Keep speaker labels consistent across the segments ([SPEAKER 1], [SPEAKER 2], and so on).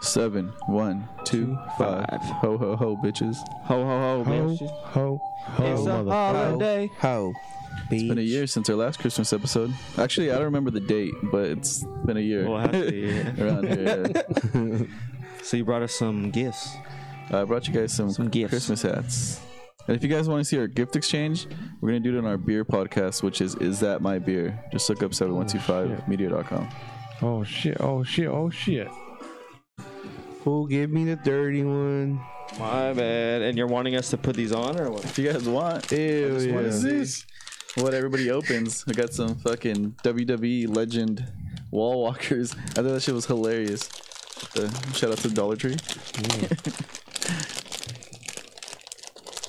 [SPEAKER 1] seven, one, two, five. Ho ho ho, bitches. Ho ho ho,
[SPEAKER 2] Ho,
[SPEAKER 1] bitches.
[SPEAKER 2] ho, ho,
[SPEAKER 1] It's a
[SPEAKER 2] motherfucker.
[SPEAKER 1] holiday.
[SPEAKER 2] Ho,
[SPEAKER 1] It's been a year since our last Christmas episode. Actually, I don't remember the date, but it's been a year.
[SPEAKER 3] Well, it has to be, yeah.
[SPEAKER 1] Around here, yeah.
[SPEAKER 3] So you brought us some gifts.
[SPEAKER 1] I brought you guys some,
[SPEAKER 3] Some gifts.
[SPEAKER 1] Christmas hats. And if you guys want to see our gift exchange, we're going to do it on our beer podcast, which is Is That My Beer? Just look up 7125media.com.
[SPEAKER 2] Oh shit! Oh shit! Oh shit! Who give me the dirty one?
[SPEAKER 3] My bad. And you're wanting us to put these on or what?
[SPEAKER 1] If you guys want,
[SPEAKER 2] Ew,
[SPEAKER 1] what is
[SPEAKER 2] yeah.
[SPEAKER 1] this? What everybody opens. I got some fucking WWE legend wall walkers. I thought that shit was hilarious. Uh, shout out to Dollar Tree.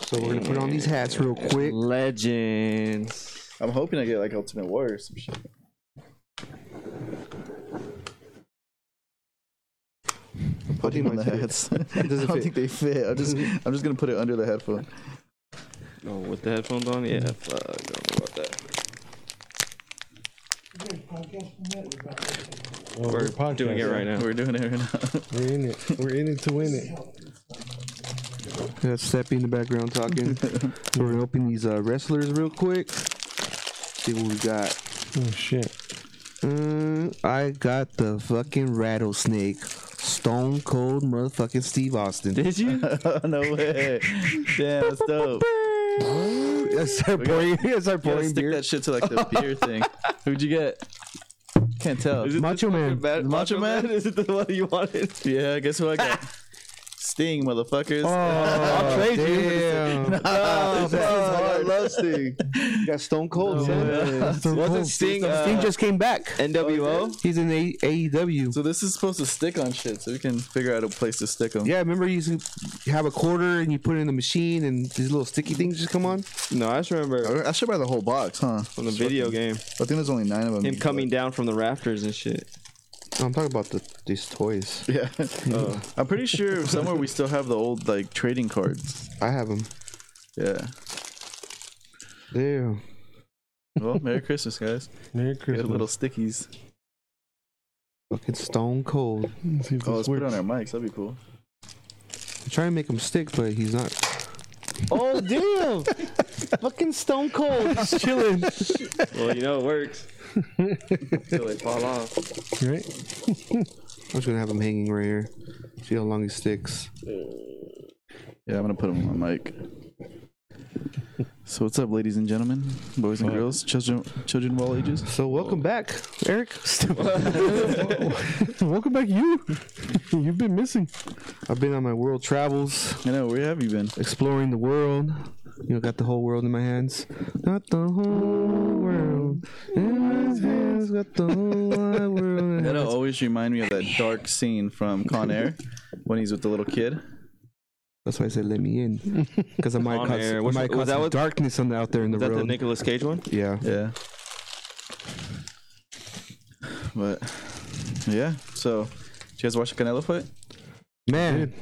[SPEAKER 4] So we're gonna put on these hats real quick.
[SPEAKER 3] Legends.
[SPEAKER 1] I'm hoping I get like Ultimate Warrior or some shit.
[SPEAKER 4] Putting
[SPEAKER 1] On the heads. I
[SPEAKER 4] doesn't
[SPEAKER 1] don't
[SPEAKER 4] fit.
[SPEAKER 1] think they fit. I'm just, I'm just gonna put it under the headphone.
[SPEAKER 3] Oh, with the headphones on? Yeah. Fuck. I don't know about that.
[SPEAKER 2] Well,
[SPEAKER 3] We're doing it right now.
[SPEAKER 1] We're doing it right now.
[SPEAKER 2] We're in it. We're in it to win it.
[SPEAKER 4] That's Steppy in the background talking. we're gonna open these uh, wrestlers real quick. See what we got.
[SPEAKER 2] Oh shit!
[SPEAKER 4] Uh, I got the fucking rattlesnake, Stone Cold motherfucking Steve Austin.
[SPEAKER 3] Did you?
[SPEAKER 1] no way. Damn, that's dope.
[SPEAKER 4] I start pouring. I start
[SPEAKER 1] You gotta
[SPEAKER 4] pouring
[SPEAKER 1] stick
[SPEAKER 4] beer.
[SPEAKER 1] that shit to like the beer thing. Who'd you get? Can't tell.
[SPEAKER 4] Macho Man.
[SPEAKER 1] Bad- Macho Man?
[SPEAKER 3] Is it the one you wanted?
[SPEAKER 1] Yeah, guess who I got? Sting, motherfuckers.
[SPEAKER 4] Oh,
[SPEAKER 2] Uh,
[SPEAKER 4] I'll trade damn. you.
[SPEAKER 1] I love Sting.
[SPEAKER 4] got Stone Cold.
[SPEAKER 2] Stone
[SPEAKER 3] Wasn't
[SPEAKER 2] Cold.
[SPEAKER 3] Sting
[SPEAKER 4] Sting
[SPEAKER 3] uh,
[SPEAKER 4] just came back.
[SPEAKER 3] NWO?
[SPEAKER 4] He's in A- E AEW.
[SPEAKER 1] So this is supposed to stick on shit, so we can figure out a place to stick them.
[SPEAKER 4] Yeah, remember you used to have a quarter and you put it in the machine and these little sticky things just come on?
[SPEAKER 3] No, I just remember
[SPEAKER 1] I should buy the whole box, huh?
[SPEAKER 3] from the video game.
[SPEAKER 1] I think there's only nine of them.
[SPEAKER 3] Him coming down from the rafters and shit.
[SPEAKER 4] No, I'm talking about the, these toys.
[SPEAKER 1] Yeah.
[SPEAKER 2] Oh.
[SPEAKER 1] I'm pretty sure somewhere we still have the old like trading cards.
[SPEAKER 4] I have them.
[SPEAKER 1] Yeah.
[SPEAKER 4] Damn.
[SPEAKER 1] Well, Merry Christmas, guys.
[SPEAKER 2] Merry
[SPEAKER 1] Get
[SPEAKER 2] Christmas.
[SPEAKER 1] little stickies.
[SPEAKER 4] Fucking stone cold.
[SPEAKER 2] Let's see if
[SPEAKER 1] Oh, let's
[SPEAKER 2] this
[SPEAKER 1] put it on
[SPEAKER 2] works.
[SPEAKER 1] our mics. That'd be cool.
[SPEAKER 4] I'm trying to make him stick, but he's not. Oh, damn. Fucking stone cold. He's chilling.
[SPEAKER 3] Well, you know it works. Until they fall off.
[SPEAKER 2] Right?
[SPEAKER 4] I'm just going to have him hanging right here. See how long he sticks.
[SPEAKER 1] Yeah, I'm gonna put them on my mic. So what's up, ladies and gentlemen, boys and girls, children, children of all ages?
[SPEAKER 4] So, welcome back, Eric.
[SPEAKER 2] Welcome back, you. You've been missing.
[SPEAKER 4] I've been on my world travels,
[SPEAKER 1] I know. Where have you been?
[SPEAKER 4] exploring the world. You know, got the whole world in my hands. Got the whole world in my hands. Got the whole wide world in my
[SPEAKER 1] That'll always remind me of that dark scene from Con Air when he's with the little kid.
[SPEAKER 4] That's why I said let me in, because I might
[SPEAKER 3] On
[SPEAKER 4] cause,
[SPEAKER 3] air.
[SPEAKER 4] I
[SPEAKER 3] Which-
[SPEAKER 4] might
[SPEAKER 3] was
[SPEAKER 4] cause
[SPEAKER 3] that
[SPEAKER 4] some
[SPEAKER 3] what-
[SPEAKER 4] darkness on the, out there in the
[SPEAKER 3] Is that the
[SPEAKER 4] road.
[SPEAKER 3] Nicolas Cage one?
[SPEAKER 4] yeah,
[SPEAKER 1] Yeah. But yeah. So, did you guys watch the Canelo fight?
[SPEAKER 4] man.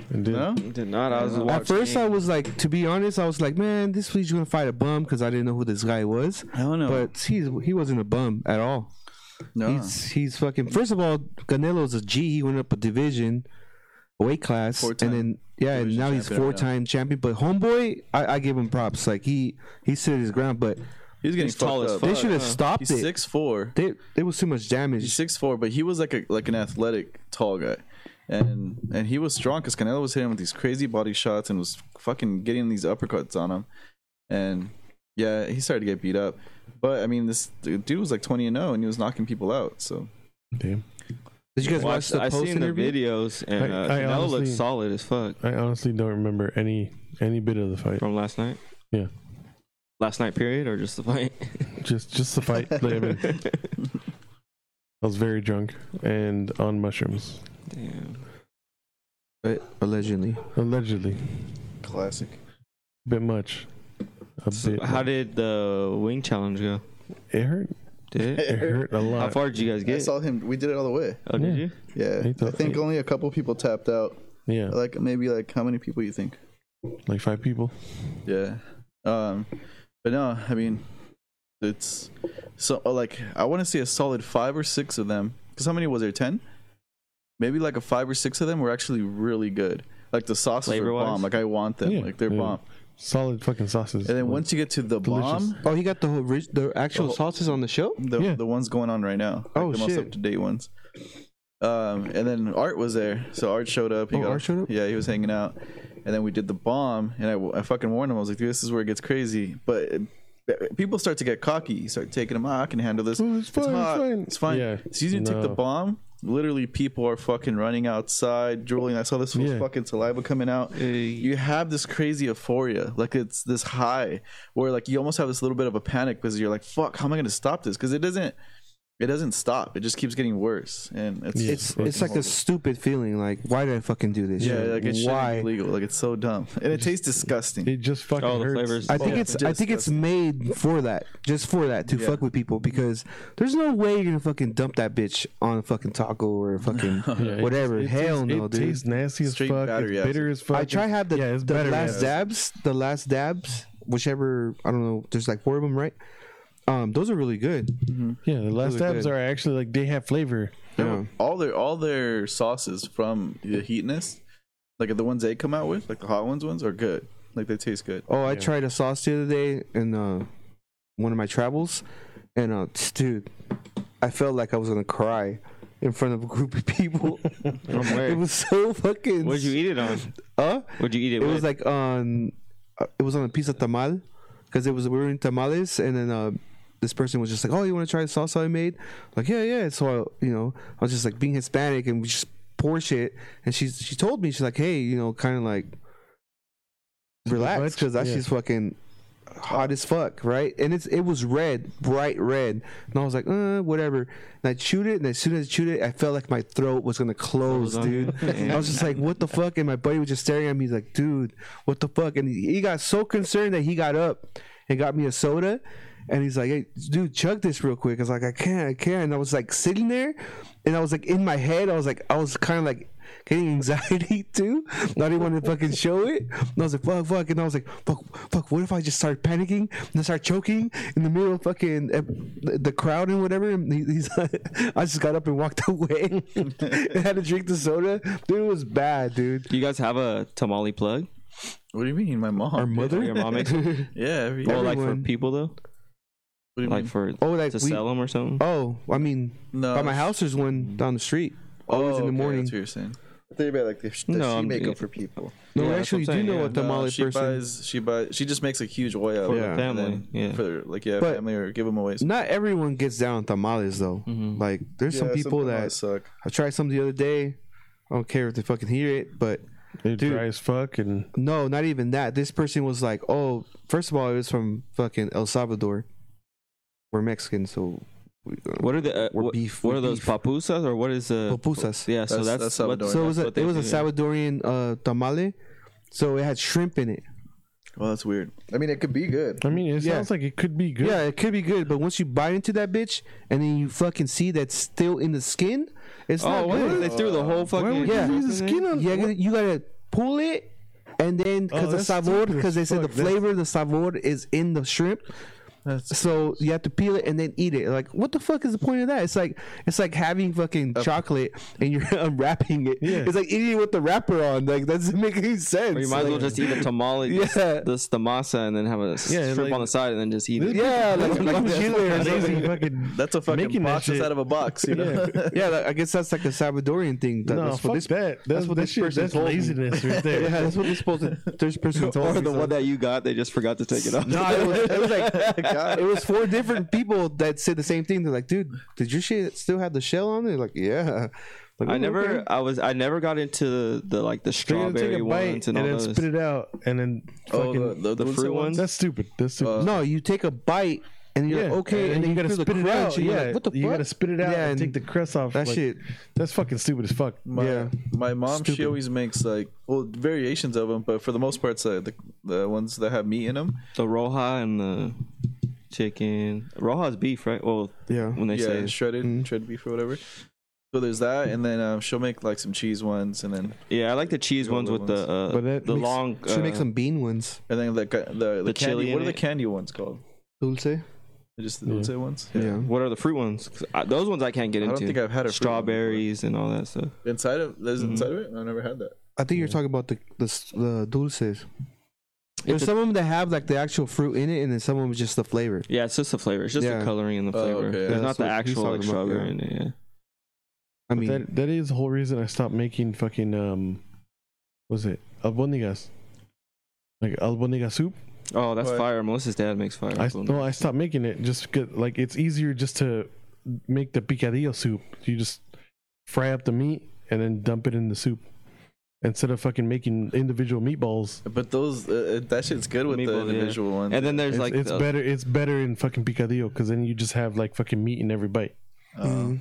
[SPEAKER 2] I did.
[SPEAKER 1] No.
[SPEAKER 3] Did not. I was watching.
[SPEAKER 4] At first, I was like, to be honest, I was like, man, this was gonna fight a bum because I didn't know who this guy was.
[SPEAKER 1] I don't know. Oh.
[SPEAKER 4] But he's he wasn't a bum at all.
[SPEAKER 1] no.
[SPEAKER 4] He's he's fucking. First of all, Canelo's a G. He went up a division, a weight class,
[SPEAKER 1] Four-time
[SPEAKER 4] and then yeah, and
[SPEAKER 1] division
[SPEAKER 4] now he's
[SPEAKER 1] champion right now.
[SPEAKER 4] four time champion. But homeboy, I, I give him props. Like he he stood his ground, but
[SPEAKER 1] He's getting
[SPEAKER 3] He's tall
[SPEAKER 1] fucked
[SPEAKER 3] as
[SPEAKER 1] up.
[SPEAKER 3] fuck.
[SPEAKER 4] they should have
[SPEAKER 3] huh.
[SPEAKER 4] stopped
[SPEAKER 1] He's
[SPEAKER 4] it.
[SPEAKER 1] six four.
[SPEAKER 4] They, there was too much
[SPEAKER 1] He's
[SPEAKER 4] damage.
[SPEAKER 1] six four, but he was like a like an athletic tall guy, and and he was strong because Canelo was hitting him with these crazy body shots and was fucking getting these uppercuts on him, and yeah, he started to get beat up. But I mean, this dude was like twenty and zero, and he was knocking people out. So
[SPEAKER 2] Damn.
[SPEAKER 4] Did you guys watch
[SPEAKER 3] watched-
[SPEAKER 4] the
[SPEAKER 3] I
[SPEAKER 4] post
[SPEAKER 3] seen the
[SPEAKER 4] interview?
[SPEAKER 3] videos, and uh,
[SPEAKER 2] I- I
[SPEAKER 3] Canelo looked
[SPEAKER 2] honestly-
[SPEAKER 3] solid as fuck
[SPEAKER 2] I honestly don't remember any any bit of the fight.
[SPEAKER 3] from last night.
[SPEAKER 2] Yeah.
[SPEAKER 3] Last night period or just the fight?
[SPEAKER 2] Just just the fight. Like, I, mean, I was very drunk and on mushrooms,
[SPEAKER 3] Damn.
[SPEAKER 4] Allegedly.
[SPEAKER 2] allegedly.
[SPEAKER 1] classic.
[SPEAKER 2] Bit much. A
[SPEAKER 3] So
[SPEAKER 2] bit.
[SPEAKER 3] how did the wing challenge go?
[SPEAKER 2] it hurt?
[SPEAKER 3] Did it?
[SPEAKER 2] It hurt a
[SPEAKER 3] How
[SPEAKER 2] lot.
[SPEAKER 3] far did you guys
[SPEAKER 1] I
[SPEAKER 3] get?
[SPEAKER 1] saw him. We did it all the way.
[SPEAKER 3] Oh, did
[SPEAKER 2] Yeah.
[SPEAKER 3] you?
[SPEAKER 1] Yeah,
[SPEAKER 2] He
[SPEAKER 1] I
[SPEAKER 2] thought-
[SPEAKER 1] think
[SPEAKER 2] he-
[SPEAKER 1] only a couple people tapped out.
[SPEAKER 2] yeah,
[SPEAKER 1] Like maybe like how many people you think?
[SPEAKER 2] like five people.
[SPEAKER 1] Yeah. Um, but no, I mean, it's uh, so like I want to see a solid five or six of them. Cause how many was there? Ten. maybe like a five or six of them were actually really good. Like the sauces were
[SPEAKER 3] Flavor-wise?
[SPEAKER 1] bomb. Like I want them.
[SPEAKER 2] Yeah,
[SPEAKER 1] like they're
[SPEAKER 2] yeah.
[SPEAKER 1] bomb.
[SPEAKER 2] Solid fucking sauces.
[SPEAKER 1] And then
[SPEAKER 2] Like,
[SPEAKER 1] once you get to the
[SPEAKER 2] Delicious.
[SPEAKER 1] bomb,
[SPEAKER 4] Oh, he got the whole ri- the actual
[SPEAKER 1] Oh.
[SPEAKER 4] sauces on the show.
[SPEAKER 1] the
[SPEAKER 2] Yeah.
[SPEAKER 1] the ones going on right now. Like
[SPEAKER 4] Oh,
[SPEAKER 1] the most
[SPEAKER 4] shit.
[SPEAKER 1] up to date ones. Um, and then Art was there, so Art showed up. He
[SPEAKER 4] Oh, Art showed up?
[SPEAKER 1] Yeah, he was hanging out, and then we did the bomb, and I, I fucking warned him. I was like, "Dude, "This is where it gets crazy." But uh, people start to get cocky. You start taking them. Ah, I can handle this.
[SPEAKER 2] Oh, it's fine, it's
[SPEAKER 1] hot.
[SPEAKER 2] fine."
[SPEAKER 1] It's fine.
[SPEAKER 2] Yeah.
[SPEAKER 1] As soon as you take the
[SPEAKER 2] No.
[SPEAKER 1] bomb, literally people are fucking running outside, drooling. I saw this fool's
[SPEAKER 2] Yeah.
[SPEAKER 1] fucking saliva coming out. you have this crazy euphoria, like it's this high, where like you almost have this little bit of a panic because you're like, "Fuck, how am I going to stop this?" Because it doesn't, it doesn't stop. It just keeps getting worse, and it's
[SPEAKER 2] Yeah.
[SPEAKER 1] it's
[SPEAKER 4] It's it's like a stupid feeling. Like, why did I fucking do this?
[SPEAKER 1] yeah,
[SPEAKER 4] shit?
[SPEAKER 1] like it's
[SPEAKER 4] why?
[SPEAKER 1] illegal. Like it's so dumb, and it tastes disgusting.
[SPEAKER 2] It just fucking
[SPEAKER 3] Oh, the
[SPEAKER 2] hurts.
[SPEAKER 3] flavors.
[SPEAKER 4] I think
[SPEAKER 1] Yeah.
[SPEAKER 4] it's I think it's made for that, just for that to
[SPEAKER 1] Yeah.
[SPEAKER 4] fuck with people because there's no way you're gonna fucking dump that bitch on a fucking taco or a fucking
[SPEAKER 2] Yeah, it-
[SPEAKER 4] whatever.
[SPEAKER 2] it
[SPEAKER 4] Hell
[SPEAKER 2] tastes-
[SPEAKER 4] no,
[SPEAKER 2] it
[SPEAKER 4] dude.
[SPEAKER 2] tastes nasty as
[SPEAKER 1] Straight
[SPEAKER 2] fuck.
[SPEAKER 1] battery
[SPEAKER 2] It's bitter as fuck.
[SPEAKER 4] I try have the,
[SPEAKER 2] yeah, it's
[SPEAKER 4] the
[SPEAKER 2] battery
[SPEAKER 4] last
[SPEAKER 2] acid.
[SPEAKER 4] dabs, the last dabs, whichever I don't know. There's like four of them, right? Um, those are really good.
[SPEAKER 2] Yeah, the last
[SPEAKER 4] Those are
[SPEAKER 2] dabs
[SPEAKER 4] good.
[SPEAKER 2] are actually like they have flavor.
[SPEAKER 4] Yeah.
[SPEAKER 1] All their all their sauces from the heatness, like the ones they come out with, like the hot ones ones are good. Like they taste good.
[SPEAKER 4] Oh, I
[SPEAKER 2] Yeah.
[SPEAKER 4] tried a sauce the other day in uh, one of my travels, and uh, t- dude, I felt like I was gonna cry in front of a group of people.
[SPEAKER 3] From where?
[SPEAKER 4] it was so fucking.
[SPEAKER 3] What'd you eat it on?
[SPEAKER 4] Huh?
[SPEAKER 3] What'd you eat it,
[SPEAKER 4] It
[SPEAKER 3] with?
[SPEAKER 4] was like on. uh, It was on a piece of tamal, because it was we were in tamales, and then uh, this person was just like, "Oh, you want to try the salsa I made?" Like, yeah, yeah. So I, you know, I was just like being Hispanic, and we just pour shit. And she she told me she's like, "Hey, you know, kind of like relax,
[SPEAKER 2] much?
[SPEAKER 4] because that
[SPEAKER 2] Yeah.
[SPEAKER 4] shit's fucking." Hot as fuck, right? And it's it was red, bright red, and I was like, uh, whatever. And I chewed it, and as soon as I chewed it, I felt like my throat was gonna close,
[SPEAKER 3] Close on
[SPEAKER 4] dude.
[SPEAKER 3] you.
[SPEAKER 4] I was just like, what the fuck? And my buddy was just staring at me, like, dude, what the fuck? And he he got so concerned that he got up and got me a soda. And he's like, hey, dude, chug this real quick. I was like, I can't, I can't. And I was like sitting there and I was like in my head, I was like, I was kind of like getting anxiety too. And I didn't want to fucking show it. And I was like, fuck, fuck. And I was like, fuck, fuck, what if I just start panicking and I start choking in the middle of fucking uh, the the crowd and whatever? And he, he's like, I just got up and walked away and had to drink the soda. Dude, it was bad, dude.
[SPEAKER 3] Do you guys have a tamale plug?
[SPEAKER 1] What do you mean, my mom?
[SPEAKER 4] Our mother?
[SPEAKER 3] Your mom makes it?
[SPEAKER 1] yeah, every,
[SPEAKER 3] Well, like for
[SPEAKER 4] Everyone.
[SPEAKER 3] people though?
[SPEAKER 1] what do you
[SPEAKER 3] Like
[SPEAKER 1] mean?
[SPEAKER 3] for
[SPEAKER 4] Oh, like
[SPEAKER 3] to
[SPEAKER 4] we,
[SPEAKER 3] sell Uh, them or something?
[SPEAKER 4] Oh, I mean,
[SPEAKER 1] no, Oh,
[SPEAKER 4] by my house, there's one down the street. Always in the morning.
[SPEAKER 1] That's what you're saying. I think about like the, sh-
[SPEAKER 3] No, I'm-
[SPEAKER 1] for people.
[SPEAKER 4] No,
[SPEAKER 3] Yeah, that's
[SPEAKER 4] actually,
[SPEAKER 3] what
[SPEAKER 4] you do
[SPEAKER 3] I'm saying,
[SPEAKER 4] know
[SPEAKER 3] yeah.
[SPEAKER 4] what the Molly
[SPEAKER 1] she
[SPEAKER 4] person.
[SPEAKER 1] buys. She buys. She just makes a huge way out
[SPEAKER 3] For
[SPEAKER 1] of
[SPEAKER 4] yeah,
[SPEAKER 3] the
[SPEAKER 1] it.
[SPEAKER 3] family.
[SPEAKER 1] And then
[SPEAKER 3] yeah.
[SPEAKER 1] For like yeah,
[SPEAKER 4] But-
[SPEAKER 1] family or give them away.
[SPEAKER 4] Not everyone gets down with tamales though.
[SPEAKER 2] Mm-hmm.
[SPEAKER 3] Mhm.
[SPEAKER 4] Like, there's some people that
[SPEAKER 1] suck.
[SPEAKER 4] I tried some the other day. I don't care if they fucking hear it, but
[SPEAKER 2] They're
[SPEAKER 4] Dude.
[SPEAKER 2] dry as fuck and
[SPEAKER 4] no, not even that. This person was like, "Oh, first of all, it was from fucking El Salvador. We're Mexican, so we,
[SPEAKER 3] What are the uh,
[SPEAKER 4] Or
[SPEAKER 3] what,
[SPEAKER 4] beef,
[SPEAKER 3] what
[SPEAKER 4] or
[SPEAKER 3] are those
[SPEAKER 4] beef.
[SPEAKER 3] papusas or what is the
[SPEAKER 4] Pupusas.
[SPEAKER 3] Yeah, so
[SPEAKER 1] That's-
[SPEAKER 3] that's,
[SPEAKER 1] that's
[SPEAKER 3] what-
[SPEAKER 1] Salvadorian.
[SPEAKER 4] so it was
[SPEAKER 3] that's
[SPEAKER 4] a,
[SPEAKER 3] what they
[SPEAKER 4] it was a
[SPEAKER 3] do, yeah.
[SPEAKER 4] Salvadorian uh, tamale, so it had shrimp in it.
[SPEAKER 1] Well, that's weird. I mean, it could be good.
[SPEAKER 2] I mean it
[SPEAKER 4] Yeah.
[SPEAKER 2] sounds like it could be good.
[SPEAKER 4] Yeah, it could be good, but once you bite into that bitch and then you fucking see that's still in the skin, it's
[SPEAKER 3] Oh,
[SPEAKER 4] not
[SPEAKER 3] why
[SPEAKER 4] good.
[SPEAKER 3] they threw the whole fucking
[SPEAKER 2] would
[SPEAKER 4] Yeah,
[SPEAKER 2] you use the skin on
[SPEAKER 4] yeah, you gotta- you gotta pull it, and then
[SPEAKER 2] Oh,
[SPEAKER 4] because the
[SPEAKER 2] that's
[SPEAKER 4] sabor,
[SPEAKER 2] stupid as
[SPEAKER 4] because they said the
[SPEAKER 2] fuck. That's-
[SPEAKER 4] flavor, the sabor is in the shrimp.
[SPEAKER 1] That's
[SPEAKER 4] So you have to peel it and then eat it. Like, what the fuck is the point of that? It's like it's like having fucking chocolate and you're unwrapping it.
[SPEAKER 2] Yeah.
[SPEAKER 4] It's like eating it with the wrapper on. Like that doesn't make any sense.
[SPEAKER 3] Or you might as
[SPEAKER 4] like,
[SPEAKER 3] well just eat a tamale,
[SPEAKER 4] Yeah.
[SPEAKER 3] yeah. this tamasa, and then have a s-
[SPEAKER 2] Yeah,
[SPEAKER 3] shrimp
[SPEAKER 2] like-
[SPEAKER 3] on the side, and then just eat it.
[SPEAKER 4] yeah, like,
[SPEAKER 2] That's
[SPEAKER 4] like
[SPEAKER 2] fucking
[SPEAKER 4] chili or something.
[SPEAKER 2] lazy fucking
[SPEAKER 1] that's a fucking
[SPEAKER 2] Making that
[SPEAKER 1] box that's
[SPEAKER 2] shit.
[SPEAKER 1] out of a box. You know?
[SPEAKER 4] yeah, like, I guess that's like a Salvadorian thing. That-
[SPEAKER 2] no,
[SPEAKER 4] that's
[SPEAKER 2] fuck
[SPEAKER 4] what this,
[SPEAKER 2] that. That's,
[SPEAKER 4] what
[SPEAKER 2] that
[SPEAKER 4] this
[SPEAKER 2] shit-
[SPEAKER 4] person
[SPEAKER 2] That's
[SPEAKER 4] told me.
[SPEAKER 2] laziness right there.
[SPEAKER 4] Yeah, that's what this person. This person told
[SPEAKER 3] Or
[SPEAKER 4] me.
[SPEAKER 3] the
[SPEAKER 4] so-
[SPEAKER 3] one that you got, they just forgot to take it off.
[SPEAKER 4] No, it was, it was like it was four different people that said the same thing. They're like, "Dude, did your shit still have the shell on it?" Like, yeah. Like,
[SPEAKER 3] I
[SPEAKER 4] "Ooh,
[SPEAKER 3] never,
[SPEAKER 4] okay."
[SPEAKER 3] I was, I never got into the, the like the
[SPEAKER 2] They're gonna take
[SPEAKER 3] strawberry
[SPEAKER 2] a
[SPEAKER 3] ones and
[SPEAKER 2] bite and,
[SPEAKER 3] all
[SPEAKER 2] then
[SPEAKER 3] those.
[SPEAKER 2] spit it out and then
[SPEAKER 1] Oh,
[SPEAKER 2] fucking
[SPEAKER 1] the, the,
[SPEAKER 3] the
[SPEAKER 1] dulce
[SPEAKER 3] fruit ones?
[SPEAKER 2] that's stupid. That's stupid.
[SPEAKER 1] Uh,
[SPEAKER 4] No, you take a bite and you're
[SPEAKER 2] Yeah,
[SPEAKER 4] like, okay, and,
[SPEAKER 2] then
[SPEAKER 4] then
[SPEAKER 2] you gotta
[SPEAKER 4] feel the
[SPEAKER 2] spit it
[SPEAKER 4] crunch,
[SPEAKER 2] out.
[SPEAKER 4] and
[SPEAKER 2] Yeah,
[SPEAKER 4] you're like, what the fuck?
[SPEAKER 2] you gotta spit it out
[SPEAKER 4] Yeah,
[SPEAKER 2] and
[SPEAKER 4] and
[SPEAKER 2] take the crust off.
[SPEAKER 4] that
[SPEAKER 2] like,
[SPEAKER 4] shit.
[SPEAKER 2] That's fucking stupid as fuck.
[SPEAKER 1] My,
[SPEAKER 4] Yeah.
[SPEAKER 1] my mom, she
[SPEAKER 2] Stupid.
[SPEAKER 1] always makes like well variations of them, but for the most part, uh, the the ones that have meat in them.
[SPEAKER 3] The roja and the chicken. Roja's beef, right? Well,
[SPEAKER 4] Yeah.
[SPEAKER 3] when they
[SPEAKER 1] yeah,
[SPEAKER 3] say
[SPEAKER 1] shredded,
[SPEAKER 4] Mhm.
[SPEAKER 1] shredded beef or whatever. So there's that, and then um, she'll make like some cheese ones, and then
[SPEAKER 3] yeah, I like the cheese
[SPEAKER 1] The
[SPEAKER 3] ones
[SPEAKER 1] older
[SPEAKER 3] with the uh,
[SPEAKER 2] But that
[SPEAKER 3] the
[SPEAKER 2] makes-
[SPEAKER 3] long.
[SPEAKER 4] Should
[SPEAKER 3] uh,
[SPEAKER 4] make some bean ones.
[SPEAKER 1] and then the the, the, candy.
[SPEAKER 3] The chili
[SPEAKER 1] What
[SPEAKER 3] in
[SPEAKER 1] are the
[SPEAKER 3] it.
[SPEAKER 1] candy ones called?
[SPEAKER 4] Dulce.
[SPEAKER 1] Just the
[SPEAKER 2] Yeah.
[SPEAKER 1] those ones.
[SPEAKER 4] Yeah.
[SPEAKER 3] What are the fruit ones? 'Cause I, those ones I can't get
[SPEAKER 1] I
[SPEAKER 3] into.
[SPEAKER 1] don't think I've had a fruit one before.
[SPEAKER 3] strawberries and all that stuff.
[SPEAKER 1] Inside of there's
[SPEAKER 3] Mhm.
[SPEAKER 1] inside of it. I've never had that.
[SPEAKER 4] I think you're talking about the the, s- the dulces. There's
[SPEAKER 3] It's a-
[SPEAKER 4] some of them that have like the actual fruit in it, and then some of them is just the flavor.
[SPEAKER 3] yeah, it's just the flavor. It's just
[SPEAKER 4] Yeah.
[SPEAKER 3] the coloring and the
[SPEAKER 1] Oh,
[SPEAKER 3] flavor.
[SPEAKER 1] okay.
[SPEAKER 3] There's
[SPEAKER 1] Yeah,
[SPEAKER 3] not
[SPEAKER 4] that's
[SPEAKER 3] the
[SPEAKER 4] what he's
[SPEAKER 3] actual like,
[SPEAKER 4] talking about,
[SPEAKER 3] strawberry
[SPEAKER 4] yeah.
[SPEAKER 3] in it. Yeah.
[SPEAKER 4] I mean,
[SPEAKER 2] that that is the whole reason I stopped making fucking um, what was it albondigas, like albondiga soup.
[SPEAKER 3] Oh, that's
[SPEAKER 1] But-
[SPEAKER 3] fire. Melissa's dad makes fire.
[SPEAKER 2] I
[SPEAKER 3] Cool.
[SPEAKER 2] no, I stopped making it just because like it's easier just to make the picadillo soup. You just fry up the meat and then dump it in the soup instead of fucking making individual meatballs.
[SPEAKER 1] But those uh, uh, that shitit's good with
[SPEAKER 3] Meatball,
[SPEAKER 1] the
[SPEAKER 3] yeah.
[SPEAKER 1] individual ones.
[SPEAKER 3] and then there's
[SPEAKER 2] It's,
[SPEAKER 3] like
[SPEAKER 2] it's
[SPEAKER 3] the-
[SPEAKER 2] better. It's better in fucking picadillo because then you just have like fucking meat in every bite,
[SPEAKER 1] Uh,
[SPEAKER 4] mm.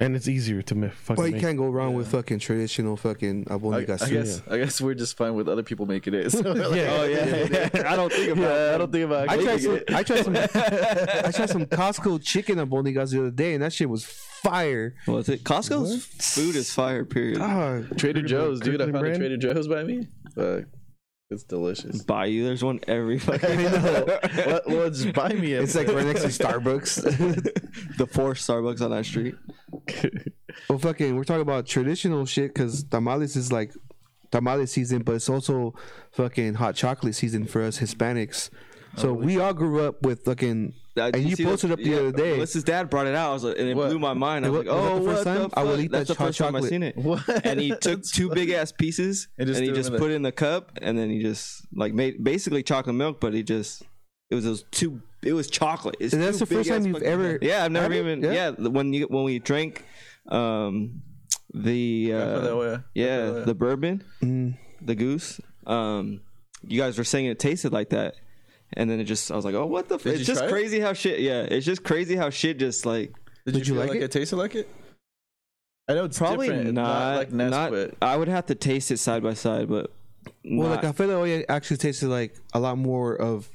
[SPEAKER 2] and it's easier to ma- fucking.
[SPEAKER 4] but you
[SPEAKER 2] make.
[SPEAKER 4] can't go wrong with
[SPEAKER 1] yeah.
[SPEAKER 4] fucking traditional fucking
[SPEAKER 1] I, I
[SPEAKER 4] abondiga soup.
[SPEAKER 1] guess I guess we're just fine with other people making it. So
[SPEAKER 2] Yeah.
[SPEAKER 3] Oh yeah, I don't think about.
[SPEAKER 1] yeah, I don't think about.
[SPEAKER 4] I tried
[SPEAKER 1] making
[SPEAKER 4] some.
[SPEAKER 1] it.
[SPEAKER 4] I tried some. I tried some Costco chicken abondigas the other day, and that shit was fire.
[SPEAKER 3] Well, it's it Costco's food is fire. Period.
[SPEAKER 4] Ah,
[SPEAKER 1] Trader
[SPEAKER 2] Kirkland-
[SPEAKER 1] Joe's, dude. I
[SPEAKER 2] Kirkland
[SPEAKER 1] found a
[SPEAKER 2] brand?
[SPEAKER 1] Trader Joe's by me. Fuck, it's delicious.
[SPEAKER 3] Buy you. There's one every fucking.
[SPEAKER 1] well, well, just buy me it.
[SPEAKER 4] it's like right next to Starbucks.
[SPEAKER 3] the four Starbucks on that street.
[SPEAKER 4] well, fucking, we're talking about traditional shit because tamales is like tamale season, but it's also fucking hot chocolate season for us Hispanics. So we all grew up with fucking.
[SPEAKER 3] Uh,
[SPEAKER 4] and you
[SPEAKER 3] see that-
[SPEAKER 4] posted up the
[SPEAKER 3] yeah,
[SPEAKER 4] other day.
[SPEAKER 3] Melissa's dad brought it out. I was like, and it
[SPEAKER 1] What?
[SPEAKER 3] blew my mind. I was
[SPEAKER 4] It
[SPEAKER 3] like,
[SPEAKER 4] wa- was that
[SPEAKER 3] oh,
[SPEAKER 4] the
[SPEAKER 3] what
[SPEAKER 4] first time?
[SPEAKER 3] the
[SPEAKER 4] I will
[SPEAKER 3] fuck?
[SPEAKER 4] eat
[SPEAKER 3] That's
[SPEAKER 4] that
[SPEAKER 3] the first
[SPEAKER 4] hot
[SPEAKER 3] time I
[SPEAKER 4] chocolate.
[SPEAKER 3] seen it.
[SPEAKER 1] What?
[SPEAKER 3] And he took
[SPEAKER 1] That's
[SPEAKER 3] two big ass pieces
[SPEAKER 1] And
[SPEAKER 3] and,
[SPEAKER 1] just
[SPEAKER 3] he
[SPEAKER 1] threw 'em
[SPEAKER 3] just
[SPEAKER 1] in
[SPEAKER 3] put it in the cup and then he just like made basically chocolate milk, but he just it was those two. It was chocolate. It's
[SPEAKER 4] And that's
[SPEAKER 3] two
[SPEAKER 4] the first
[SPEAKER 3] big-ass
[SPEAKER 4] time you've
[SPEAKER 3] fucking-
[SPEAKER 4] ever
[SPEAKER 3] Yeah, I've never
[SPEAKER 4] had it?
[SPEAKER 3] even.
[SPEAKER 4] Yeah.
[SPEAKER 3] Yeah. when you when we drank, um, the
[SPEAKER 1] Grandpa that way.
[SPEAKER 3] uh, yeah
[SPEAKER 1] Grandpa that way.
[SPEAKER 3] the bourbon,
[SPEAKER 4] Mm,
[SPEAKER 3] the goose. Um, you guys were saying it tasted like that, and then it just I was like, oh, what the? F-?
[SPEAKER 1] Did
[SPEAKER 3] It's
[SPEAKER 1] you
[SPEAKER 3] just
[SPEAKER 1] try it?
[SPEAKER 3] crazy how shit. Yeah, it's just crazy how shit just like
[SPEAKER 1] Did,
[SPEAKER 4] Did
[SPEAKER 1] you,
[SPEAKER 4] you
[SPEAKER 1] feel
[SPEAKER 4] like
[SPEAKER 1] like
[SPEAKER 4] it?
[SPEAKER 1] it? tasted like it? I know it's
[SPEAKER 3] probably
[SPEAKER 1] different. It's
[SPEAKER 3] not
[SPEAKER 1] like
[SPEAKER 3] not-
[SPEAKER 1] Nesquik.
[SPEAKER 3] I would have to taste it side by side, but
[SPEAKER 4] well,
[SPEAKER 3] not-
[SPEAKER 4] like cafe de olla actually tasted like a lot more of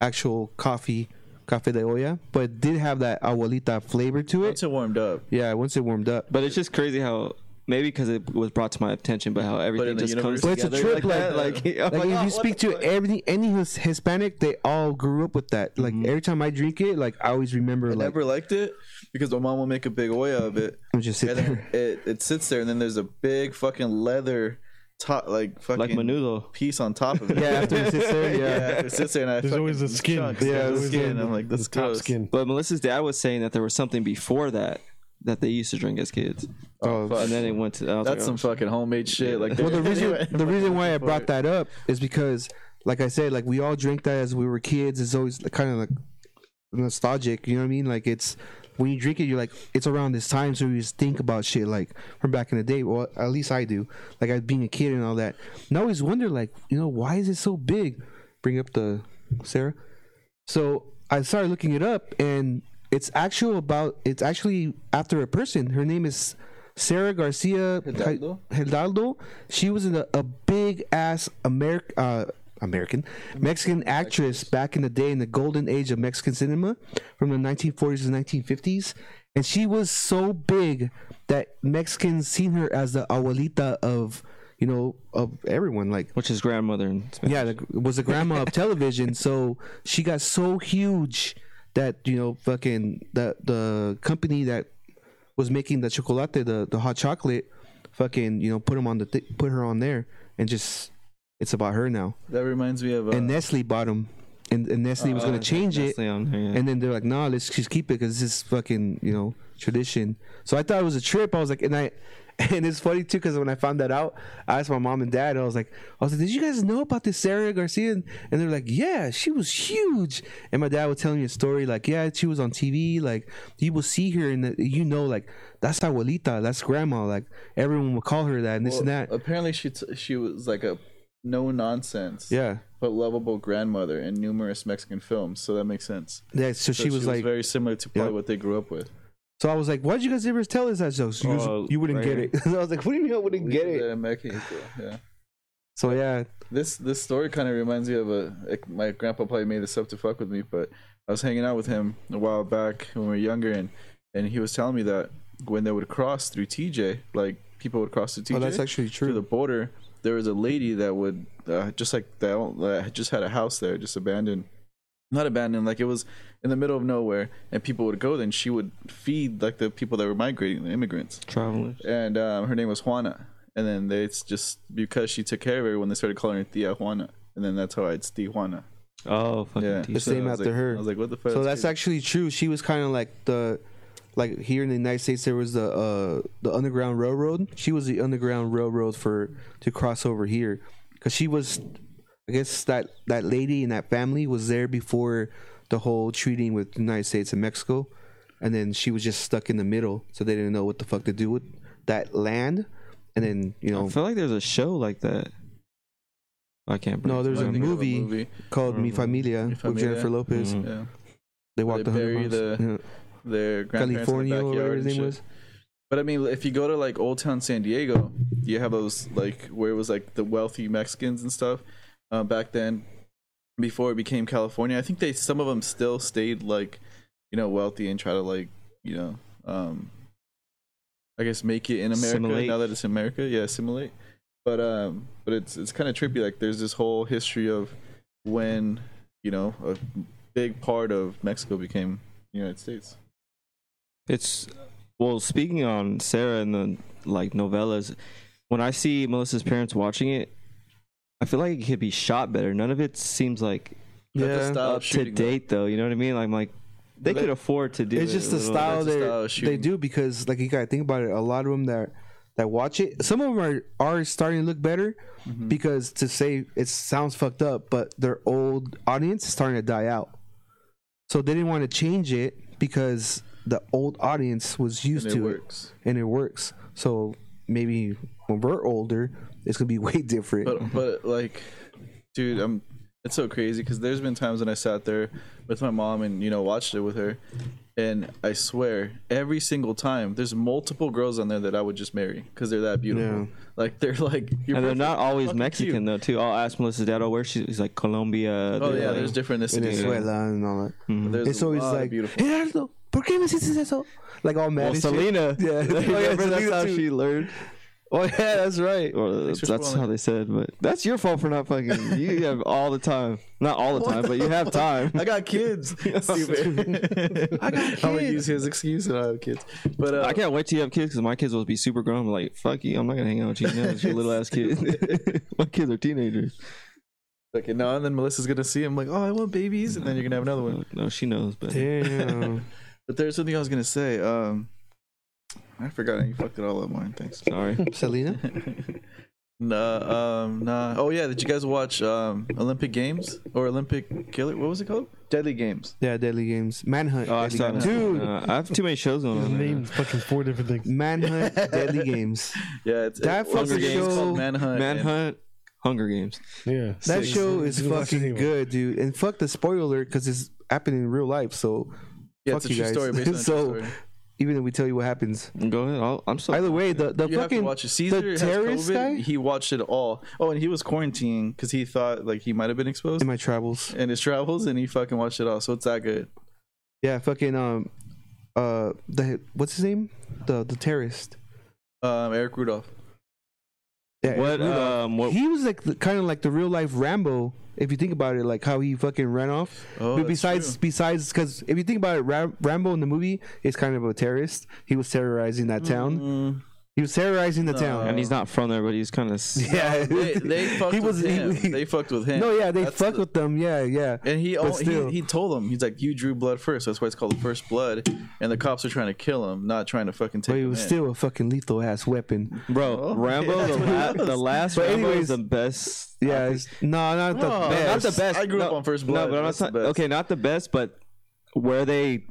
[SPEAKER 4] actual coffee, cafe de olla, but it did have that abuelita flavor to it.
[SPEAKER 1] Once it warmed up,
[SPEAKER 4] Yeah, once it warmed up.
[SPEAKER 3] But it's just crazy how maybe because it was brought to my attention, but how everything
[SPEAKER 1] in the
[SPEAKER 3] just
[SPEAKER 1] universe.
[SPEAKER 3] comes
[SPEAKER 4] But it's a
[SPEAKER 3] together
[SPEAKER 4] trip like
[SPEAKER 3] that. Like, I'm like,
[SPEAKER 4] Like if
[SPEAKER 3] "Oh,
[SPEAKER 4] you
[SPEAKER 3] what
[SPEAKER 4] speak
[SPEAKER 3] the
[SPEAKER 4] to
[SPEAKER 3] fuck?"
[SPEAKER 4] every any His- Hispanic, they all grew up with that. Like
[SPEAKER 3] Mm-hmm.
[SPEAKER 4] every time I drink it, like I always remember.
[SPEAKER 1] I
[SPEAKER 4] like
[SPEAKER 1] never liked it because my mom will make a big oil of it,
[SPEAKER 4] I'm just
[SPEAKER 1] and
[SPEAKER 4] sitting
[SPEAKER 1] then
[SPEAKER 4] there.
[SPEAKER 1] it, it sits there, and then there's a big fucking leather top, like fucking
[SPEAKER 3] like Manolo.
[SPEAKER 1] piece on top of it.
[SPEAKER 4] Yeah, after it sits there,
[SPEAKER 1] yeah,
[SPEAKER 4] yeah.
[SPEAKER 1] it sits there, and I
[SPEAKER 2] There's
[SPEAKER 1] fucking
[SPEAKER 2] always a skin.
[SPEAKER 1] chunks.
[SPEAKER 2] There's
[SPEAKER 1] Yeah, the
[SPEAKER 2] always
[SPEAKER 1] skin.
[SPEAKER 2] the-
[SPEAKER 1] I'm like, this
[SPEAKER 2] the top
[SPEAKER 1] gross.
[SPEAKER 2] skin.
[SPEAKER 3] But Melissa's dad was saying that there was something before that that they used to drink as kids,
[SPEAKER 4] Oh,
[SPEAKER 1] fuck.
[SPEAKER 3] and then it went to. I was
[SPEAKER 1] That's some
[SPEAKER 3] like, oh,
[SPEAKER 1] fucking homemade shit. Like,
[SPEAKER 4] well, the reason
[SPEAKER 1] Anyway.
[SPEAKER 4] the reason why I
[SPEAKER 1] for
[SPEAKER 4] brought
[SPEAKER 1] it.
[SPEAKER 4] that up is because, like I said, like we all drank that as we were kids. It's always kind of like nostalgic. You know what I mean? Like it's when you drink it, you're like it's around this time, so you just think about shit like from back in the day. Well, at least I do. Like I being a kid and all that. And I always wonder, like you know, why is it so big? Bring up the Sarah. So I started looking it up, and it's actual about it's actually after a person. Her name is Sarah Garcia
[SPEAKER 1] Hidalgo?
[SPEAKER 4] Hidalgo. She was in a, a big ass American. Uh, American Mexican actress back in the day in the golden age of Mexican cinema from the 1940s and 1950s and she was so big that Mexicans seen her as the abuelita of you know of everyone like
[SPEAKER 3] which is grandmother and
[SPEAKER 4] yeah, the, it was the grandma of television. So she got so huge that you know, fucking the the company that was making the chocolate, the the hot chocolate, fucking you know, put him on the th- put her on there, and just it's about her now.
[SPEAKER 1] that reminds me of uh,
[SPEAKER 4] and Nestle bought him, and, and Nestle was gonna change it,
[SPEAKER 3] Nestle on there, yeah.
[SPEAKER 4] and then they're like, nah, let's just keep it because this is fucking you know tradition. So I thought it was a trip. I was like, and I. And it's funny too because when I found that out, I asked my mom and dad. I was like, I was like, did you guys know about this Sarah Garcia? And and they're like, yeah, she was huge. And my dad was telling me a story like, yeah, she was on TV. Like you will see her and uh, you know, like that's abuelita, that's grandma. Like everyone would call her that and this and
[SPEAKER 1] well,
[SPEAKER 4] that.
[SPEAKER 1] Apparently, she t- she was like a no nonsense,
[SPEAKER 4] Yeah,
[SPEAKER 1] but lovable grandmother in numerous Mexican films. So that makes sense.
[SPEAKER 4] yeah. So,
[SPEAKER 1] So
[SPEAKER 4] she, was like,
[SPEAKER 1] very similar to probably
[SPEAKER 4] Yeah.
[SPEAKER 1] what they grew up with.
[SPEAKER 4] so I was like, why'd you guys ever tell us that? So you, guys-
[SPEAKER 3] Oh,
[SPEAKER 4] you wouldn't
[SPEAKER 3] right
[SPEAKER 4] get
[SPEAKER 3] here.
[SPEAKER 4] it. I was like, what do you mean I wouldn't get it?
[SPEAKER 1] Yeah, Mexico, yeah.
[SPEAKER 4] So yeah,
[SPEAKER 1] This this story kind of reminds me of a like, my grandpa probably made this up to fuck with me, but I was hanging out with him a while back when we were younger, and and he was telling me that when they would cross through TJ, like people would cross through TJ
[SPEAKER 4] oh, that's actually
[SPEAKER 1] through
[SPEAKER 4] true.
[SPEAKER 1] the E border, there was a lady that would uh, just like that uh, just had a house there, just abandoned, not abandoned like it was in the middle of nowhere and people would go then she would feed like the people that were migrating the immigrants
[SPEAKER 3] Travelers.
[SPEAKER 1] and um, her name was juana and then they, it's just because she took care of everyone they started calling her tia juana and then that's how it's tia juana
[SPEAKER 3] Oh, fucking
[SPEAKER 1] yeah
[SPEAKER 3] T-shirt.
[SPEAKER 1] So
[SPEAKER 4] same
[SPEAKER 1] I was
[SPEAKER 4] after
[SPEAKER 1] like-
[SPEAKER 4] her.
[SPEAKER 1] i was like what the fuck
[SPEAKER 4] so that's actually true. She was kind of like the, like here in the United States, there was the uh the Underground Railroad. She was the Underground Railroad for to cross over here, because she was, I guess that that lady and that family was there before the whole treating with the United States and Mexico, and then she was just stuck in the middle, so they didn't know what the fuck to do with that land, and then you know
[SPEAKER 3] I feel like there's a show like that. I can't.
[SPEAKER 4] No,
[SPEAKER 3] believe-
[SPEAKER 4] there's
[SPEAKER 1] I
[SPEAKER 4] a
[SPEAKER 1] think of
[SPEAKER 4] movie, Hmm. called Mi
[SPEAKER 1] mm-hmm.
[SPEAKER 4] Familia,
[SPEAKER 1] Mi
[SPEAKER 4] with
[SPEAKER 1] Familia.
[SPEAKER 4] Jennifer Lopez.
[SPEAKER 3] Mhm.
[SPEAKER 1] yeah
[SPEAKER 4] They walked
[SPEAKER 1] They
[SPEAKER 4] the hundred
[SPEAKER 1] bury
[SPEAKER 4] miles.
[SPEAKER 1] the- their
[SPEAKER 4] yeah.
[SPEAKER 1] grandparents
[SPEAKER 4] California
[SPEAKER 1] in
[SPEAKER 4] or
[SPEAKER 1] the
[SPEAKER 4] whatever
[SPEAKER 1] backyard
[SPEAKER 4] his
[SPEAKER 1] and
[SPEAKER 4] name
[SPEAKER 1] shit.
[SPEAKER 4] was.
[SPEAKER 1] But I mean, if you go to like Old Town San Diego, you have those like where it was like the wealthy Mexicans and stuff uh, back then. Before it became California, I think they some of them still stayed like you know wealthy and try to like you know um I guess make it in America
[SPEAKER 3] Assimilate.
[SPEAKER 1] now that it's in America. Yeah, assimilate. But um, but it's it's kind of trippy. Like there's this whole history of when you know a big part of Mexico became the United States.
[SPEAKER 3] It's well, speaking on Sarah and the like novellas, when I see Melissa's parents watching it, I feel like it could be shot better. None of it seems like
[SPEAKER 1] But the
[SPEAKER 4] Yeah.
[SPEAKER 1] style of
[SPEAKER 3] up to
[SPEAKER 1] Oh, shooting,
[SPEAKER 3] date, though. You know what I mean? Like, I'm like they
[SPEAKER 1] But
[SPEAKER 3] could
[SPEAKER 1] that-
[SPEAKER 3] afford to do.
[SPEAKER 4] It's
[SPEAKER 3] it
[SPEAKER 4] just
[SPEAKER 3] a
[SPEAKER 4] the
[SPEAKER 3] little-
[SPEAKER 4] style
[SPEAKER 1] that's the
[SPEAKER 4] they
[SPEAKER 1] style of
[SPEAKER 4] they
[SPEAKER 1] shooting.
[SPEAKER 4] do because like you gotta think about it. A lot of them that that watch it, some of them are are starting to look better
[SPEAKER 1] Mm-hmm.
[SPEAKER 4] because to say it sounds fucked up, but their old audience is starting to die out. So they didn't want to change it because the old audience was used
[SPEAKER 1] and it
[SPEAKER 4] to
[SPEAKER 1] works.
[SPEAKER 4] it and it works. So maybe when we're older, it's gonna be way different.
[SPEAKER 1] But but like, dude, I'm. It's so crazy because there's been times when I sat there with my mom and you know watched it with her, and I swear every single time there's multiple girls on there that I would just marry because they're that beautiful.
[SPEAKER 4] Yeah.
[SPEAKER 1] Like they're like you're
[SPEAKER 3] And they're
[SPEAKER 1] perfect.
[SPEAKER 3] not always
[SPEAKER 1] Fucking
[SPEAKER 3] Mexican
[SPEAKER 1] cute.
[SPEAKER 3] though too. I'll ask Melissa's dad, "Oh, where she's he's like Colombia."
[SPEAKER 1] Oh
[SPEAKER 3] they're
[SPEAKER 1] yeah,
[SPEAKER 3] like-
[SPEAKER 1] there's different ethnicities.
[SPEAKER 4] Venezuela and all that.
[SPEAKER 1] Mm-hmm. There's
[SPEAKER 4] it's always like,
[SPEAKER 1] beautiful.
[SPEAKER 4] Gerardo, ¿por qué me hiciste eso? Like all
[SPEAKER 3] well,
[SPEAKER 4] mad. and shit.
[SPEAKER 3] Selena.
[SPEAKER 4] Yeah. Oh, yeah,
[SPEAKER 3] Remember, that's
[SPEAKER 4] Selena
[SPEAKER 3] how
[SPEAKER 4] too.
[SPEAKER 3] she learned.
[SPEAKER 4] Oh yeah, that's right.
[SPEAKER 3] Well,
[SPEAKER 1] Thanks
[SPEAKER 3] that's,
[SPEAKER 1] for
[SPEAKER 3] that's
[SPEAKER 1] spoiling.
[SPEAKER 3] how they said, but that's your fault for not fucking. You have all the time, not all the time, but you have time.
[SPEAKER 1] I got kids. Stupid. I got kids. I'm gonna use his excuse that I have kids. But uh,
[SPEAKER 3] I can't wait till you have kids because my kids will be super grown. I'm like, fuck you, I'm not gonna hang out with you now. It's your little ass kid. my kids are teenagers.
[SPEAKER 1] okay, no, and then Melissa's gonna see him like, oh, I want babies, and then you're gonna have another one.
[SPEAKER 3] No, she knows, but
[SPEAKER 4] Damn.
[SPEAKER 1] But there's something I was gonna say. Um, I forgot. and You fucked it all up, Warren. Thanks.
[SPEAKER 3] sorry.
[SPEAKER 4] Selena?
[SPEAKER 1] nah. Um. Nah. Oh yeah. Did you guys watch um Olympic Games or Olympic Killer? What was it called? Deadly Games.
[SPEAKER 4] Yeah, Deadly Games. Manhunt.
[SPEAKER 3] Oh, I
[SPEAKER 4] Deadly
[SPEAKER 3] saw
[SPEAKER 4] Games.
[SPEAKER 3] that.
[SPEAKER 4] Dude,
[SPEAKER 3] Uh, I have too many shows
[SPEAKER 2] His
[SPEAKER 3] on. man.
[SPEAKER 2] name's fucking four different things.
[SPEAKER 4] Manhunt, Deadly Games.
[SPEAKER 1] Yeah. It's,
[SPEAKER 4] That
[SPEAKER 1] it's-
[SPEAKER 4] fucking
[SPEAKER 1] Games
[SPEAKER 4] show-
[SPEAKER 1] called Manhunt. and-
[SPEAKER 3] Manhunt, Hunger Games.
[SPEAKER 2] Yeah.
[SPEAKER 4] That
[SPEAKER 1] Six.
[SPEAKER 4] show is
[SPEAKER 2] You can watch it
[SPEAKER 4] fucking
[SPEAKER 2] anyway.
[SPEAKER 4] good, dude. And fuck the spoiler because it's happening in real life. So
[SPEAKER 1] Yeah,
[SPEAKER 4] fuck
[SPEAKER 1] it's a
[SPEAKER 4] you
[SPEAKER 1] true
[SPEAKER 4] guys.
[SPEAKER 1] story based on a true
[SPEAKER 4] So,
[SPEAKER 1] story.
[SPEAKER 4] even if we tell you what happens,
[SPEAKER 3] Go ahead. I'll, I'm still.
[SPEAKER 4] either way, the the
[SPEAKER 1] You have to
[SPEAKER 4] fucking
[SPEAKER 1] watch it. Caesar
[SPEAKER 4] the
[SPEAKER 1] has
[SPEAKER 4] terrorist
[SPEAKER 1] COVID.
[SPEAKER 4] guy
[SPEAKER 1] He watched it all. Oh, and he was quarantining because he thought like he might have been exposed
[SPEAKER 4] in my travels.
[SPEAKER 1] in his travels, and he fucking watched it all. So it's that good.
[SPEAKER 4] Yeah, fucking um, uh, the what's his name? The the terrorist.
[SPEAKER 1] Um, Eric Rudolph.
[SPEAKER 4] Yeah,
[SPEAKER 3] what?
[SPEAKER 4] Rudolph.
[SPEAKER 3] Um, what?
[SPEAKER 4] he was like kind of like the real life Rambo. If you think about it, like how he fucking ran off.
[SPEAKER 1] Oh,
[SPEAKER 4] but
[SPEAKER 1] that's
[SPEAKER 4] besides,
[SPEAKER 1] true.
[SPEAKER 4] besides, because if you think about it, Ram- Rambo in the movie is kind of a terrorist. He was terrorizing that town.
[SPEAKER 1] Mm.
[SPEAKER 4] He was terrorizing the
[SPEAKER 1] No.
[SPEAKER 4] town.
[SPEAKER 3] and he's not from there, but he's kind of.
[SPEAKER 4] yeah,
[SPEAKER 1] Oh, they, they fucked
[SPEAKER 4] he was.
[SPEAKER 1] with
[SPEAKER 4] he-
[SPEAKER 1] him.
[SPEAKER 4] he-
[SPEAKER 1] they fucked with him.
[SPEAKER 4] no, yeah, they
[SPEAKER 1] That's
[SPEAKER 4] fuck
[SPEAKER 1] the-
[SPEAKER 4] with them. Yeah, yeah.
[SPEAKER 1] And he,
[SPEAKER 4] But
[SPEAKER 1] al-
[SPEAKER 4] still.
[SPEAKER 1] he he told him he's like you drew blood first. That's why it's called the first blood. And the cops are trying to kill him, not trying to fucking take
[SPEAKER 4] But he
[SPEAKER 1] him.
[SPEAKER 4] was
[SPEAKER 1] in.
[SPEAKER 4] still a fucking lethal ass weapon.
[SPEAKER 3] Bro,
[SPEAKER 1] Oh,
[SPEAKER 3] Rambo,
[SPEAKER 1] yeah,
[SPEAKER 3] the,
[SPEAKER 1] that's what
[SPEAKER 3] la-
[SPEAKER 1] it was.
[SPEAKER 3] the last
[SPEAKER 4] But
[SPEAKER 3] Rambo
[SPEAKER 4] anyways-
[SPEAKER 3] is the best.
[SPEAKER 4] Yeah, it's, no, not the
[SPEAKER 1] Oh,
[SPEAKER 3] No,
[SPEAKER 4] best.
[SPEAKER 3] not the best.
[SPEAKER 1] I grew
[SPEAKER 3] no,
[SPEAKER 1] up on First
[SPEAKER 3] No,
[SPEAKER 1] Blood.
[SPEAKER 3] but I'm not
[SPEAKER 1] That's the
[SPEAKER 3] saying-
[SPEAKER 1] best.
[SPEAKER 3] okay, not the best, but where they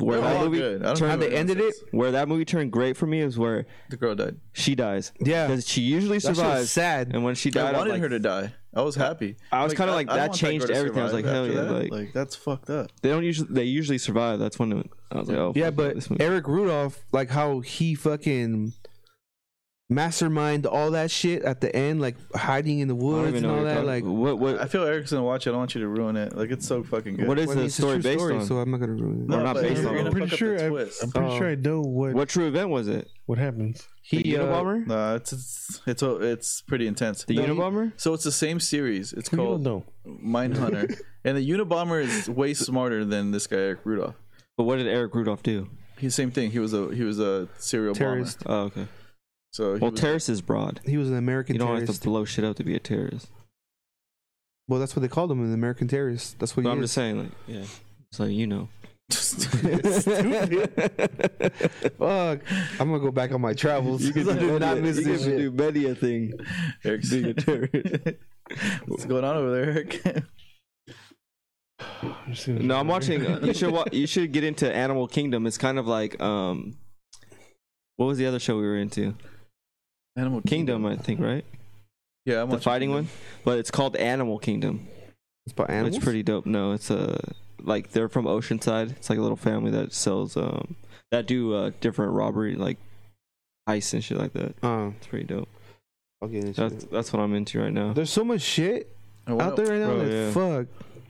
[SPEAKER 3] where
[SPEAKER 1] They're
[SPEAKER 3] that
[SPEAKER 1] all
[SPEAKER 3] movie
[SPEAKER 1] good. I don't
[SPEAKER 3] turned
[SPEAKER 1] know
[SPEAKER 3] they
[SPEAKER 1] what
[SPEAKER 3] ended
[SPEAKER 1] anyone
[SPEAKER 3] it. Where that movie turned great for me is where
[SPEAKER 1] the girl died.
[SPEAKER 3] she dies.
[SPEAKER 4] Yeah.
[SPEAKER 3] because she usually
[SPEAKER 4] shit was
[SPEAKER 3] survives.
[SPEAKER 4] sad.
[SPEAKER 3] and when
[SPEAKER 1] I
[SPEAKER 3] she died, I
[SPEAKER 1] wanted
[SPEAKER 3] like,
[SPEAKER 1] her to die. I was happy.
[SPEAKER 3] I was kinda like,
[SPEAKER 1] I don't
[SPEAKER 3] that
[SPEAKER 1] want
[SPEAKER 3] changed
[SPEAKER 1] girl to
[SPEAKER 3] everything. I was
[SPEAKER 1] survive
[SPEAKER 3] like, hell
[SPEAKER 1] after
[SPEAKER 3] yeah,
[SPEAKER 1] that.
[SPEAKER 3] like-
[SPEAKER 1] that's fucked up.
[SPEAKER 3] They don't usually. They usually survive. That's when it, I was like, oh
[SPEAKER 4] Yeah,
[SPEAKER 3] fuck
[SPEAKER 4] but
[SPEAKER 3] this movie.
[SPEAKER 4] Eric Rudolph, like how he fucking mastermind all that shit at the end, like hiding in the
[SPEAKER 3] I don't
[SPEAKER 4] woods
[SPEAKER 3] even
[SPEAKER 4] and
[SPEAKER 3] know
[SPEAKER 4] all
[SPEAKER 3] what you're
[SPEAKER 4] that. Like,
[SPEAKER 3] talking- what what
[SPEAKER 1] I feel Eric's gonna watch it. I don't want you to ruin it. Like it's so fucking good.
[SPEAKER 3] what is
[SPEAKER 4] well, I mean,
[SPEAKER 3] the
[SPEAKER 4] it's a
[SPEAKER 3] story
[SPEAKER 4] true
[SPEAKER 3] based on?
[SPEAKER 4] So I'm not gonna ruin
[SPEAKER 1] No,
[SPEAKER 4] it.
[SPEAKER 3] Or not
[SPEAKER 1] but
[SPEAKER 3] based
[SPEAKER 1] you're
[SPEAKER 3] on
[SPEAKER 1] gonna
[SPEAKER 3] it.
[SPEAKER 1] fuck
[SPEAKER 2] pretty
[SPEAKER 1] up
[SPEAKER 2] sure
[SPEAKER 1] the
[SPEAKER 2] I,
[SPEAKER 1] twist.
[SPEAKER 2] I'm pretty
[SPEAKER 4] Oh.
[SPEAKER 2] sure I know what what,
[SPEAKER 3] What true event was it?
[SPEAKER 2] happens.
[SPEAKER 3] The
[SPEAKER 4] He, uh,
[SPEAKER 3] Unabomber?
[SPEAKER 1] Nah, it's it's it's, a- it's pretty intense.
[SPEAKER 3] the
[SPEAKER 1] No,
[SPEAKER 3] Unabomber?
[SPEAKER 1] so it's the same series. It's
[SPEAKER 2] You don't
[SPEAKER 1] called
[SPEAKER 2] know.
[SPEAKER 1] Mindhunter, and the Unabomber is way smarter than this guy Eric Rudolph.
[SPEAKER 3] But what did Eric Rudolph do?
[SPEAKER 1] He same thing. He was a he was a serial
[SPEAKER 4] Terrorist.
[SPEAKER 1] bomber.
[SPEAKER 3] Oh, okay.
[SPEAKER 1] So he
[SPEAKER 3] Well,
[SPEAKER 1] was-
[SPEAKER 3] terrorist is broad.
[SPEAKER 4] He was an American
[SPEAKER 3] You don't have
[SPEAKER 4] terrorist.
[SPEAKER 3] to blow shit up to be a terrorist.
[SPEAKER 4] Well, that's what they called him, an American terrorist. That's what
[SPEAKER 3] But
[SPEAKER 4] he
[SPEAKER 3] I'm
[SPEAKER 4] is.
[SPEAKER 3] just saying, like, yeah, just letting you know.
[SPEAKER 4] Fuck. I'm gonna go back on my travels.
[SPEAKER 1] You could
[SPEAKER 4] I did not miss this shit.
[SPEAKER 3] many a thing.
[SPEAKER 1] Eric's
[SPEAKER 3] being a
[SPEAKER 1] terrorist. What's going on over there, Eric?
[SPEAKER 2] I'm just gonna-
[SPEAKER 3] No, I'm watching. uh, You should wa- you should get into Animal Kingdom. It's kind of like um, what was the other show we were into?
[SPEAKER 1] Animal
[SPEAKER 3] Kingdom, I think, right?
[SPEAKER 1] Yeah, I'm
[SPEAKER 3] The
[SPEAKER 1] watching
[SPEAKER 3] fighting
[SPEAKER 1] Kingdom.
[SPEAKER 3] one, but it's called Animal Kingdom.
[SPEAKER 4] It's about animals.
[SPEAKER 3] It's pretty dope. No, it's a like they're from Oceanside. It's like a little family that sells um that do uh different robbery like ice and shit like that.
[SPEAKER 4] Oh,
[SPEAKER 3] It's pretty dope.
[SPEAKER 4] okay. that's
[SPEAKER 3] That's
[SPEAKER 4] true.
[SPEAKER 3] that's what I'm into right now.
[SPEAKER 4] There's so much shit
[SPEAKER 1] I wanna,
[SPEAKER 4] out there right now.
[SPEAKER 3] Bro,
[SPEAKER 4] like,
[SPEAKER 3] yeah.
[SPEAKER 4] Fuck.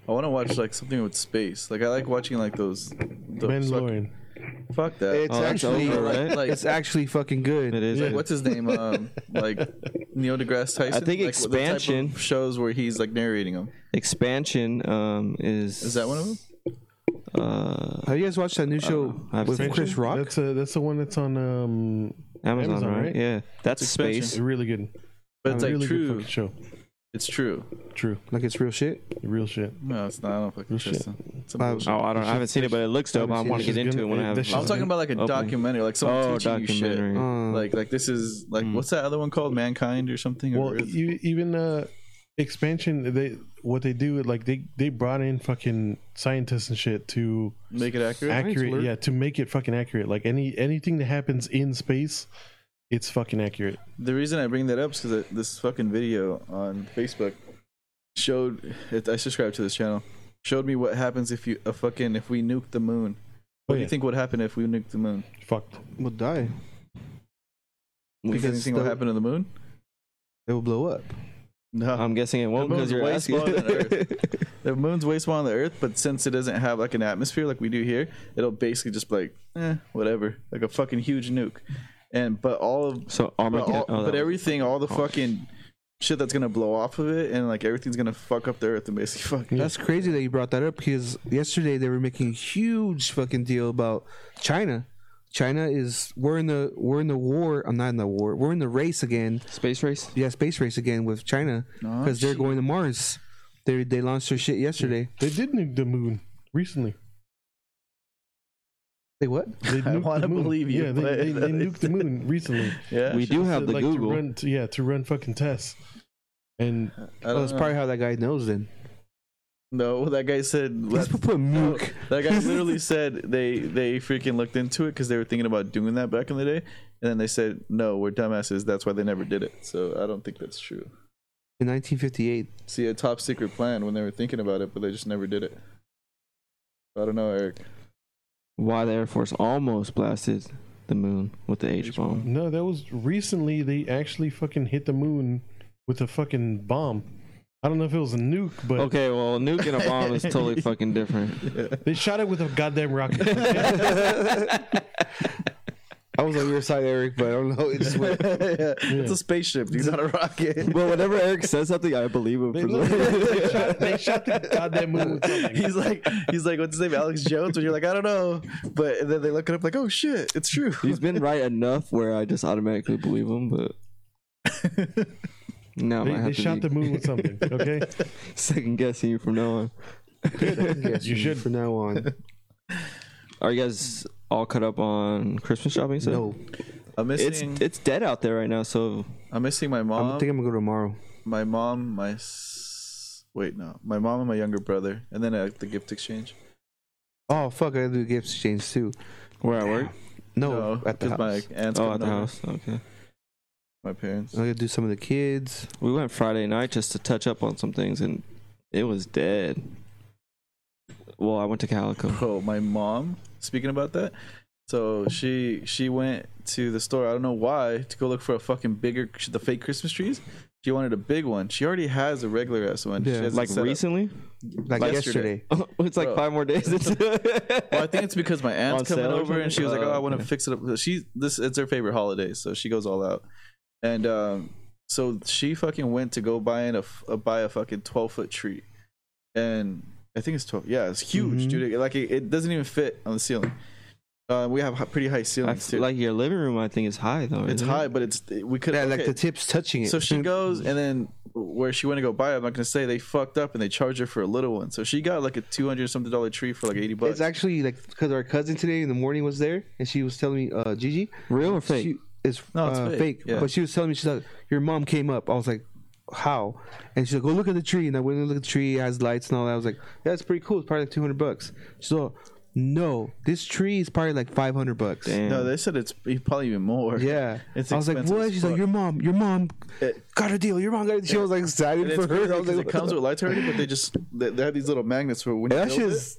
[SPEAKER 1] I want to watch like something with space. Like I like watching like those. those fuck,
[SPEAKER 2] Mandalorian.
[SPEAKER 1] fuck that.
[SPEAKER 4] It's
[SPEAKER 3] Oh, that's
[SPEAKER 4] actually
[SPEAKER 3] over, right?
[SPEAKER 1] like,
[SPEAKER 4] it's actually fucking good.
[SPEAKER 3] It is.
[SPEAKER 1] like, what's his name? Um, like Neil deGrasse Tyson.
[SPEAKER 3] I think
[SPEAKER 1] like, the type of
[SPEAKER 3] Expansion-
[SPEAKER 1] shows where he's like narrating them.
[SPEAKER 3] Expansion um is
[SPEAKER 1] Is that one of them?
[SPEAKER 3] Uh,
[SPEAKER 4] Have you guys watched that new show
[SPEAKER 3] I haven't
[SPEAKER 4] with
[SPEAKER 3] seen it.
[SPEAKER 4] Chris Rock?
[SPEAKER 2] That's a, that's the one that's on um
[SPEAKER 3] Amazon,
[SPEAKER 2] Amazon,
[SPEAKER 3] right?
[SPEAKER 2] right?
[SPEAKER 3] Yeah, that's
[SPEAKER 1] It's
[SPEAKER 3] space.
[SPEAKER 1] expansion.
[SPEAKER 2] really good.
[SPEAKER 1] But it's like
[SPEAKER 2] really good
[SPEAKER 1] true.
[SPEAKER 2] fucking show.
[SPEAKER 1] It's true.
[SPEAKER 2] True.
[SPEAKER 4] Like it's real shit.
[SPEAKER 2] Real shit.
[SPEAKER 1] No, it's not. I don't fucking
[SPEAKER 2] Real
[SPEAKER 1] trust
[SPEAKER 2] shit.
[SPEAKER 1] them. It's a
[SPEAKER 4] Uh,
[SPEAKER 1] bullshit.
[SPEAKER 3] Oh, I don't. I haven't seen it, but it looks dope. I
[SPEAKER 4] Haven't
[SPEAKER 3] want to
[SPEAKER 4] seen
[SPEAKER 3] get
[SPEAKER 2] it.
[SPEAKER 3] into it when I have.
[SPEAKER 2] This is
[SPEAKER 1] I'm talking about like a
[SPEAKER 3] Open.
[SPEAKER 1] documentary, like someone
[SPEAKER 3] oh,
[SPEAKER 1] teaching you shit.
[SPEAKER 3] documentary.
[SPEAKER 4] Uh,
[SPEAKER 1] Like, like this is like
[SPEAKER 3] Mm.
[SPEAKER 1] what's that other one called? Mankind or something? Or
[SPEAKER 2] Well,
[SPEAKER 1] Earth?
[SPEAKER 2] you, even uh, expansion. They what they do like they they brought in fucking scientists and shit to
[SPEAKER 1] make it accurate.
[SPEAKER 2] accurate.
[SPEAKER 4] weird.
[SPEAKER 2] Yeah, to make it fucking accurate. Like any anything that happens in space, it's fucking accurate.
[SPEAKER 1] The reason I bring that up is because this fucking video on Facebook showed. It, I subscribed to this channel. Showed me what happens if you a fucking if we nuke the moon. What do
[SPEAKER 2] Oh,
[SPEAKER 1] you
[SPEAKER 2] yeah.
[SPEAKER 1] think would happen if we nuke the moon?
[SPEAKER 2] Fucked.
[SPEAKER 4] We'll die.
[SPEAKER 1] Because you
[SPEAKER 4] Because
[SPEAKER 1] think what
[SPEAKER 4] the-
[SPEAKER 1] happened to the moon?
[SPEAKER 4] It will blow up.
[SPEAKER 1] No,
[SPEAKER 3] I'm guessing it won't
[SPEAKER 1] The
[SPEAKER 3] because
[SPEAKER 1] moon's
[SPEAKER 3] you're
[SPEAKER 1] way
[SPEAKER 3] asking.
[SPEAKER 1] smaller than the moon's way smaller than the Earth, but since it doesn't have like an atmosphere like we do here, it'll basically just be like, eh, whatever, like a fucking huge nuke. And but all of
[SPEAKER 3] so
[SPEAKER 1] but,
[SPEAKER 3] Armageddon.
[SPEAKER 1] all,
[SPEAKER 3] oh,
[SPEAKER 1] but
[SPEAKER 3] that-
[SPEAKER 1] everything, all the fucking shit that's gonna blow off of it, and like everything's gonna fuck up the Earth and basically fuck.
[SPEAKER 4] That's crazy that you brought that up because yesterday they were making a huge fucking deal about China. China is we're in the we're in the war. I'm not in the war. We're in the race again.
[SPEAKER 3] space race.
[SPEAKER 4] Yeah, space race again with China
[SPEAKER 1] Aw,
[SPEAKER 4] because they're going to Mars. They they launched their shit yesterday.
[SPEAKER 2] They did nuke the moon recently.
[SPEAKER 4] They what?
[SPEAKER 2] They
[SPEAKER 1] I
[SPEAKER 2] nuked
[SPEAKER 1] wanna
[SPEAKER 2] the moon.
[SPEAKER 1] believe you,
[SPEAKER 2] Yeah, they,
[SPEAKER 1] but-
[SPEAKER 2] they, they nuked the moon recently.
[SPEAKER 1] Yeah,
[SPEAKER 3] We do have
[SPEAKER 2] To,
[SPEAKER 3] the
[SPEAKER 2] like,
[SPEAKER 3] Google.
[SPEAKER 2] To run, to- yeah, to run fucking tests. And
[SPEAKER 1] I
[SPEAKER 4] Oh,
[SPEAKER 1] don't
[SPEAKER 4] that's
[SPEAKER 1] know.
[SPEAKER 4] probably how that guy knows. Then
[SPEAKER 1] no. That guy said
[SPEAKER 4] let's
[SPEAKER 1] let-
[SPEAKER 4] put nuke.
[SPEAKER 1] that guy literally said they they freaking looked into it because they were thinking about doing that back in the day, and then they said no, we're dumbasses. That's why they never did it. So I don't think that's true.
[SPEAKER 4] In 1958,
[SPEAKER 1] See, a top secret plan when they were thinking about it, but they just never did it. I don't know, Eric.
[SPEAKER 3] Why the Air Force almost blasted the moon with the H bomb.
[SPEAKER 2] no, that was recently. They actually fucking hit the moon with a fucking bomb. I don't know if it was a nuke, but
[SPEAKER 3] Okay, well, nuke and a bomb is totally fucking different.
[SPEAKER 2] they shot it with a goddamn rocket.
[SPEAKER 4] I was on your side, Eric, but I don't know. It just went.
[SPEAKER 1] It's a spaceship. He's not a rocket.
[SPEAKER 3] Well, whenever Eric says something, I believe him.
[SPEAKER 2] They, literally shot, they shot the goddamn moon with something.
[SPEAKER 1] He's like, he's like, what's his name, Alex Jones? When you're like, I don't know, but then they look it up, like, oh shit, it's true.
[SPEAKER 3] He's been right enough where I just automatically believe him, but now
[SPEAKER 2] They,
[SPEAKER 3] I
[SPEAKER 2] they
[SPEAKER 3] have to
[SPEAKER 2] shot
[SPEAKER 3] be
[SPEAKER 2] the moon with something. Okay,
[SPEAKER 3] second guessing you from now on.
[SPEAKER 4] Yes,
[SPEAKER 2] You should.
[SPEAKER 4] from now on.
[SPEAKER 3] Are you guys all caught up on Christmas shopping? So
[SPEAKER 4] No,
[SPEAKER 1] I'm
[SPEAKER 3] it's
[SPEAKER 1] missing,
[SPEAKER 3] it's dead out there right now. So
[SPEAKER 1] I'm missing my
[SPEAKER 4] I'm
[SPEAKER 1] mom,
[SPEAKER 4] thinking I'm gonna go tomorrow.
[SPEAKER 1] my mom, my s- wait, no, my mom and my younger brother, and then uh, the gift exchange.
[SPEAKER 4] Oh fuck! I gotta do gift exchange too.
[SPEAKER 3] where I work?
[SPEAKER 4] No, Oh, at the
[SPEAKER 1] 'cause
[SPEAKER 4] house.
[SPEAKER 1] my aunt's
[SPEAKER 3] Oh,
[SPEAKER 1] coming
[SPEAKER 3] at the
[SPEAKER 1] over,
[SPEAKER 3] house. Okay.
[SPEAKER 1] My parents.
[SPEAKER 4] I gotta do some of the kids.
[SPEAKER 3] We went Friday night just to touch up on some things, and it was dead. Well, I went to Calico.
[SPEAKER 1] Bro, my mom. Oh, Speaking about that, So she she went to the store. I don't know why to go look for a fucking bigger the fake Christmas trees. She wanted a big one. She already has a regular ass one. She
[SPEAKER 4] Yeah,
[SPEAKER 1] has it
[SPEAKER 3] Like
[SPEAKER 1] set up.
[SPEAKER 3] recently?
[SPEAKER 4] Like
[SPEAKER 1] Yesterday.
[SPEAKER 4] yesterday.
[SPEAKER 3] it's like
[SPEAKER 1] Bro.
[SPEAKER 3] five more days.
[SPEAKER 1] Well, I think it's because my
[SPEAKER 3] On
[SPEAKER 1] aunt's coming
[SPEAKER 3] sale or
[SPEAKER 1] over and she was like,
[SPEAKER 3] something?
[SPEAKER 1] "Oh,
[SPEAKER 3] Oh,
[SPEAKER 1] I want to
[SPEAKER 3] okay.
[SPEAKER 1] fix it up." She this it's her favorite holiday, so she goes all out. And um, so she fucking went to go buy in a, f- a- buy a fucking twelve foot tree, and I think it's twelve. Yeah, it's huge,
[SPEAKER 3] Mm-hmm.
[SPEAKER 4] Mhm.
[SPEAKER 1] dude. It- Like it, it doesn't even fit on the ceiling. Uh, we have hi- pretty high
[SPEAKER 3] I
[SPEAKER 1] ceilings
[SPEAKER 3] f-
[SPEAKER 1] too.
[SPEAKER 3] like your living room, I think is high though.
[SPEAKER 1] it's
[SPEAKER 3] isn't it?
[SPEAKER 1] high, but it's we could
[SPEAKER 4] Yeah, like
[SPEAKER 1] okay.
[SPEAKER 4] the tips touching it.
[SPEAKER 1] So
[SPEAKER 3] mm-hmm.
[SPEAKER 1] she goes, and then where she went to go buy, it, I'm not gonna say they fucked up and they charged her for a little one. So she got like a two hundred something dollar tree for like eighty bucks.
[SPEAKER 4] It's actually like because our cousin today in the morning was there and she was telling me, uh, Gigi,
[SPEAKER 3] Real or fake?
[SPEAKER 4] She, it's
[SPEAKER 1] No, it's
[SPEAKER 4] uh,
[SPEAKER 1] fake,
[SPEAKER 4] fake.
[SPEAKER 1] yeah.
[SPEAKER 4] But she was telling me, she's like, your mom came up. I was like, how? And she's like, go look at the tree. And I went and looked at the tree. It has lights and all that. I was like, that's pretty cool. It's probably like 200 bucks. She's like, no, this tree is probably like 500 bucks.
[SPEAKER 3] Damn.
[SPEAKER 1] No, they said it's e, probably even more.
[SPEAKER 4] Yeah.
[SPEAKER 1] It's
[SPEAKER 4] I was like,
[SPEAKER 1] expensive
[SPEAKER 4] what?
[SPEAKER 1] as
[SPEAKER 4] She's
[SPEAKER 1] fuck.
[SPEAKER 4] like, your mom, your mom
[SPEAKER 1] It-
[SPEAKER 4] got a deal. Your mom got a deal. She was like excited
[SPEAKER 1] And it's
[SPEAKER 4] for her.
[SPEAKER 1] crazy
[SPEAKER 4] I was
[SPEAKER 1] 'cause
[SPEAKER 4] like,
[SPEAKER 1] it comes with lights already, but they just they, they have these little magnets for when you
[SPEAKER 4] That's
[SPEAKER 1] build it,
[SPEAKER 4] just,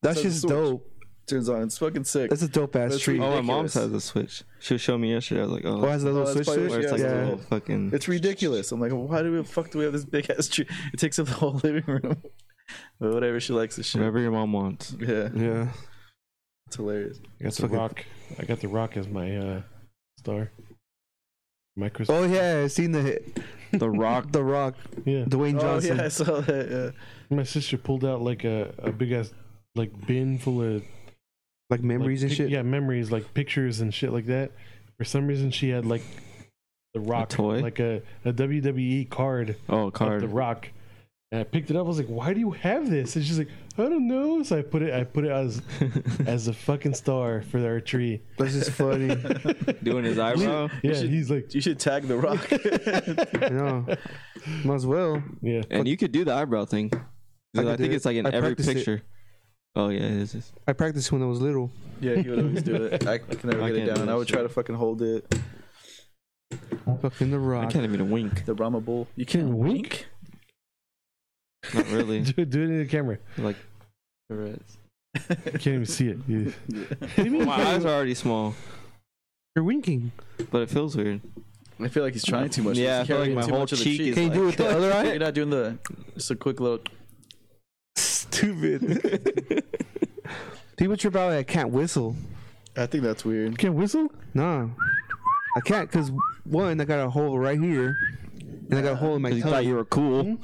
[SPEAKER 4] that's
[SPEAKER 1] So the
[SPEAKER 4] just
[SPEAKER 1] switch.
[SPEAKER 4] dope.
[SPEAKER 1] turns on. It's fucking sick.
[SPEAKER 4] That's a dope ass
[SPEAKER 1] That's
[SPEAKER 4] tree.
[SPEAKER 1] really-
[SPEAKER 4] Oh,
[SPEAKER 3] oh, my mom
[SPEAKER 1] ridiculous.
[SPEAKER 3] has a switch. She was showing me yesterday. I was like, oh,
[SPEAKER 4] it has a little
[SPEAKER 1] that's
[SPEAKER 4] switch
[SPEAKER 1] probably
[SPEAKER 4] switch.
[SPEAKER 1] what
[SPEAKER 3] where
[SPEAKER 1] she
[SPEAKER 3] it's
[SPEAKER 1] has
[SPEAKER 3] like
[SPEAKER 1] as
[SPEAKER 3] a
[SPEAKER 4] yeah.
[SPEAKER 3] little fucking.
[SPEAKER 1] it's ridiculous. I'm like, why do we fuck do we have this big ass tree? It takes up the whole living room. but whatever, she likes this shit.
[SPEAKER 3] whatever your mom wants.
[SPEAKER 1] Yeah,
[SPEAKER 4] Yeah.
[SPEAKER 1] it's hilarious.
[SPEAKER 2] I got
[SPEAKER 4] It's
[SPEAKER 2] the
[SPEAKER 4] fucking-
[SPEAKER 2] rock. I got the rock as my uh, star. My Christmas.
[SPEAKER 4] Oh yeah, I seen the
[SPEAKER 3] The Rock.
[SPEAKER 4] The Rock,
[SPEAKER 2] Yeah.
[SPEAKER 4] Dwayne
[SPEAKER 1] Oh
[SPEAKER 4] Johnson.
[SPEAKER 1] yeah, I saw that. Yeah.
[SPEAKER 2] My sister pulled out like a, a big ass like bin full of
[SPEAKER 4] Like memories
[SPEAKER 2] like,
[SPEAKER 4] and
[SPEAKER 2] pic-
[SPEAKER 4] shit.
[SPEAKER 2] Yeah, memories like pictures and shit like that. For some reason, she had like the Rock
[SPEAKER 3] toy?
[SPEAKER 2] like a, a WWE card,
[SPEAKER 3] Oh,
[SPEAKER 2] of
[SPEAKER 3] card.
[SPEAKER 2] the Rock. And I picked it up. I was like, "Why do you have this?" And she's like, "I don't know." So I put it. I put it as as a fucking star for our tree.
[SPEAKER 4] That's just funny.
[SPEAKER 3] Doing his eyebrow.
[SPEAKER 2] Yeah,
[SPEAKER 1] should-
[SPEAKER 2] he's like,
[SPEAKER 1] You should tag the rock.
[SPEAKER 4] you know, might as well.
[SPEAKER 2] yeah.
[SPEAKER 3] and you could do the eyebrow thing. 'Cause
[SPEAKER 4] I could
[SPEAKER 3] I,
[SPEAKER 4] do
[SPEAKER 3] think
[SPEAKER 4] it.
[SPEAKER 3] it's like in
[SPEAKER 4] I
[SPEAKER 3] every
[SPEAKER 4] practiced it.
[SPEAKER 3] picture. Oh yeah, it is. it's-
[SPEAKER 4] I practiced when I was little.
[SPEAKER 1] yeah, he would always do it. I, I can never
[SPEAKER 3] I
[SPEAKER 1] get it
[SPEAKER 3] can't do
[SPEAKER 1] down.
[SPEAKER 3] that
[SPEAKER 1] I would
[SPEAKER 3] shit.
[SPEAKER 1] try to fucking hold it.
[SPEAKER 4] Fucking The
[SPEAKER 3] I
[SPEAKER 4] Rock.
[SPEAKER 3] can't even wink.
[SPEAKER 1] The Brahma bull. You can't wink.
[SPEAKER 3] Not really.
[SPEAKER 2] do, do it in the camera.
[SPEAKER 3] like.
[SPEAKER 2] You can't even see it. You-
[SPEAKER 3] My eyes are already small,
[SPEAKER 4] You're winking.
[SPEAKER 3] but it feels weird.
[SPEAKER 1] I feel like he's trying too much.
[SPEAKER 3] Yeah, I
[SPEAKER 1] He's
[SPEAKER 3] feel like
[SPEAKER 1] carrying
[SPEAKER 3] my
[SPEAKER 1] too
[SPEAKER 3] whole
[SPEAKER 1] much of the
[SPEAKER 3] cheek is
[SPEAKER 4] Can you do it with the other
[SPEAKER 1] You're
[SPEAKER 4] eye?
[SPEAKER 1] not doing the just a quick little.
[SPEAKER 4] Stupid. People trip out. I can't whistle.
[SPEAKER 1] I think that's weird.
[SPEAKER 2] can't whistle.
[SPEAKER 4] Nah, I can't because one, I got a hole right here, and I got a hole in my
[SPEAKER 3] 'Cause you thought
[SPEAKER 4] tongue.
[SPEAKER 3] you were cool.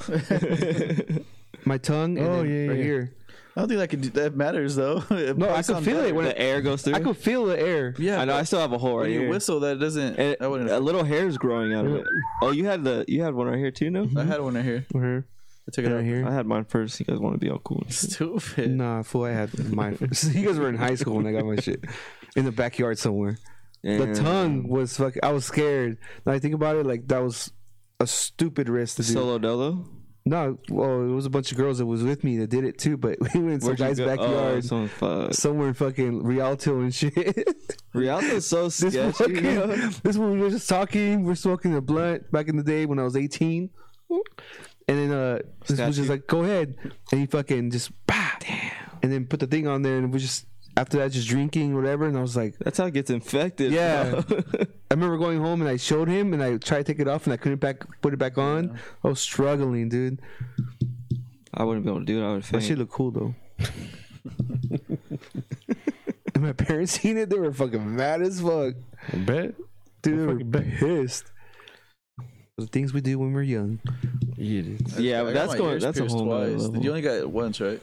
[SPEAKER 4] My tongue. And
[SPEAKER 2] Oh,
[SPEAKER 4] then
[SPEAKER 2] yeah,
[SPEAKER 4] right
[SPEAKER 2] yeah.
[SPEAKER 4] here.
[SPEAKER 1] I don't think that could do, that matters though. It
[SPEAKER 4] No, I
[SPEAKER 1] might
[SPEAKER 4] could
[SPEAKER 1] sound
[SPEAKER 4] feel it
[SPEAKER 1] better.
[SPEAKER 4] when I,
[SPEAKER 3] the air goes through.
[SPEAKER 4] I could feel the air.
[SPEAKER 1] Yeah,
[SPEAKER 3] I know.
[SPEAKER 1] but
[SPEAKER 3] I still have a hole right
[SPEAKER 1] when you
[SPEAKER 3] here.
[SPEAKER 1] whistle, that doesn't.
[SPEAKER 3] And
[SPEAKER 1] I wouldn't.
[SPEAKER 3] a little hair's growing out of it. Oh, you had the you had one right here too. No,
[SPEAKER 1] I had one right here.
[SPEAKER 4] Right
[SPEAKER 1] I took it out.
[SPEAKER 4] right here.
[SPEAKER 3] I had mine first. You guys want to be all cool? and shit.
[SPEAKER 1] Stupid.
[SPEAKER 4] Nah, fool, I had my. you guys were in high school when I got my shit in the backyard somewhere. The
[SPEAKER 3] Damn.
[SPEAKER 4] tongue was fucking. I was scared. Now I think about it, like that was a stupid risk to do.
[SPEAKER 3] Solo dolo.
[SPEAKER 4] no, well, it was a bunch of girls that was with me that did it too, but we went in some
[SPEAKER 3] Where'd you
[SPEAKER 4] guy's
[SPEAKER 3] go? Oh,
[SPEAKER 4] backyard.
[SPEAKER 3] some fuck.
[SPEAKER 4] Somewhere in fucking Rialto and shit.
[SPEAKER 3] Rialto's so
[SPEAKER 4] this
[SPEAKER 3] sketchy.
[SPEAKER 4] fucking, this one we were just talking. We're smoking a blunt back in the day when I was eighteen, and then uh, this was just
[SPEAKER 3] Statue.
[SPEAKER 4] like, "Go ahead," and he fucking just, bah, and then put the thing on there, and we just after that just drinking whatever, and I was like,
[SPEAKER 3] That's how it gets infected.
[SPEAKER 4] Yeah.
[SPEAKER 3] bro.
[SPEAKER 4] I remember going home and I showed him and I tried to take it off and I couldn't back put it back on. I was struggling, dude.
[SPEAKER 3] I wouldn't be able to do it. I would
[SPEAKER 4] That
[SPEAKER 3] faint.
[SPEAKER 4] shit looked cool though. and my parents seen it, they were fucking mad as fuck.
[SPEAKER 2] I bet.
[SPEAKER 4] Dude, they
[SPEAKER 2] Fucking
[SPEAKER 4] were
[SPEAKER 2] bad.
[SPEAKER 4] pissed. The things we do when we're young.
[SPEAKER 3] yeah,
[SPEAKER 1] I got
[SPEAKER 3] but that's
[SPEAKER 1] my
[SPEAKER 3] going.
[SPEAKER 1] ears
[SPEAKER 3] That's a
[SPEAKER 1] pierced
[SPEAKER 3] whole nother
[SPEAKER 1] twice.
[SPEAKER 3] level.
[SPEAKER 1] You only got it once, right?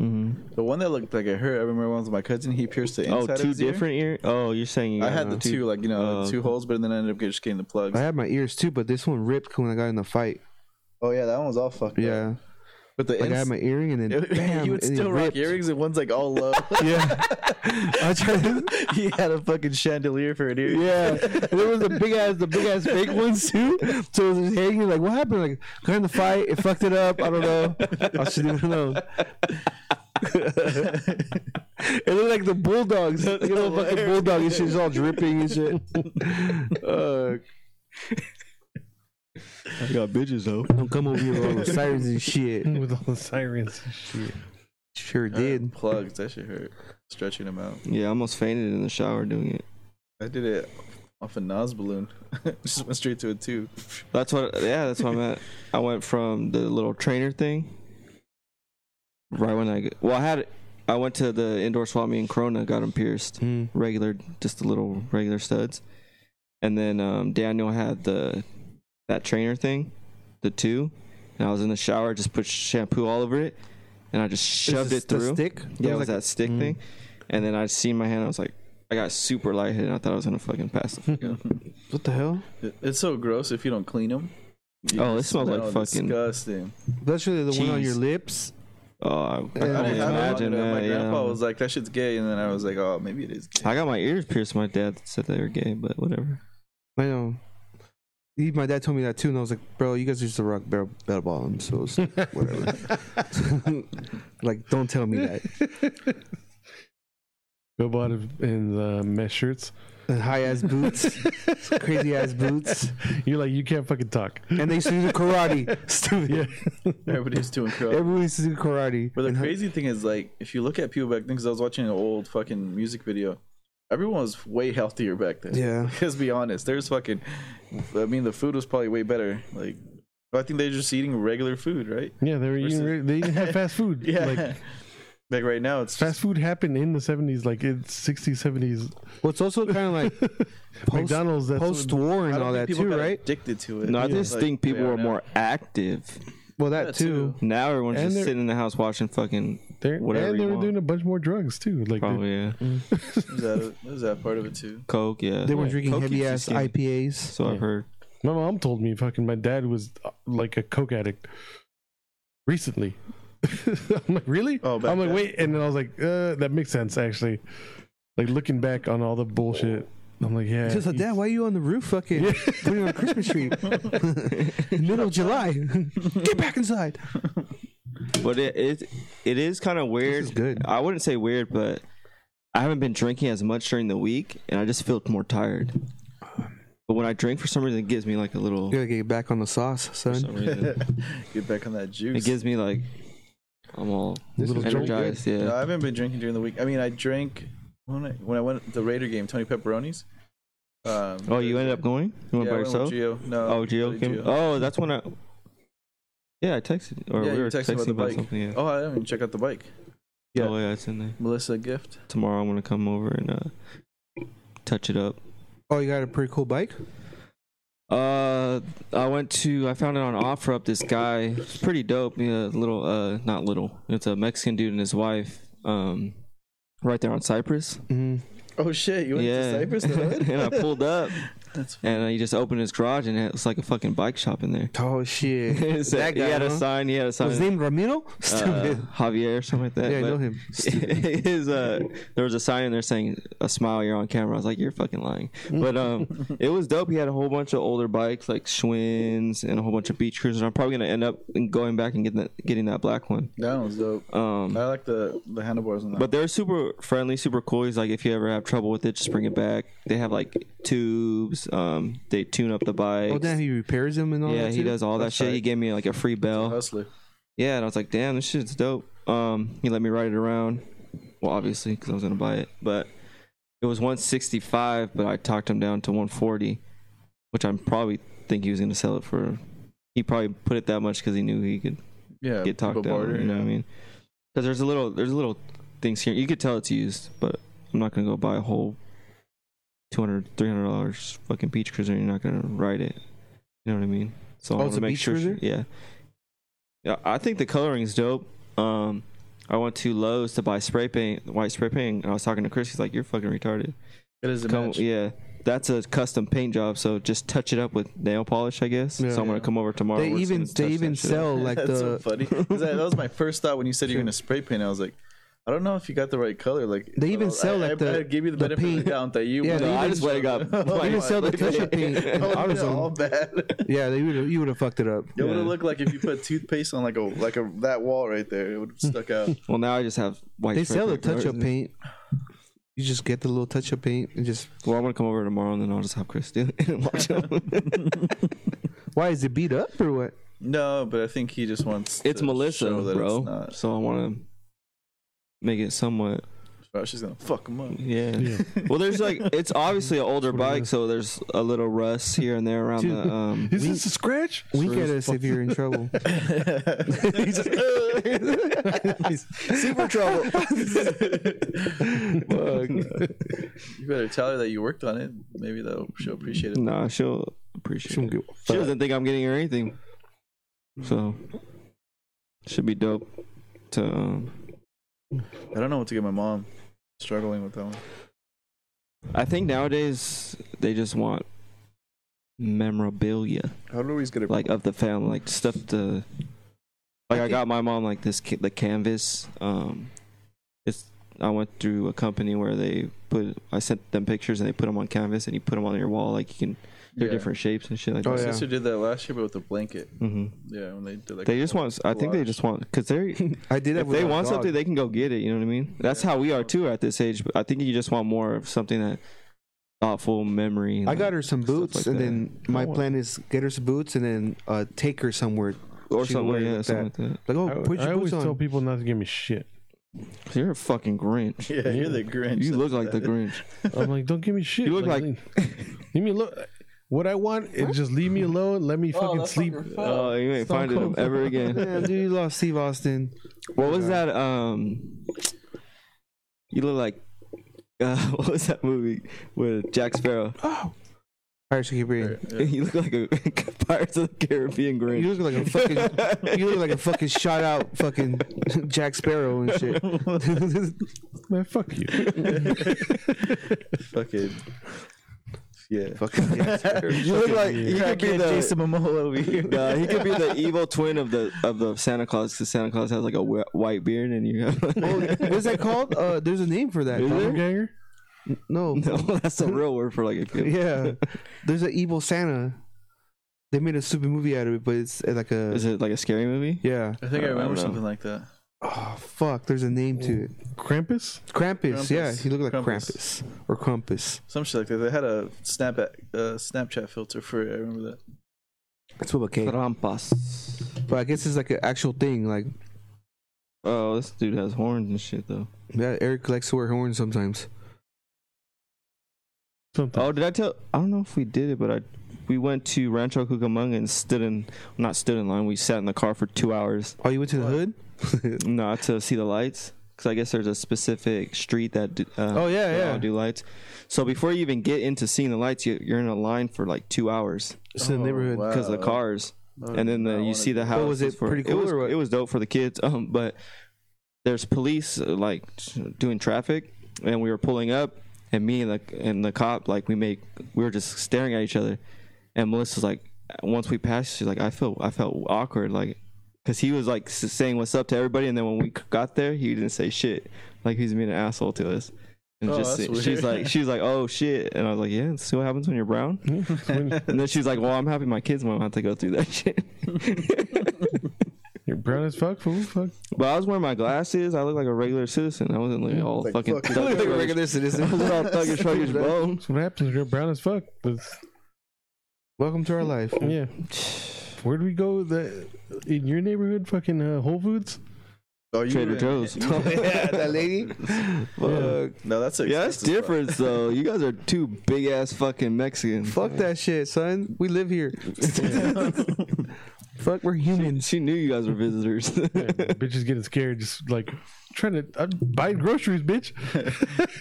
[SPEAKER 3] Mhm.
[SPEAKER 1] The one that looked like it hurt. I remember one was my cousin. He pierced the
[SPEAKER 3] Oh,
[SPEAKER 1] inside. of
[SPEAKER 3] two
[SPEAKER 1] his ear.
[SPEAKER 3] different ear. Oh, you're saying you
[SPEAKER 1] I
[SPEAKER 3] got
[SPEAKER 1] had the two, like you know,
[SPEAKER 3] Oh,
[SPEAKER 1] the two
[SPEAKER 3] okay.
[SPEAKER 1] holes, but then I ended up just getting the plugs.
[SPEAKER 4] I had my ears too, but this one ripped when I got in the fight.
[SPEAKER 1] Oh yeah, that one was all fucked. up.
[SPEAKER 4] Yeah.
[SPEAKER 1] but the
[SPEAKER 4] Like I had
[SPEAKER 1] ins-
[SPEAKER 4] my earring and then bam,
[SPEAKER 1] you would
[SPEAKER 4] and it
[SPEAKER 1] still rock
[SPEAKER 4] ripped.
[SPEAKER 1] earrings, and one's like all low.
[SPEAKER 4] Yeah. I tried to
[SPEAKER 1] he had a fucking chandelier for an ear.
[SPEAKER 4] Yeah, And there was the big ass, the big ass fake ones too. So it was just hanging. Like, what happened? Like, got in the fight, it fucked it up. I don't know. I should even know. it looked like the bulldogs, you know, fucking bulldog and shit, it's all dripping and shit. Uh,
[SPEAKER 3] I got bitches though.
[SPEAKER 4] don't come over here with all the sirens and shit.
[SPEAKER 2] With all the sirens and shit.
[SPEAKER 4] Sure did.
[SPEAKER 1] plugs. That shit hurt. Stretching them out.
[SPEAKER 3] Yeah, I almost fainted in the shower doing it.
[SPEAKER 1] I did it off a Nas balloon. Just went straight to a tube.
[SPEAKER 3] That's what. Yeah, that's what I meant. I went from the little trainer thing. Right when I g- well, I had I went to the indoor swap meet in Corona, got them pierced,
[SPEAKER 4] Hmm.
[SPEAKER 3] regular, just the little regular studs, and then um, Daniel had the that trainer thing, the two, and I was in the shower, just put shampoo all over it, and I just shoved
[SPEAKER 4] Is
[SPEAKER 3] it
[SPEAKER 4] the
[SPEAKER 3] through.
[SPEAKER 4] stick?
[SPEAKER 3] Yeah,
[SPEAKER 4] It
[SPEAKER 3] it was that stick
[SPEAKER 4] Hmm.
[SPEAKER 2] Mm.
[SPEAKER 3] thing, and then I seen my hand. I was like, I got super lightheaded. I thought I was gonna fucking pass the fuck out.
[SPEAKER 4] Hmm. what the hell?
[SPEAKER 1] It- it's so gross if you don't clean them.
[SPEAKER 3] Oh, it smells like fucking-
[SPEAKER 1] disgusting.
[SPEAKER 4] That's really the one on
[SPEAKER 3] Cheese.
[SPEAKER 4] your lips.
[SPEAKER 3] Oh, I, I
[SPEAKER 4] Yeah,
[SPEAKER 1] I
[SPEAKER 3] can
[SPEAKER 1] didn't-
[SPEAKER 4] yeah.
[SPEAKER 1] I didn't want
[SPEAKER 3] imagine
[SPEAKER 1] it.
[SPEAKER 3] that.
[SPEAKER 1] My grandpa
[SPEAKER 3] yeah.
[SPEAKER 1] was like, "That shit's gay," and then I was like, "Oh, maybe it is." Gay.
[SPEAKER 3] I got my ears pierced. My dad said they were gay, but whatever.
[SPEAKER 4] I know. He, my dad told me that too, and I was like, "Bro, you guys used to rock battle, battle ball, I'm so it's whatever." like, don't tell me that.
[SPEAKER 2] Go bought it in the mesh shirts.
[SPEAKER 4] And high ass boots, crazy ass boots,
[SPEAKER 2] You're like, you can't fucking talk.
[SPEAKER 4] and they used to do karate. Stupid.
[SPEAKER 2] Yeah.
[SPEAKER 1] Everybody's doing coke.
[SPEAKER 4] Everyone used to do karate.
[SPEAKER 1] But the
[SPEAKER 4] And how-
[SPEAKER 1] crazy thing is, like, if you look at people back then, because I was watching an old fucking music video, everyone was way healthier back then.
[SPEAKER 4] Yeah.
[SPEAKER 1] Let's be honest. There's fucking, I mean, the food was probably way better. Like, I think they're just eating regular food, right?
[SPEAKER 2] Yeah, they were eating.
[SPEAKER 1] Versus-
[SPEAKER 2] re- They didn't have fast food.
[SPEAKER 1] Yeah.
[SPEAKER 2] Like,
[SPEAKER 1] Like, right now, it's
[SPEAKER 2] fast food happened in the 70s, like in 60s, 70s.
[SPEAKER 4] Well, it's also kind of like post,
[SPEAKER 2] McDonald's, that's
[SPEAKER 4] post war
[SPEAKER 1] I
[SPEAKER 4] and
[SPEAKER 1] don't
[SPEAKER 4] all
[SPEAKER 1] think
[SPEAKER 4] that
[SPEAKER 1] people
[SPEAKER 4] too,
[SPEAKER 1] got
[SPEAKER 4] right?
[SPEAKER 1] Addicted to it.
[SPEAKER 3] No, I
[SPEAKER 1] Yeah.
[SPEAKER 3] just
[SPEAKER 1] Like
[SPEAKER 3] think
[SPEAKER 1] they
[SPEAKER 3] people
[SPEAKER 1] are
[SPEAKER 3] were
[SPEAKER 1] now.
[SPEAKER 3] more active.
[SPEAKER 4] Well, that,
[SPEAKER 1] Yeah,
[SPEAKER 4] too.
[SPEAKER 1] too.
[SPEAKER 3] Now everyone's
[SPEAKER 2] And
[SPEAKER 3] just
[SPEAKER 2] they're-
[SPEAKER 3] sitting in the house watching fucking
[SPEAKER 2] They're,
[SPEAKER 3] Whatever
[SPEAKER 2] and they
[SPEAKER 3] you
[SPEAKER 2] were
[SPEAKER 3] want.
[SPEAKER 2] doing a bunch more drugs too. Like,
[SPEAKER 3] probably yeah,
[SPEAKER 1] There's that, there's that part of it too.
[SPEAKER 3] coke. Yeah,
[SPEAKER 4] They were
[SPEAKER 2] Yeah,
[SPEAKER 4] drinking
[SPEAKER 3] Coke
[SPEAKER 4] heavy
[SPEAKER 3] keeps you
[SPEAKER 4] ass
[SPEAKER 3] skinny.
[SPEAKER 4] IPAs.
[SPEAKER 3] so I've heard.
[SPEAKER 2] my mom told me, fucking, my dad was uh, like a coke addict recently. I'm like, really?
[SPEAKER 1] Oh, back
[SPEAKER 2] I'm like,
[SPEAKER 1] then.
[SPEAKER 2] wait, and then I was like, uh, that makes sense actually. Like looking back on all the bullshit, I'm like, yeah.
[SPEAKER 4] Just like,
[SPEAKER 2] he-
[SPEAKER 4] Dad, why are you on the roof fucking putting on a Christmas tree? Middle of July. Get back inside.
[SPEAKER 3] But it it, it is kind of weird.
[SPEAKER 4] is good.
[SPEAKER 3] I wouldn't say weird, but I haven't been drinking as much during the week, and I just feel more tired. But when I drink, for some reason, it gives me like a little.
[SPEAKER 4] You gotta get back on the sauce,
[SPEAKER 3] For
[SPEAKER 4] son.
[SPEAKER 3] some reason,
[SPEAKER 1] Get back on that juice.
[SPEAKER 3] it gives me like I'm all
[SPEAKER 2] This is pretty
[SPEAKER 3] energized.
[SPEAKER 1] No,
[SPEAKER 3] Yeah,
[SPEAKER 1] I haven't been drinking during the week. I mean, I drank when I, when I went to the Raider game, Tony Pepperonis. Um,
[SPEAKER 3] Oh, you ended up going? You went
[SPEAKER 1] yeah,
[SPEAKER 3] by
[SPEAKER 1] I went with
[SPEAKER 3] yourself?
[SPEAKER 1] Gio. No.
[SPEAKER 3] oh, Gio
[SPEAKER 1] buddy
[SPEAKER 3] came. Oh, that's when I. Yeah, I texted. Or
[SPEAKER 1] Yeah,
[SPEAKER 3] we
[SPEAKER 1] you
[SPEAKER 3] were
[SPEAKER 1] texted
[SPEAKER 3] texting
[SPEAKER 1] about
[SPEAKER 3] about,
[SPEAKER 1] the bike.
[SPEAKER 3] something. Yeah.
[SPEAKER 1] Oh, I didn't even check out the bike. yeah.
[SPEAKER 3] Oh, yeah, it's in there.
[SPEAKER 1] Melissa Gift.
[SPEAKER 3] Tomorrow I'm going to come over and uh, touch it up.
[SPEAKER 4] Oh, you got a pretty cool bike?
[SPEAKER 3] Uh, I went to. I found it on offer up. This guy, it's pretty dope. Yeah, little. Uh, not little. It's a Mexican dude and his wife. Um, right there on Cypress.
[SPEAKER 4] Mm.
[SPEAKER 1] Oh shit! You went
[SPEAKER 3] yeah.
[SPEAKER 1] to Cyprus,
[SPEAKER 3] and I pulled up,
[SPEAKER 1] That's funny.
[SPEAKER 3] and he just opened his garage, and it was like a fucking bike shop in there.
[SPEAKER 4] Oh, shit.
[SPEAKER 3] So
[SPEAKER 4] That
[SPEAKER 3] he
[SPEAKER 4] guy,
[SPEAKER 3] had a
[SPEAKER 4] huh?
[SPEAKER 3] sign. He had a sign.
[SPEAKER 4] His name Ramiro?
[SPEAKER 3] uh,
[SPEAKER 4] Stupid.
[SPEAKER 3] Javier or something like that.
[SPEAKER 4] yeah, I
[SPEAKER 3] but-
[SPEAKER 4] know him.
[SPEAKER 3] his uh there was a sign in there saying a smile you're on camera i was like you're fucking lying but um it was dope he had a whole bunch of older bikes like schwinn's and a whole bunch of beach cruisers i'm probably gonna end up going back and getting that getting that black one
[SPEAKER 1] That one was dope.
[SPEAKER 3] um
[SPEAKER 4] Uh,
[SPEAKER 1] I like the the handlebars on that.
[SPEAKER 3] but they're super friendly super cool he's like if you ever have trouble with it just bring it back they have like tubes um they tune up the bike
[SPEAKER 4] Oh, damn, he repairs them and all
[SPEAKER 3] yeah
[SPEAKER 4] that
[SPEAKER 3] he
[SPEAKER 4] too?
[SPEAKER 3] does all that
[SPEAKER 1] That's
[SPEAKER 3] shit he
[SPEAKER 1] tight.
[SPEAKER 3] gave me like a free bell
[SPEAKER 1] hustler.
[SPEAKER 3] yeah, and I was like, damn, this shit's dope. Um, he let me ride it around. Well, obviously, because I was gonna buy it, but it was 165, but I talked him down to 140, which I'm probably think he was gonna sell it for. He probably put it that much because he knew he could
[SPEAKER 1] Yeah.
[SPEAKER 3] get talked
[SPEAKER 1] people
[SPEAKER 3] down.
[SPEAKER 1] barter,
[SPEAKER 3] you know what I
[SPEAKER 1] yeah.
[SPEAKER 3] mean? Because there's a little, there's little things here. You could tell it's used, but I'm not gonna go buy a whole 200, 300 dollars fucking beach cruiser. and You're not gonna ride it. You know what I mean? So
[SPEAKER 4] Oh,
[SPEAKER 3] I want
[SPEAKER 4] it's a
[SPEAKER 3] to make
[SPEAKER 4] beach
[SPEAKER 3] sure.
[SPEAKER 4] cruiser?
[SPEAKER 3] Yeah. Yeah, I think the coloring is dope. Um, I went to Lowe's to buy spray paint, white spray paint, and I was talking to Chris. He's like, "You're fucking retarded."
[SPEAKER 1] It is a
[SPEAKER 3] Come,
[SPEAKER 1] match.
[SPEAKER 3] yeah, that's a custom paint job. So just touch it up with nail polish, I guess.
[SPEAKER 4] Yeah.
[SPEAKER 3] so I'm gonna
[SPEAKER 1] Yeah.
[SPEAKER 3] come over tomorrow.
[SPEAKER 4] They
[SPEAKER 3] We're just
[SPEAKER 4] even
[SPEAKER 3] gonna
[SPEAKER 4] they
[SPEAKER 3] touch
[SPEAKER 4] even
[SPEAKER 3] that shit up.
[SPEAKER 4] sell like
[SPEAKER 1] That's so
[SPEAKER 4] the
[SPEAKER 1] funny. 'Cause That, that was my first thought when you said you're gonna spray paint. I was like, I don't know if you got the right color. Like
[SPEAKER 4] They even
[SPEAKER 1] I-
[SPEAKER 4] sell,
[SPEAKER 1] I,
[SPEAKER 4] like,
[SPEAKER 1] I,
[SPEAKER 4] the-
[SPEAKER 1] I give you the,
[SPEAKER 4] the
[SPEAKER 1] benefit of
[SPEAKER 4] paint.
[SPEAKER 1] the doubt that you.
[SPEAKER 4] Yeah,
[SPEAKER 1] went out
[SPEAKER 4] they
[SPEAKER 1] and
[SPEAKER 4] even-
[SPEAKER 3] I just went and got-
[SPEAKER 1] showed
[SPEAKER 3] They
[SPEAKER 4] even
[SPEAKER 1] them.
[SPEAKER 4] sell the cushion paint in
[SPEAKER 1] Oh, yeah, all
[SPEAKER 4] AutoZone.
[SPEAKER 1] bad.
[SPEAKER 4] Yeah, they would you would have fucked it up.
[SPEAKER 1] It would
[SPEAKER 3] Yeah.
[SPEAKER 1] have looked like if you put toothpaste on like a like a that wall right there, it would have stuck out.
[SPEAKER 3] Well, now I just have white.
[SPEAKER 4] They
[SPEAKER 3] spray
[SPEAKER 4] sell the
[SPEAKER 3] paint
[SPEAKER 4] touch up
[SPEAKER 3] colors.
[SPEAKER 4] paint. You just get the little touch up paint and just
[SPEAKER 3] Well, I'm gonna come over tomorrow, and then I'll just have Chris do it and watch him.
[SPEAKER 4] why is it beat up or what?
[SPEAKER 1] No, but I think he just wants.
[SPEAKER 3] it's
[SPEAKER 1] to
[SPEAKER 3] Melissa,
[SPEAKER 1] show that
[SPEAKER 3] bro.
[SPEAKER 1] It's not.
[SPEAKER 3] so I want make it somewhat.
[SPEAKER 1] Bro, she's gonna fuck him up.
[SPEAKER 3] Yeah.
[SPEAKER 2] Yeah.
[SPEAKER 3] Well, there's like it's obviously an older
[SPEAKER 2] That's what it
[SPEAKER 3] bike,
[SPEAKER 2] is.
[SPEAKER 3] so there's a little rust here and there around
[SPEAKER 4] Dude.
[SPEAKER 3] the. Um,
[SPEAKER 2] Is this a scratch?
[SPEAKER 4] Wink at us if you're in trouble.
[SPEAKER 1] He's just, He's super trouble. You better tell her that you worked on it. Maybe though she'll appreciate it.
[SPEAKER 3] nah, she'll appreciate.
[SPEAKER 4] Shouldn't
[SPEAKER 3] it.
[SPEAKER 4] give a
[SPEAKER 3] She
[SPEAKER 4] fuck.
[SPEAKER 3] doesn't think I'm getting her anything, so should be dope. To um,
[SPEAKER 1] I don't know what to get my mom. Struggling with that one.
[SPEAKER 3] I think nowadays they just want memorabilia,
[SPEAKER 1] How do we always get
[SPEAKER 3] like of the family, like stuff to. Like I got my mom like this ca- the canvas. Um, it's I went through a company where they put I sent them pictures and they put them on canvas and you put them on your wall like you can they're different shapes and shit like
[SPEAKER 1] My
[SPEAKER 4] Oh,
[SPEAKER 3] that.
[SPEAKER 4] yeah.
[SPEAKER 1] sister did that last year, but with a blanket.
[SPEAKER 3] hmm
[SPEAKER 1] Yeah, when they did like.
[SPEAKER 3] They just want. I think they just want because they're
[SPEAKER 4] I did that.
[SPEAKER 3] if
[SPEAKER 4] with
[SPEAKER 3] they
[SPEAKER 4] my
[SPEAKER 3] want
[SPEAKER 4] dog.
[SPEAKER 3] something, they can go get it. You know what I mean? That's how we are too at this age. But I think you just want more of something that thoughtful memory. and
[SPEAKER 4] I got
[SPEAKER 3] like-
[SPEAKER 4] her some
[SPEAKER 3] stuff
[SPEAKER 4] boots,
[SPEAKER 3] like
[SPEAKER 4] and
[SPEAKER 3] that.
[SPEAKER 4] then my
[SPEAKER 2] I want-
[SPEAKER 4] plan is get her some boots, and then uh, take her somewhere.
[SPEAKER 3] or
[SPEAKER 4] she
[SPEAKER 3] something.
[SPEAKER 4] wear
[SPEAKER 3] Yeah,
[SPEAKER 4] like
[SPEAKER 3] something like
[SPEAKER 4] Like, oh,
[SPEAKER 2] I,
[SPEAKER 4] put your
[SPEAKER 2] I always
[SPEAKER 4] boots
[SPEAKER 2] tell
[SPEAKER 4] on.
[SPEAKER 2] people not to give me shit.
[SPEAKER 3] that. You're a fucking Grinch.
[SPEAKER 1] Yeah, you're the Grinch.
[SPEAKER 3] You look
[SPEAKER 1] That's
[SPEAKER 3] like the
[SPEAKER 1] bad.
[SPEAKER 3] Grinch.
[SPEAKER 2] I'm like, don't give me shit.
[SPEAKER 3] You look
[SPEAKER 2] leave me look. What I want is just leave me alone. Let me fucking
[SPEAKER 1] that's
[SPEAKER 2] sleep.
[SPEAKER 1] not your fault.
[SPEAKER 3] Oh, you ain't
[SPEAKER 2] Stone
[SPEAKER 3] finding him
[SPEAKER 2] Cold.
[SPEAKER 3] ever again.
[SPEAKER 4] Damn, dude, you lost Steve Austin.
[SPEAKER 3] What was
[SPEAKER 4] Okay.
[SPEAKER 3] that? Um, you look like. Uh, what was that movie with Jack Sparrow?
[SPEAKER 4] Oh. Pirates of the Caribbean.
[SPEAKER 1] Yeah.
[SPEAKER 3] You look like a Pirates of the Caribbean Grinch.
[SPEAKER 4] You look like a fucking. you look like a fucking shot out fucking Jack Sparrow and shit.
[SPEAKER 2] Man, fuck you.
[SPEAKER 1] Fucking. Yeah.
[SPEAKER 4] fucking Jack Sparrow.
[SPEAKER 3] You look like you could be the
[SPEAKER 5] Jason Momoa over here.
[SPEAKER 3] Nah, he could be the evil twin of the of the Santa Claus because Santa Claus has like a wh- white beard and you have
[SPEAKER 4] Oh, what's that called? Uh, there's a name for that.
[SPEAKER 3] Is there?
[SPEAKER 2] Doppelganger?
[SPEAKER 4] No.
[SPEAKER 3] no, that's the real word for like a kid.
[SPEAKER 4] Yeah. There's an evil Santa. They made a stupid movie out of it, but it's uh, like a.
[SPEAKER 3] Is it like a scary movie?
[SPEAKER 4] Yeah.
[SPEAKER 1] I think I
[SPEAKER 3] I don't
[SPEAKER 1] remember
[SPEAKER 3] know.
[SPEAKER 1] something like that.
[SPEAKER 4] Oh fuck! There's a name to it.
[SPEAKER 2] Krampus?
[SPEAKER 4] Krampus.
[SPEAKER 1] Krampus.
[SPEAKER 4] Yeah, he looked like
[SPEAKER 1] Krampus.
[SPEAKER 4] Krampus, or Krampus.
[SPEAKER 1] Some shit like that. They had a snap uh, Snapchat filter for it. I remember that.
[SPEAKER 4] That's what it came.
[SPEAKER 3] Trampas.
[SPEAKER 4] But I guess it's like an actual thing. Like
[SPEAKER 3] Oh, this dude has horns and shit though.
[SPEAKER 4] yeah, Eric likes to wear horns sometimes.
[SPEAKER 2] Something.
[SPEAKER 3] Oh, did I tell? I don't know if we did it, but I we went to Rancho Cucamonga and stood in not stood in line. We sat in the car for two hours
[SPEAKER 4] Oh, you went to the
[SPEAKER 1] What?
[SPEAKER 4] hood?
[SPEAKER 3] not to see the lights because I guess there's a specific street that d- uh,
[SPEAKER 4] oh yeah,
[SPEAKER 3] they all
[SPEAKER 4] yeah.
[SPEAKER 3] do lights. So before you even get into seeing the lights, you, you're in a line for like two hours
[SPEAKER 4] It's
[SPEAKER 1] Oh,
[SPEAKER 4] in the neighborhood.
[SPEAKER 3] because Oh, the cars. and then the, you see the house.
[SPEAKER 4] What was it, pretty
[SPEAKER 3] It
[SPEAKER 4] cool
[SPEAKER 3] was,
[SPEAKER 4] or what?
[SPEAKER 3] it was dope for the kids. Um, but there's police uh, like doing traffic, and we were pulling up, and me and the and the cop like we make we were just staring at each other, and Melissa's like, once we passed, she's like, I feel I felt awkward like. Cause he was like s- saying what's up to everybody, and then when we c- got there, he didn't say shit. Like he's being an asshole to us, and
[SPEAKER 1] Oh,
[SPEAKER 3] just
[SPEAKER 1] that's
[SPEAKER 3] sit-
[SPEAKER 1] weird.
[SPEAKER 3] she's like, she's like, oh shit, and I was like, yeah, see what happens when you're brown.
[SPEAKER 2] Yeah, it's when
[SPEAKER 3] And then she's like, well, I'm happy my kids won't have to go through that shit.
[SPEAKER 2] You're brown as fuck, fool. Fuck.
[SPEAKER 3] But I was wearing my glasses. I looked like a regular citizen. I wasn't like all fucking
[SPEAKER 1] fucking-
[SPEAKER 3] thug-
[SPEAKER 4] Like a regular
[SPEAKER 3] I
[SPEAKER 4] citizen.
[SPEAKER 3] was all thuggish, thuggish bone.
[SPEAKER 2] That's what happens. when You're brown as fuck. That's-
[SPEAKER 4] Welcome to our life.
[SPEAKER 2] yeah. Where do we go? The, in your neighborhood, fucking uh, Whole Foods?
[SPEAKER 1] oh, you
[SPEAKER 3] Trader
[SPEAKER 1] were-
[SPEAKER 3] Joe's.
[SPEAKER 1] you were-
[SPEAKER 4] yeah, that lady.
[SPEAKER 3] Fuck.
[SPEAKER 1] No, that's
[SPEAKER 3] Yeah, that's
[SPEAKER 1] expensive, bro.
[SPEAKER 3] different though. You guys are two big ass fucking Mexicans.
[SPEAKER 4] Fuck that shit, son. We live here. Fuck, we're
[SPEAKER 3] She,
[SPEAKER 4] humans.
[SPEAKER 3] she knew you guys were visitors.
[SPEAKER 2] Yeah, bitches getting scared, just like trying to I'm buying groceries, bitch.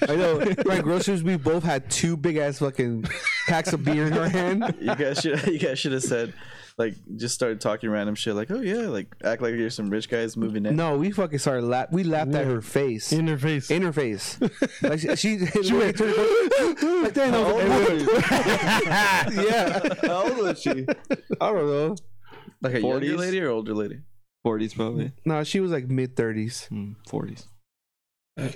[SPEAKER 4] I know. My groceries, we both had two big ass fucking packs of beer in our hand.
[SPEAKER 1] You guys should you guys should have said like just started talking random shit like oh yeah like act like you're some rich guys moving in.
[SPEAKER 4] No, we fucking started laugh. We laughed at her face.
[SPEAKER 2] In their face.
[SPEAKER 4] in her face. Like she, she, she went turned her- like that. and I
[SPEAKER 3] Oh
[SPEAKER 4] was like, yeah,
[SPEAKER 3] How old was she?
[SPEAKER 4] I don't know.
[SPEAKER 1] like a younger
[SPEAKER 3] 40s?
[SPEAKER 1] lady or older lady.
[SPEAKER 3] Forties probably. Hmm,
[SPEAKER 4] No, she was like mid thirties.
[SPEAKER 3] Forties.
[SPEAKER 4] Yeah,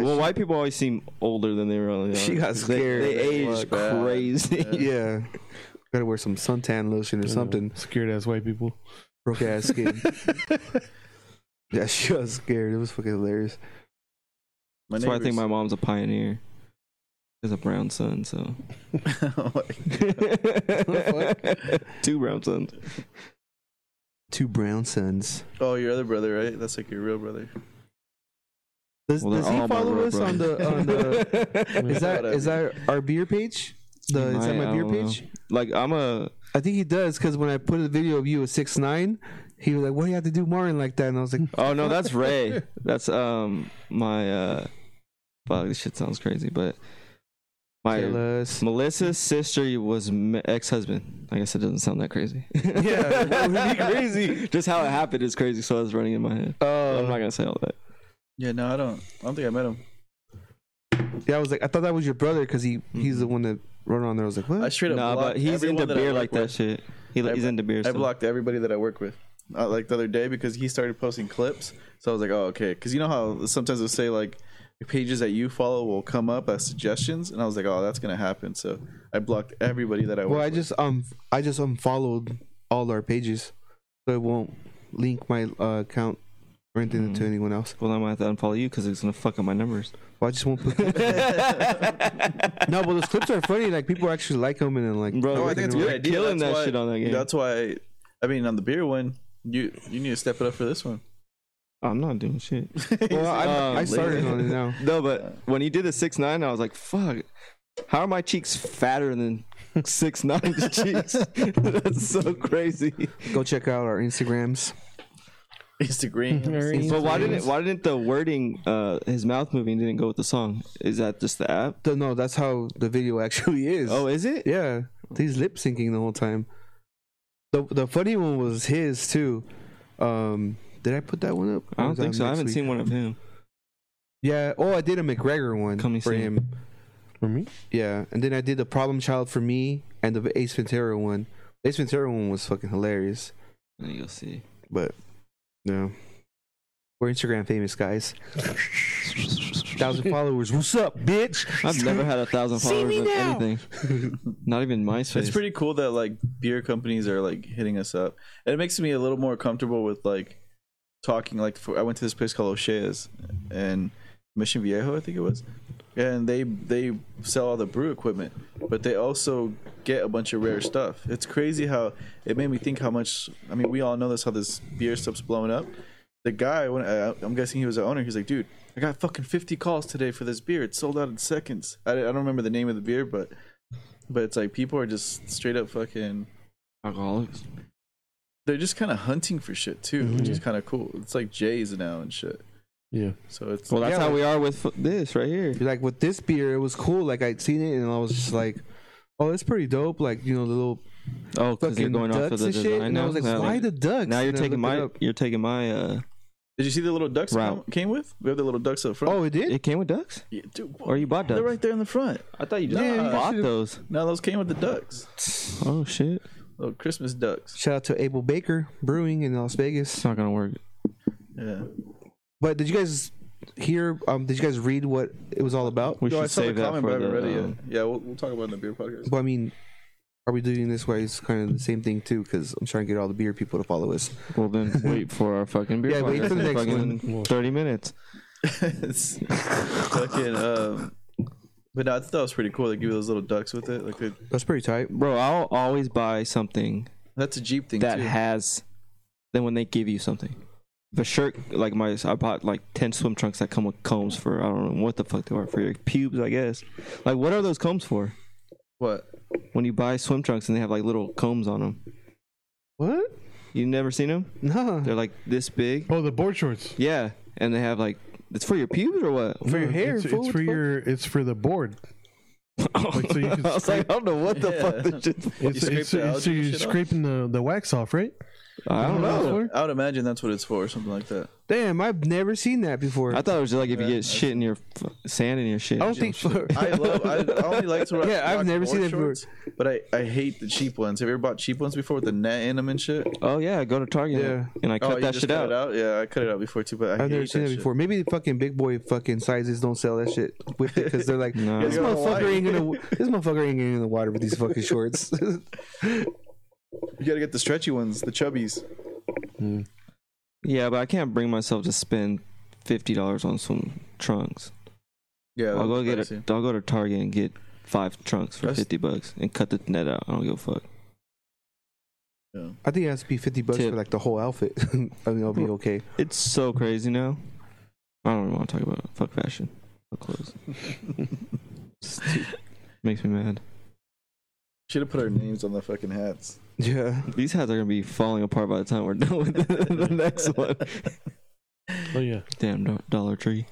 [SPEAKER 3] well,
[SPEAKER 4] she-
[SPEAKER 3] white people always seem older than they really are.
[SPEAKER 4] She got
[SPEAKER 3] They-
[SPEAKER 4] scared.
[SPEAKER 3] They, age
[SPEAKER 1] Fuck that.
[SPEAKER 3] crazy.
[SPEAKER 4] yeah. Gotta wear some suntan lotion or something.
[SPEAKER 2] Scared ass white people.
[SPEAKER 4] Broke ass skin. yeah, she was scared. It was fucking hilarious.
[SPEAKER 1] My
[SPEAKER 3] That's why I think my
[SPEAKER 1] neighbors-
[SPEAKER 3] mom's a pioneer. She has a brown son, so two brown sons.
[SPEAKER 4] Two brown sons.
[SPEAKER 1] oh your other brother right? That's like your real brother.
[SPEAKER 4] Does,
[SPEAKER 3] Well, they're
[SPEAKER 4] does he
[SPEAKER 3] all my
[SPEAKER 4] follow
[SPEAKER 3] road,
[SPEAKER 4] us
[SPEAKER 3] bro.
[SPEAKER 4] on the on the? is that is that our beer page? The is that
[SPEAKER 3] Might,
[SPEAKER 4] my
[SPEAKER 3] I
[SPEAKER 4] beer
[SPEAKER 3] don't know.
[SPEAKER 4] page?
[SPEAKER 3] Like I'm a
[SPEAKER 4] I think he does because when I put a video of you at six nine, he was like, "Why do you have to do Martin like that?" And I was like,
[SPEAKER 3] oh no, that's Ray. that's um my uh fuck this shit sounds crazy, but my
[SPEAKER 4] "Jealous."
[SPEAKER 3] Melissa's sister was me- ex-husband. I guess it doesn't sound that crazy.
[SPEAKER 4] Yeah, that would be crazy.
[SPEAKER 3] Just how it happened is crazy, so that's running in my head. I'm not
[SPEAKER 4] Oh,
[SPEAKER 3] gonna say all that.
[SPEAKER 1] Yeah, no, I don't. I don't think I met him.
[SPEAKER 4] yeah. I was like, I thought that was your brother because he he's the one that wrote on there. I was like, "What?"
[SPEAKER 1] I straight
[SPEAKER 3] No,
[SPEAKER 1] up.
[SPEAKER 3] nah,
[SPEAKER 1] blocked
[SPEAKER 3] but he's
[SPEAKER 1] everyone
[SPEAKER 3] into
[SPEAKER 1] that I
[SPEAKER 3] beer
[SPEAKER 1] work
[SPEAKER 3] like that
[SPEAKER 1] with.
[SPEAKER 3] shit. He,
[SPEAKER 1] I
[SPEAKER 3] he's
[SPEAKER 1] blo-
[SPEAKER 3] into beer.
[SPEAKER 1] I
[SPEAKER 3] so-
[SPEAKER 1] blocked everybody that I work with. Uh, like the other day because he started posting clips, so I was like, oh okay, because you know how sometimes it'll say like pages that you follow will come up as suggestions, and I was like, oh that's gonna happen, so I blocked everybody that I.
[SPEAKER 4] Well,
[SPEAKER 1] work
[SPEAKER 4] I
[SPEAKER 1] with.
[SPEAKER 4] just um I just unfollowed all our pages, so it won't link my uh, account or anything to
[SPEAKER 3] Mhm.
[SPEAKER 4] anyone else.
[SPEAKER 3] Well, I might have to unfollow you because it's gonna fuck up my numbers.
[SPEAKER 4] Well, I just won't put. no, but those clips are funny. Like people actually like them and then like.
[SPEAKER 3] Bro,
[SPEAKER 1] No, Oh, I think it's a good
[SPEAKER 3] You're
[SPEAKER 1] idea.
[SPEAKER 3] killing
[SPEAKER 1] that's
[SPEAKER 3] that
[SPEAKER 1] why,
[SPEAKER 3] shit on that game.
[SPEAKER 1] That's why, I mean, on the beer one, you you need to step it up for this one.
[SPEAKER 3] I'm not doing shit.
[SPEAKER 4] Well, I, I started on it now.
[SPEAKER 3] No, but when he did the six nine, I was like, "Fuck! How are my cheeks fatter than six nine cheeks? That's so crazy."
[SPEAKER 4] Go check out our Instagrams.
[SPEAKER 1] Instagram.
[SPEAKER 3] But why didn't why didn't the wording, uh, his mouth moving, didn't go with the song? Is that just the app?
[SPEAKER 4] Th- No, that's how the video actually is.
[SPEAKER 3] Oh, is it?
[SPEAKER 4] yeah, he's lip syncing the whole time. The the funny one was his too. Um, did I put that one up?
[SPEAKER 3] I
[SPEAKER 4] Or
[SPEAKER 3] don't
[SPEAKER 4] was that
[SPEAKER 3] think so. I
[SPEAKER 4] next
[SPEAKER 3] haven't
[SPEAKER 4] week?
[SPEAKER 3] seen one of him.
[SPEAKER 4] Yeah. Oh, I did a McGregor one
[SPEAKER 3] Come and
[SPEAKER 4] for
[SPEAKER 3] see.
[SPEAKER 4] him.
[SPEAKER 2] For me?
[SPEAKER 4] Yeah, and then I did the Problem Child for me and the Ace Ventura one. Ace Ventura one was fucking hilarious,
[SPEAKER 3] And You'll see.
[SPEAKER 4] but no. We're Instagram famous guys. Thousand followers. What's up, bitch?
[SPEAKER 3] I've never had a thousand
[SPEAKER 4] See
[SPEAKER 3] followers
[SPEAKER 4] me
[SPEAKER 3] on
[SPEAKER 4] now.
[SPEAKER 3] anything. Not even MySpace.
[SPEAKER 1] It's pretty cool that like beer companies are like hitting us up, and it makes me a little more comfortable with like talking. Like for, I went to this place called O'Shea's and Mission Viejo, I think it was, and they they sell all the brew equipment, but they also get a bunch of rare stuff. It's crazy how it made me think how much. I mean, we all know this how this beer stuff's blowing up. The guy, when I, I'm guessing he was the owner, he's like, dude. I got fucking 50 calls today for this beer. It sold out in seconds. I, I don't remember the name of the beer, but but it's like people are just straight up fucking.
[SPEAKER 3] alcoholics.
[SPEAKER 1] They're just kind of hunting for shit too,
[SPEAKER 3] Mm-hmm.
[SPEAKER 1] which is
[SPEAKER 2] Mhm.
[SPEAKER 1] kind of cool. It's like Jays now and shit.
[SPEAKER 2] Yeah.
[SPEAKER 1] So it's
[SPEAKER 3] Well, that's
[SPEAKER 4] Yeah,
[SPEAKER 3] how
[SPEAKER 4] like-
[SPEAKER 3] we are with f- this right here.
[SPEAKER 4] like with this beer, it was cool. Like I'd seen it and I was just like, "Oh, it's pretty dope." Like you know, the little
[SPEAKER 3] Oh, because you're
[SPEAKER 4] fucking
[SPEAKER 3] going off
[SPEAKER 4] ducks
[SPEAKER 3] of the
[SPEAKER 4] and shit.
[SPEAKER 3] design
[SPEAKER 4] And
[SPEAKER 3] now.
[SPEAKER 4] I was like,
[SPEAKER 3] Now-
[SPEAKER 4] "Why the ducks?"
[SPEAKER 3] now you're
[SPEAKER 4] And I
[SPEAKER 3] taking
[SPEAKER 4] looked it
[SPEAKER 3] my
[SPEAKER 4] up.
[SPEAKER 3] you're taking my uh
[SPEAKER 1] did you see the little ducks
[SPEAKER 3] Route.
[SPEAKER 1] come, came with? We have the little ducks up front.
[SPEAKER 4] Oh, it did.
[SPEAKER 3] it came with ducks
[SPEAKER 1] yeah, dude,
[SPEAKER 3] or you bought ducks
[SPEAKER 1] they're right there in the front.
[SPEAKER 3] i thought you just
[SPEAKER 1] Yeah, you
[SPEAKER 3] bought
[SPEAKER 4] should've-
[SPEAKER 3] those
[SPEAKER 1] No, those came with the ducks.
[SPEAKER 3] oh shit
[SPEAKER 1] Little Christmas ducks.
[SPEAKER 4] Shout out to Abel Baker Brewing in Las Vegas.
[SPEAKER 3] it's not gonna work
[SPEAKER 1] Yeah.
[SPEAKER 4] But did you guys hear? Um, did you guys read what it was all about?
[SPEAKER 3] we
[SPEAKER 1] No, I
[SPEAKER 3] should
[SPEAKER 1] saw the
[SPEAKER 3] save that
[SPEAKER 1] comment, but I
[SPEAKER 3] for
[SPEAKER 1] haven't read it
[SPEAKER 3] the
[SPEAKER 1] yet.
[SPEAKER 3] um,
[SPEAKER 1] Yeah, we'll, we'll talk about it in the beer podcast.
[SPEAKER 4] But I mean, are we doing this way? It's kind of the same thing too, because I'm trying to get all the beer people to follow us.
[SPEAKER 3] uh, well then wait for our fucking beer
[SPEAKER 4] Yeah, wait
[SPEAKER 3] podcast
[SPEAKER 4] for the
[SPEAKER 3] in
[SPEAKER 4] next
[SPEAKER 3] fucking
[SPEAKER 2] one.
[SPEAKER 3] 30 minutes
[SPEAKER 1] it's fucking. Um, but no, I thought that was pretty cool. They give you those little ducks with it. Like they,
[SPEAKER 4] That's pretty tight.
[SPEAKER 3] bro i'll always buy something
[SPEAKER 1] that's a Jeep thing
[SPEAKER 3] that
[SPEAKER 1] too.
[SPEAKER 3] has then when they give you something the shirt like my i bought like 10 swim trunks that come with combs for i don't know what the fuck they are for your pubes i guess like what are those combs for
[SPEAKER 1] what?
[SPEAKER 3] when you buy swim trunks and they have like little combs on them
[SPEAKER 4] What?
[SPEAKER 3] you never seen them
[SPEAKER 4] No.
[SPEAKER 3] they're like this big
[SPEAKER 2] Oh, the board shorts. Mm,
[SPEAKER 3] Yeah, and they have like it's for your pubes or what?
[SPEAKER 4] For your hair,
[SPEAKER 2] It's,
[SPEAKER 4] fool,
[SPEAKER 2] it's
[SPEAKER 4] what
[SPEAKER 2] for
[SPEAKER 4] the fuck?
[SPEAKER 2] your. It's for the board. Like, so you can
[SPEAKER 3] I was like, I don't know what the fuck
[SPEAKER 1] Yeah.
[SPEAKER 3] this shit.
[SPEAKER 2] It's,
[SPEAKER 1] scrape
[SPEAKER 2] it's,
[SPEAKER 1] the
[SPEAKER 2] it's, so
[SPEAKER 1] algae and
[SPEAKER 2] you're
[SPEAKER 1] shit off?
[SPEAKER 2] scraping the, the wax off, right?
[SPEAKER 3] I don't know.
[SPEAKER 1] I would imagine that's what it's for, or something like that.
[SPEAKER 4] Damn, I've never seen that before.
[SPEAKER 3] I
[SPEAKER 4] I,
[SPEAKER 3] thought it was just like if you
[SPEAKER 1] Yeah,
[SPEAKER 3] get shit in your f- sand in your shit.
[SPEAKER 4] don't think.
[SPEAKER 1] I love. I I only like to rock.
[SPEAKER 4] Yeah, I've
[SPEAKER 1] rock
[SPEAKER 4] never
[SPEAKER 1] board
[SPEAKER 4] seen it
[SPEAKER 1] shorts, But I, I hate the cheap ones. Have you ever bought cheap ones before with the net in them and shit?
[SPEAKER 3] Oh yeah, go to Target.
[SPEAKER 4] Yeah.
[SPEAKER 3] and I cut
[SPEAKER 1] Oh, you
[SPEAKER 3] that
[SPEAKER 1] just
[SPEAKER 3] shit
[SPEAKER 1] cut
[SPEAKER 3] out.
[SPEAKER 1] it Yeah, I cut it out before too. But I
[SPEAKER 4] I've never seen that before. Maybe the fucking big boy fucking sizes don't sell that shit with it because they're like,
[SPEAKER 3] No.
[SPEAKER 4] this
[SPEAKER 1] You don't know why.
[SPEAKER 4] motherfucker ain't gonna, this motherfucker ain't getting in the water with these fucking shorts.
[SPEAKER 1] You gotta get the stretchy ones, the chubbies.
[SPEAKER 3] Yeah, but I can't bring myself to spend fifty dollars on some trunks.
[SPEAKER 1] Yeah,
[SPEAKER 3] I'll go
[SPEAKER 1] that's pricey.
[SPEAKER 3] get it. I'll go to Target and get five trunks for
[SPEAKER 1] That's-
[SPEAKER 3] fifty bucks and cut the net out. I don't give a fuck.
[SPEAKER 4] I think it has to be fifty bucks
[SPEAKER 3] Tip.
[SPEAKER 4] for like the whole outfit. I mean, I'll be okay.
[SPEAKER 3] It's so crazy now. I don't even want to talk about it. Fuck fashion. Fuck clothes. Stupid. Makes me mad.
[SPEAKER 1] Should have put our names on the fucking hats.
[SPEAKER 4] Yeah.
[SPEAKER 3] These hats are gonna be falling apart by the time we're done with the, the next one.
[SPEAKER 2] Oh yeah.
[SPEAKER 3] Damn Do- Dollar Tree.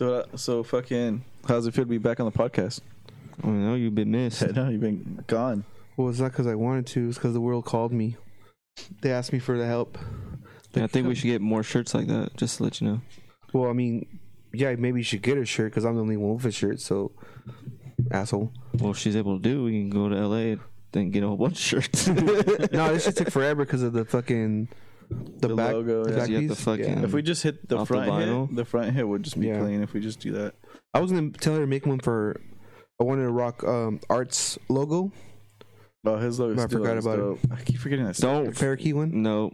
[SPEAKER 1] So, uh, so fucking. How's it feel to be back on the podcast?
[SPEAKER 3] I know Oh, you've been missed.
[SPEAKER 1] no, you've been gone.
[SPEAKER 4] Well, it's not because I wanted to. It's because the world called me. They asked me for the help.
[SPEAKER 3] Yeah, I think we should get more shirts like that. Just to let you know.
[SPEAKER 4] Well, I mean, yeah, maybe you should get a shirt because I'm the only one with a shirt. So, asshole.
[SPEAKER 3] Well, if she's able to do, we can go to LA and then get a whole bunch of shirts.
[SPEAKER 4] No, this shit took forever because of the fucking the,
[SPEAKER 1] The
[SPEAKER 4] back
[SPEAKER 1] logo,
[SPEAKER 4] The
[SPEAKER 1] yeah.
[SPEAKER 4] back
[SPEAKER 3] You have to
[SPEAKER 4] piece.
[SPEAKER 3] fucking-
[SPEAKER 4] Yeah.
[SPEAKER 1] If we just hit the
[SPEAKER 3] Off the
[SPEAKER 1] front
[SPEAKER 3] vinyl?
[SPEAKER 1] hit, the front hit would just be
[SPEAKER 4] Yeah.
[SPEAKER 1] clean if we just do that.
[SPEAKER 4] I was gonna tell her to make one for. I wanted to rock um, Art's logo,
[SPEAKER 1] Oh, his logo.
[SPEAKER 4] I forgot about it.
[SPEAKER 1] I keep forgetting that. stuff.
[SPEAKER 4] the
[SPEAKER 3] Don't.
[SPEAKER 4] parakeet one.
[SPEAKER 3] No.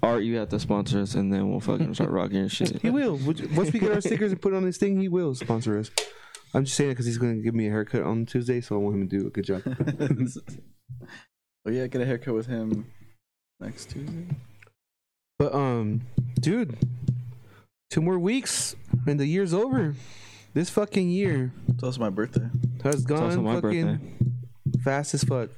[SPEAKER 3] Art, you have to sponsor us, and then we'll fucking start rocking your shit.
[SPEAKER 4] He will. Would- Once we get our stickers and put it on this thing, he will sponsor us. I'm just saying it because he's gonna give me a haircut on Tuesday, so I want him to do a good job.
[SPEAKER 1] oh yeah, get a haircut with him next Tuesday.
[SPEAKER 4] But um, dude, two more weeks and the year's over. This fucking year
[SPEAKER 1] It's also my birthday.
[SPEAKER 4] has
[SPEAKER 3] It's
[SPEAKER 4] gone
[SPEAKER 3] also my
[SPEAKER 4] fucking
[SPEAKER 3] birthday.
[SPEAKER 4] fast as fuck.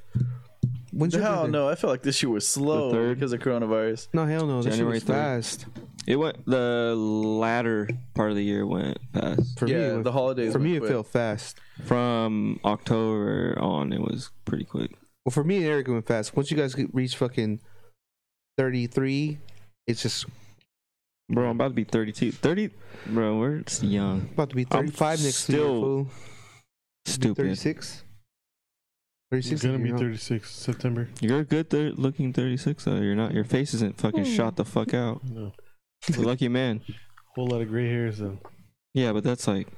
[SPEAKER 4] When's your
[SPEAKER 1] Hell
[SPEAKER 4] birthday?
[SPEAKER 1] no, I felt like this year was slow
[SPEAKER 3] The third?
[SPEAKER 1] because of coronavirus.
[SPEAKER 4] No, hell no. This shit
[SPEAKER 3] January
[SPEAKER 4] was
[SPEAKER 3] 3rd.
[SPEAKER 4] fast.
[SPEAKER 3] It went. The latter part of the year went fast.
[SPEAKER 4] For me,
[SPEAKER 1] yeah,
[SPEAKER 4] it was-
[SPEAKER 1] the holidays.
[SPEAKER 4] for me,
[SPEAKER 1] went
[SPEAKER 4] it
[SPEAKER 1] quick.
[SPEAKER 4] felt fast.
[SPEAKER 3] From October on, it was pretty quick.
[SPEAKER 4] Well, for me and Eric, it went fast. Once you guys get- reach fucking 33, it's just
[SPEAKER 3] Bro, I'm about to be 32. 30. Bro, we're just young.
[SPEAKER 4] about to be
[SPEAKER 3] I'm
[SPEAKER 4] 35 next year.
[SPEAKER 3] still
[SPEAKER 4] fool.
[SPEAKER 3] Stupid.
[SPEAKER 4] 36?
[SPEAKER 2] It's
[SPEAKER 4] 36?
[SPEAKER 2] gonna be
[SPEAKER 4] you know.
[SPEAKER 2] 36 September.
[SPEAKER 3] You're a good thir- looking 36 though. You're not. Your face isn't fucking shot the fuck out.
[SPEAKER 2] No.
[SPEAKER 3] You're a lucky man.
[SPEAKER 2] Whole lot of gray hairs and
[SPEAKER 3] Yeah, but that's like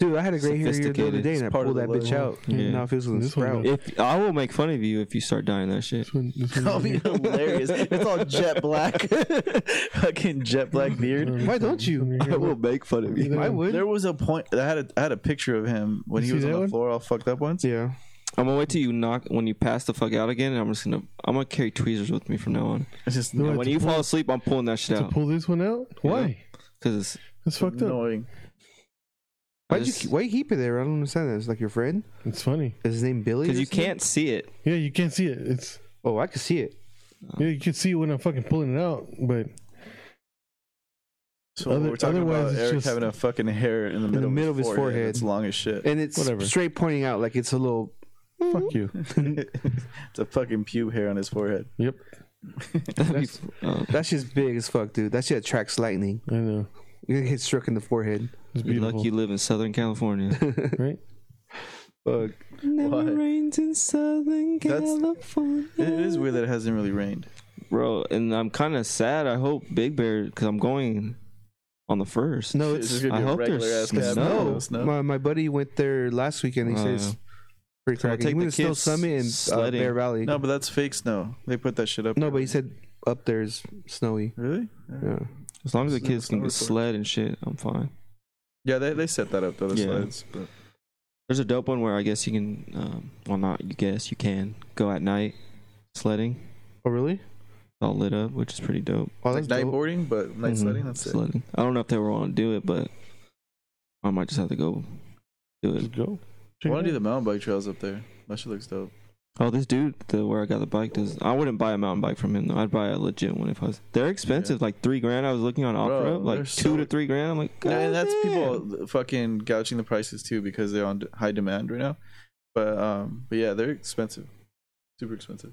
[SPEAKER 4] Dude, I had a gray hair here the other
[SPEAKER 3] Sophisticated.
[SPEAKER 4] day and I
[SPEAKER 1] It's part
[SPEAKER 4] pulled
[SPEAKER 1] of
[SPEAKER 4] that
[SPEAKER 1] the
[SPEAKER 4] bitch out.
[SPEAKER 1] look.
[SPEAKER 3] Yeah.
[SPEAKER 4] Now it feels like a
[SPEAKER 2] This one
[SPEAKER 4] sprout.
[SPEAKER 2] goes-
[SPEAKER 3] if I will make fun of you if you start dying that shit.
[SPEAKER 2] this one. This one
[SPEAKER 1] That'll be
[SPEAKER 2] right here.
[SPEAKER 1] hilarious. It's all jet black, fucking jet black beard.
[SPEAKER 2] Um,
[SPEAKER 4] Why don't you?
[SPEAKER 2] this one right here.
[SPEAKER 3] make fun of
[SPEAKER 2] you.
[SPEAKER 4] I would.
[SPEAKER 1] There was a point. I had a, I had a picture of him when
[SPEAKER 2] You
[SPEAKER 1] he
[SPEAKER 2] see
[SPEAKER 1] was on
[SPEAKER 2] that
[SPEAKER 1] the
[SPEAKER 2] one?
[SPEAKER 1] floor, all fucked up once.
[SPEAKER 4] Yeah.
[SPEAKER 3] I'm gonna wait till you knock when you pass the fuck out again. And I'm just gonna I'm gonna carry tweezers with me from now on.
[SPEAKER 1] It's just
[SPEAKER 2] No,
[SPEAKER 3] And
[SPEAKER 2] it's
[SPEAKER 3] when
[SPEAKER 2] a
[SPEAKER 3] you
[SPEAKER 2] pull-
[SPEAKER 3] fall asleep, I'm pulling that shit
[SPEAKER 2] to
[SPEAKER 3] out
[SPEAKER 2] pull this one out. Why?
[SPEAKER 3] because it's
[SPEAKER 2] That's fucked up.
[SPEAKER 1] annoying.
[SPEAKER 3] I
[SPEAKER 4] Why'd
[SPEAKER 3] just-
[SPEAKER 4] you, why you keep it there? I don't understand that. It's like your friend?
[SPEAKER 2] It's funny.
[SPEAKER 4] Is his name Billy?
[SPEAKER 3] because
[SPEAKER 4] or
[SPEAKER 3] you
[SPEAKER 4] something?
[SPEAKER 3] can't see it.
[SPEAKER 2] Yeah, you can't see it. It's
[SPEAKER 4] Oh, I can see it.
[SPEAKER 2] yeah, you can see when I'm fucking pulling it out, but
[SPEAKER 1] So
[SPEAKER 2] Other-
[SPEAKER 1] we're talking
[SPEAKER 2] otherwise
[SPEAKER 1] about
[SPEAKER 2] it's
[SPEAKER 1] Eric
[SPEAKER 2] just-
[SPEAKER 1] having a fucking hair in the middle, of his forehead. It's long as shit.
[SPEAKER 4] And it's
[SPEAKER 2] Whatever.
[SPEAKER 4] straight pointing out like it's a little.
[SPEAKER 2] fuck you.
[SPEAKER 1] it's a fucking pube hair on his forehead.
[SPEAKER 2] Yep,
[SPEAKER 3] That'd be,
[SPEAKER 4] That's-
[SPEAKER 3] oh,
[SPEAKER 4] That shit's big as fuck, dude. That shit attracts lightning.
[SPEAKER 2] I know.
[SPEAKER 4] You're gonna get struck in the forehead.
[SPEAKER 2] It's
[SPEAKER 3] you're
[SPEAKER 2] beautiful,
[SPEAKER 3] lucky you live in Southern California.
[SPEAKER 2] right?
[SPEAKER 4] Fuck.
[SPEAKER 1] Why?
[SPEAKER 3] rains in Southern
[SPEAKER 1] That's-
[SPEAKER 3] California.
[SPEAKER 1] It is weird that it hasn't really rained.
[SPEAKER 3] bro. And I'm kind of sad. I hope Big Bear because I'm going on the first.
[SPEAKER 4] No,
[SPEAKER 1] It's
[SPEAKER 4] it's
[SPEAKER 1] just gonna be
[SPEAKER 3] I
[SPEAKER 1] a
[SPEAKER 3] hope
[SPEAKER 1] regular
[SPEAKER 3] there's
[SPEAKER 1] ass cabin.
[SPEAKER 3] snow.
[SPEAKER 1] No snow.
[SPEAKER 4] Oh, my, my buddy went there last weekend. He
[SPEAKER 3] Oh,
[SPEAKER 4] says
[SPEAKER 3] yeah.
[SPEAKER 4] pretty
[SPEAKER 3] I'll
[SPEAKER 4] cracking.
[SPEAKER 3] take
[SPEAKER 4] He went
[SPEAKER 3] the
[SPEAKER 4] to Snow
[SPEAKER 3] kids
[SPEAKER 4] Summit in uh,
[SPEAKER 3] sledding.
[SPEAKER 4] Bear Valley.
[SPEAKER 1] No, but that's fake snow. They put that shit up.
[SPEAKER 4] No,
[SPEAKER 1] there.
[SPEAKER 4] but he said up there's snowy.
[SPEAKER 1] really?
[SPEAKER 4] Yeah.
[SPEAKER 3] As long as the
[SPEAKER 1] Snow-
[SPEAKER 3] kids
[SPEAKER 1] snow
[SPEAKER 3] can get
[SPEAKER 1] report.
[SPEAKER 3] sled and shit, I'm fine.
[SPEAKER 1] Yeah, they they set that up though. The
[SPEAKER 3] Yeah.
[SPEAKER 1] slides, but
[SPEAKER 3] There's a dope one where I guess you can, um, well, not you guess, you can go at night sledding,
[SPEAKER 4] Oh really?
[SPEAKER 3] all lit up, which is pretty dope.
[SPEAKER 4] Oh,
[SPEAKER 1] like
[SPEAKER 4] that's
[SPEAKER 1] night
[SPEAKER 4] dope.
[SPEAKER 1] boarding, but night
[SPEAKER 3] Mhm,
[SPEAKER 4] Mm-hmm.
[SPEAKER 1] sledding. That's it.
[SPEAKER 3] sledding. I don't know if they were want to do it, but I might just have to go do it.
[SPEAKER 2] Just go.
[SPEAKER 1] I
[SPEAKER 2] Check
[SPEAKER 1] want
[SPEAKER 2] it
[SPEAKER 1] to do
[SPEAKER 2] out.
[SPEAKER 1] the mountain bike trails up there. That shit looks dope.
[SPEAKER 3] Oh, this dude, the where I got the bike, does. I wouldn't buy a mountain bike from him though. I'd buy a legit one if I was. They're expensive, like three grand. I was looking on
[SPEAKER 1] Bro,
[SPEAKER 3] offer up,
[SPEAKER 1] they're
[SPEAKER 3] like two
[SPEAKER 1] so-
[SPEAKER 3] to three grand. I'm like, God
[SPEAKER 1] and that's
[SPEAKER 3] damn.
[SPEAKER 1] people fucking gouging the prices too because they're on d- high demand right now. But um, but yeah, they're expensive, super expensive.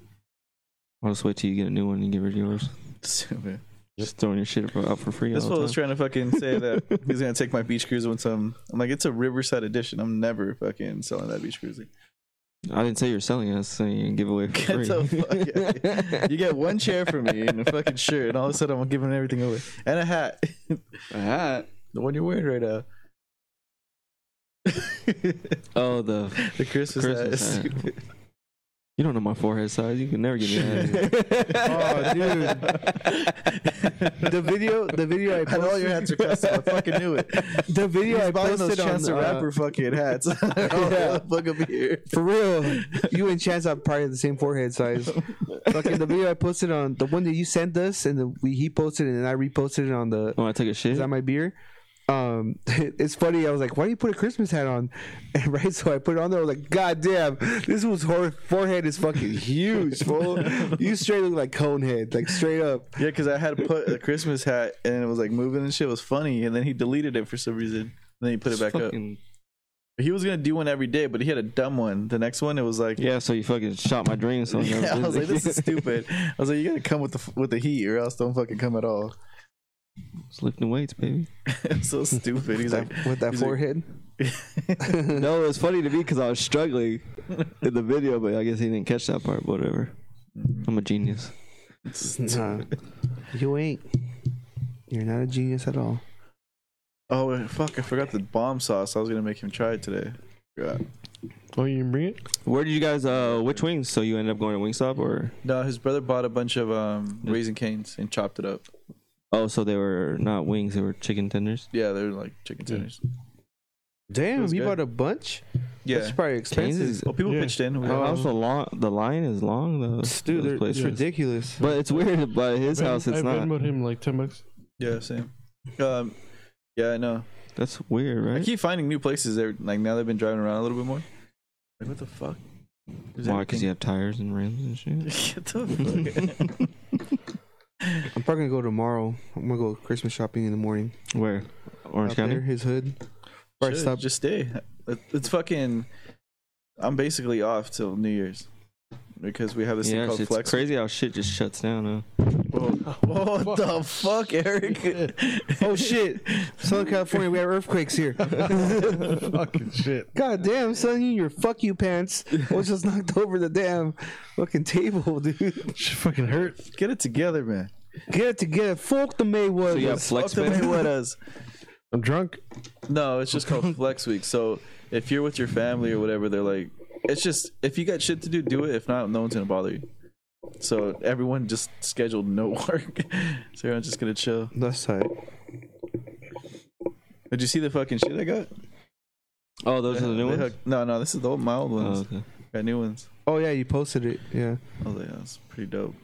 [SPEAKER 3] I'll just wait till you get a new one and get rid of yours.
[SPEAKER 1] Stupid.
[SPEAKER 3] Just throwing your shit out for free.
[SPEAKER 1] This
[SPEAKER 3] all the
[SPEAKER 1] fool was
[SPEAKER 3] time.
[SPEAKER 1] trying to fucking say that he's gonna take my beach cruiser with some. I'm like, it's a Riverside edition. I'm never fucking selling that beach cruiser.
[SPEAKER 3] I didn't say you're selling it. I was saying you can give away for
[SPEAKER 1] Get
[SPEAKER 3] free.
[SPEAKER 1] the fuck You get one chair from me and a fucking shirt, and all of a sudden I'm giving everything away and a hat,
[SPEAKER 3] a hat.
[SPEAKER 1] the one you're wearing right now.
[SPEAKER 3] Oh, the Oh,
[SPEAKER 1] the Christmas,
[SPEAKER 3] Christmas
[SPEAKER 1] hat.
[SPEAKER 3] hat. You don't know my forehead size. You can never give me that.
[SPEAKER 4] oh, dude. the video, the video I
[SPEAKER 1] And all
[SPEAKER 4] posted,
[SPEAKER 1] your hats are custom. I fucking knew it.
[SPEAKER 4] the video I
[SPEAKER 1] He's buying those
[SPEAKER 4] posted on uh,
[SPEAKER 1] chance
[SPEAKER 4] the
[SPEAKER 1] to rapper fucking hats. uh, yeah. Fuck up here.
[SPEAKER 4] For real, you and Chance have probably the same forehead size. Fucking the video I posted on the one that you sent us, and the, we he posted it, and I reposted it on the
[SPEAKER 3] When Oh, I take a shit,
[SPEAKER 4] is on my beer. Um, it's funny. I was like, "Why do you put a Christmas hat on?" And right, so I put it on there. I was like, "God damn, this was hor- forehead is fucking huge, fool. You straight look like Conehead, like straight up."
[SPEAKER 1] Yeah, because I had put a Christmas hat and it was like moving and shit It was funny, and then he deleted it for some reason. And then he put it
[SPEAKER 3] It's
[SPEAKER 1] back up.
[SPEAKER 3] fucking-
[SPEAKER 1] He was gonna do one every day, but he had a dumb one. The next one, it was like,
[SPEAKER 3] Yeah, so you fucking shot my dream. So
[SPEAKER 1] Yeah, I was like, this is stupid. I was like, you gotta come with the f- with the heat, or else don't fucking come at all.
[SPEAKER 3] It's lifting weights, baby.
[SPEAKER 1] it's so stupid. He's like,
[SPEAKER 4] with that
[SPEAKER 1] he's like-
[SPEAKER 4] forehead.
[SPEAKER 3] No, it was funny to me because I was struggling in the video, but I guess he didn't catch that part. But whatever. I'm a genius.
[SPEAKER 4] Nah, you ain't. You're not a genius at all.
[SPEAKER 1] oh wait, fuck, I forgot the bomb sauce. I was gonna make him try it today. Forgot.
[SPEAKER 2] Oh, you didn't bring it?
[SPEAKER 3] Where did you guys? Uh, which wings? So you ended up going to Wingstop, or
[SPEAKER 1] No, his brother bought a bunch of um, raisin canes and chopped it up.
[SPEAKER 3] oh, so they were not wings; they were chicken tenders.
[SPEAKER 1] Yeah, they were like chicken
[SPEAKER 2] Yeah.
[SPEAKER 1] tenders. It
[SPEAKER 4] Damn,
[SPEAKER 1] was
[SPEAKER 4] you
[SPEAKER 1] good.
[SPEAKER 4] bought a bunch.
[SPEAKER 1] Yeah.
[SPEAKER 4] That's probably
[SPEAKER 3] Canes
[SPEAKER 4] expensive.
[SPEAKER 3] is.
[SPEAKER 1] well, people
[SPEAKER 2] Yeah.
[SPEAKER 1] pitched in. We-
[SPEAKER 3] Oh, also long. The line is long though.
[SPEAKER 4] Dude, they're- it's
[SPEAKER 3] places.
[SPEAKER 4] ridiculous.
[SPEAKER 3] But it's weird. By his
[SPEAKER 2] Ven-
[SPEAKER 3] house, it's
[SPEAKER 2] I
[SPEAKER 3] not.
[SPEAKER 2] Venmoed him like ten bucks.
[SPEAKER 1] Yeah, same. Um, yeah, I know.
[SPEAKER 3] That's weird,
[SPEAKER 1] I
[SPEAKER 3] right?
[SPEAKER 1] keep finding new places. There, like now they've been driving around a little bit more. Like, what the fuck? There's
[SPEAKER 3] Why? Because
[SPEAKER 1] everything-
[SPEAKER 3] you have tires and rims and shit.
[SPEAKER 1] Get the fuck.
[SPEAKER 4] I'm probably gonna go tomorrow. I'm gonna go Christmas shopping in the morning.
[SPEAKER 3] Where? Orange
[SPEAKER 4] Out
[SPEAKER 3] County.
[SPEAKER 4] there, his hood. Probably
[SPEAKER 1] Should,
[SPEAKER 4] stop.
[SPEAKER 1] Just stay. It- It's fucking. I'm basically off till New Year's because we have this
[SPEAKER 3] Yeah,
[SPEAKER 1] thing called
[SPEAKER 3] it's
[SPEAKER 1] Flex.
[SPEAKER 3] crazy how shit just shuts down. Huh?
[SPEAKER 1] Whoa, whoa, what the fuck, Eric?
[SPEAKER 4] oh shit! Southern California, we have earthquakes here.
[SPEAKER 2] Fucking shit.
[SPEAKER 4] God damn, son, you in your fuck you pants was just knocked over the damn fucking table, dude.
[SPEAKER 2] Shit fucking hurt.
[SPEAKER 1] Get it together, man.
[SPEAKER 4] Get it together. Fuck the Mayweather.
[SPEAKER 3] So you have
[SPEAKER 1] Fuck
[SPEAKER 3] flex
[SPEAKER 1] the
[SPEAKER 3] pay.
[SPEAKER 1] Mayweathers.
[SPEAKER 2] I'm drunk.
[SPEAKER 1] No, it's just called Flex Week. So if you're with your family or whatever, they're like, it's just if you got shit to do, do it. If not, no one's gonna bother you. So everyone just scheduled no work. so everyone's just gonna chill.
[SPEAKER 4] That's tight.
[SPEAKER 1] Did you see the fucking shit I got?
[SPEAKER 3] Oh, those are the
[SPEAKER 1] They
[SPEAKER 3] new ones.
[SPEAKER 1] hooked- no, no, this is the old, my old
[SPEAKER 3] Oh,
[SPEAKER 1] ones.
[SPEAKER 3] okay.
[SPEAKER 1] Got new ones.
[SPEAKER 4] Oh yeah, you posted it. Yeah,
[SPEAKER 1] I was like, yeah, that's pretty dope.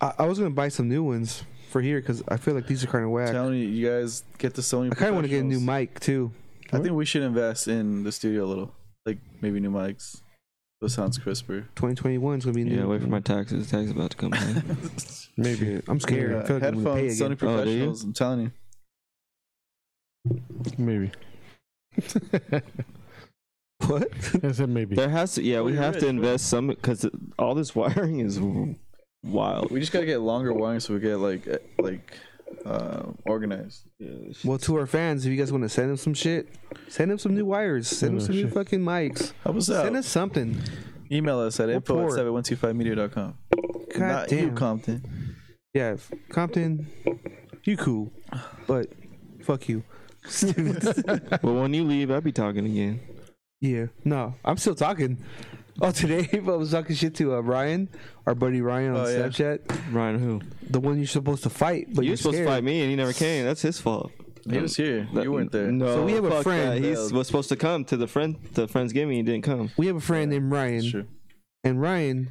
[SPEAKER 4] I, I was gonna buy some new ones for here because I feel like these are kind of whack.
[SPEAKER 1] Telling you, you guys get the Sony.
[SPEAKER 4] I kind of want to get a new
[SPEAKER 1] professionals.
[SPEAKER 4] mic too.
[SPEAKER 1] I think we should invest in the studio a little, like maybe new mics. That sounds crisper.
[SPEAKER 4] 2021 is gonna be new.
[SPEAKER 3] Yeah, wait for my taxes. Tax about to come. in.
[SPEAKER 2] Maybe.
[SPEAKER 4] Shit, I'm scared.
[SPEAKER 1] Yeah,
[SPEAKER 4] I feel like I'm gonna pay
[SPEAKER 1] headphones,
[SPEAKER 4] again.
[SPEAKER 3] Oh,
[SPEAKER 1] Sony professionals. I'm telling you.
[SPEAKER 2] Maybe.
[SPEAKER 4] What?
[SPEAKER 2] I said maybe.
[SPEAKER 3] There has to, yeah,
[SPEAKER 1] Well,
[SPEAKER 3] we
[SPEAKER 1] you're
[SPEAKER 3] have
[SPEAKER 1] rich,
[SPEAKER 3] to
[SPEAKER 1] bro.
[SPEAKER 3] invest some because all this wiring is wild.
[SPEAKER 1] We just gotta get longer wires so we get like uh, like uh, organized.
[SPEAKER 4] Well, to our fans, if you guys want to send them some shit, send them some new wires. Send them
[SPEAKER 2] Oh,
[SPEAKER 4] some new
[SPEAKER 2] shit.
[SPEAKER 4] fucking mics.
[SPEAKER 1] Help us out.
[SPEAKER 4] Send us something.
[SPEAKER 1] Email us at
[SPEAKER 4] We're
[SPEAKER 1] info at
[SPEAKER 4] poor.
[SPEAKER 1] seven one two five media.com.
[SPEAKER 4] God
[SPEAKER 1] Not
[SPEAKER 4] damn.
[SPEAKER 1] you, Compton.
[SPEAKER 4] Yeah, f- Compton, you cool, but fuck you.
[SPEAKER 3] Well, when you leave, I'll be talking again.
[SPEAKER 4] yeah, no, I'm still talking. Oh, today I was talking shit to uh, Ryan, our buddy Ryan on
[SPEAKER 1] Oh, yeah.
[SPEAKER 4] Snapchat,
[SPEAKER 3] Ryan, who?
[SPEAKER 4] the one you're supposed to fight, but
[SPEAKER 3] you
[SPEAKER 4] you're
[SPEAKER 3] were supposed to fight me and you never came. That's his fault.
[SPEAKER 1] He was here. You weren't there.
[SPEAKER 3] No,
[SPEAKER 4] So we have a
[SPEAKER 3] fuck
[SPEAKER 4] friend.
[SPEAKER 3] That. He was supposed to come to the friend, the Friendsgiving. He didn't come.
[SPEAKER 4] We have a friend named Ryan,
[SPEAKER 1] That's true.
[SPEAKER 4] and Ryan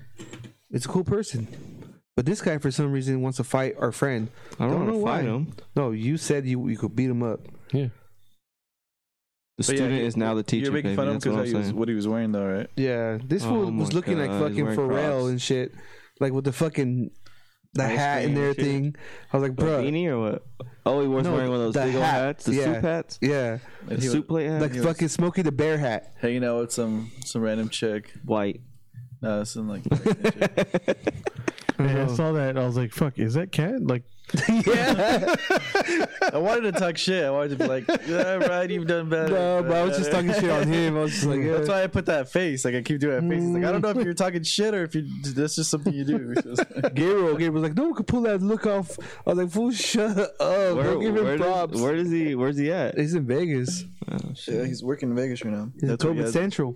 [SPEAKER 4] is a cool person, but this guy for some reason wants to fight our friend.
[SPEAKER 3] I don't,
[SPEAKER 4] Don't
[SPEAKER 3] want
[SPEAKER 4] know
[SPEAKER 3] to
[SPEAKER 4] why.
[SPEAKER 3] fight him.
[SPEAKER 4] No, you said you you could beat him up.
[SPEAKER 2] Yeah.
[SPEAKER 3] The
[SPEAKER 1] But yeah,
[SPEAKER 3] student
[SPEAKER 1] he-
[SPEAKER 3] is now the teacher.
[SPEAKER 1] You're making
[SPEAKER 3] baby.
[SPEAKER 1] fun of him
[SPEAKER 3] That's what
[SPEAKER 1] because
[SPEAKER 3] I'm
[SPEAKER 1] was
[SPEAKER 3] saying.
[SPEAKER 1] what he was wearing, though, right?
[SPEAKER 4] Yeah, this
[SPEAKER 3] Oh
[SPEAKER 4] fool was
[SPEAKER 3] my
[SPEAKER 4] looking
[SPEAKER 3] God,
[SPEAKER 4] like
[SPEAKER 3] he's
[SPEAKER 4] fucking
[SPEAKER 3] wearing
[SPEAKER 4] Pharrell
[SPEAKER 3] Crocs.
[SPEAKER 4] and shit, like with the fucking the
[SPEAKER 1] Ice
[SPEAKER 4] hat
[SPEAKER 1] cream
[SPEAKER 4] and
[SPEAKER 1] and shit.
[SPEAKER 4] everything. I was like,
[SPEAKER 3] A
[SPEAKER 4] bro,
[SPEAKER 3] beanie or what? Oh, he was
[SPEAKER 4] No,
[SPEAKER 3] wearing one of those
[SPEAKER 4] the
[SPEAKER 3] big old
[SPEAKER 4] hat.
[SPEAKER 3] hats, the
[SPEAKER 4] Yeah.
[SPEAKER 3] soup hats,
[SPEAKER 4] yeah,
[SPEAKER 1] And
[SPEAKER 3] the
[SPEAKER 1] he
[SPEAKER 3] soup
[SPEAKER 1] was
[SPEAKER 3] plate hat.
[SPEAKER 4] like
[SPEAKER 1] he was-
[SPEAKER 4] fucking Smokey the Bear hat.
[SPEAKER 1] hanging out with some some random chick.
[SPEAKER 3] white.
[SPEAKER 1] No, some like
[SPEAKER 2] I saw that. I was like, "Fuck, is that cat?" Like,
[SPEAKER 4] yeah,
[SPEAKER 1] I wanted to talk shit. I wanted to be like, yeah, right, you've done better.
[SPEAKER 4] no, but I was just talking shit on him. I was just like, uh, yeah.
[SPEAKER 1] That's why I put that face. Like I keep doing that face. It's like I don't know if you're talking shit or if you. That's just something you do. It's just-
[SPEAKER 4] Gabriel, Gabriel was like, no one could pull that look off. I was like, fool, shut up. Don't give him props.
[SPEAKER 3] Does, where does he? Where's he at?
[SPEAKER 4] He's in Vegas.
[SPEAKER 3] Oh, shit.
[SPEAKER 1] Yeah, he's working in Vegas right now.
[SPEAKER 4] He's in
[SPEAKER 1] what he
[SPEAKER 4] COVID
[SPEAKER 1] has.
[SPEAKER 4] Central.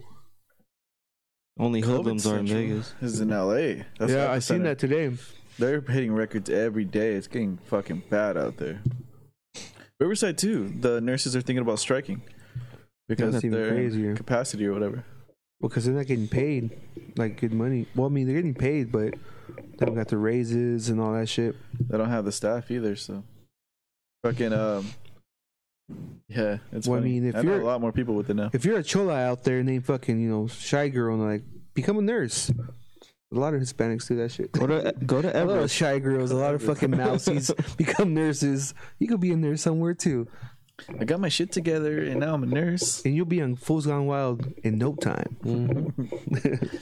[SPEAKER 3] Only hoodlums are in
[SPEAKER 1] Central
[SPEAKER 3] Vegas.
[SPEAKER 1] Is in LA. That's
[SPEAKER 4] yeah,
[SPEAKER 1] the
[SPEAKER 4] I seen
[SPEAKER 1] epicenter.
[SPEAKER 4] that today.
[SPEAKER 1] They're hitting records every day. It's getting fucking bad out there. Riverside too. The nurses are thinking about striking because
[SPEAKER 4] That's
[SPEAKER 1] of
[SPEAKER 4] even
[SPEAKER 1] their
[SPEAKER 4] crazier.
[SPEAKER 1] capacity or whatever.
[SPEAKER 4] Well, because they're not getting paid like good money. Well, I mean they're getting paid, but they don't got the raises and all that shit.
[SPEAKER 1] They don't have the staff either, so fucking um yeah, it's
[SPEAKER 4] Well, I
[SPEAKER 1] funny. I
[SPEAKER 4] mean, if
[SPEAKER 1] know
[SPEAKER 4] you're-
[SPEAKER 1] a lot more people with it now.
[SPEAKER 4] If you're a chola out there named fucking you know shy girl and like become a nurse, a lot of Hispanics do that shit.
[SPEAKER 3] Go to go to
[SPEAKER 4] A lot of
[SPEAKER 3] Everest.
[SPEAKER 4] shy girls, a lot of fucking mousies become nurses. You could be a nurse somewhere too,
[SPEAKER 1] I got my shit together and now I'm a nurse.
[SPEAKER 4] and you'll be on Fools Gone Wild in no time.
[SPEAKER 1] Mm-hmm.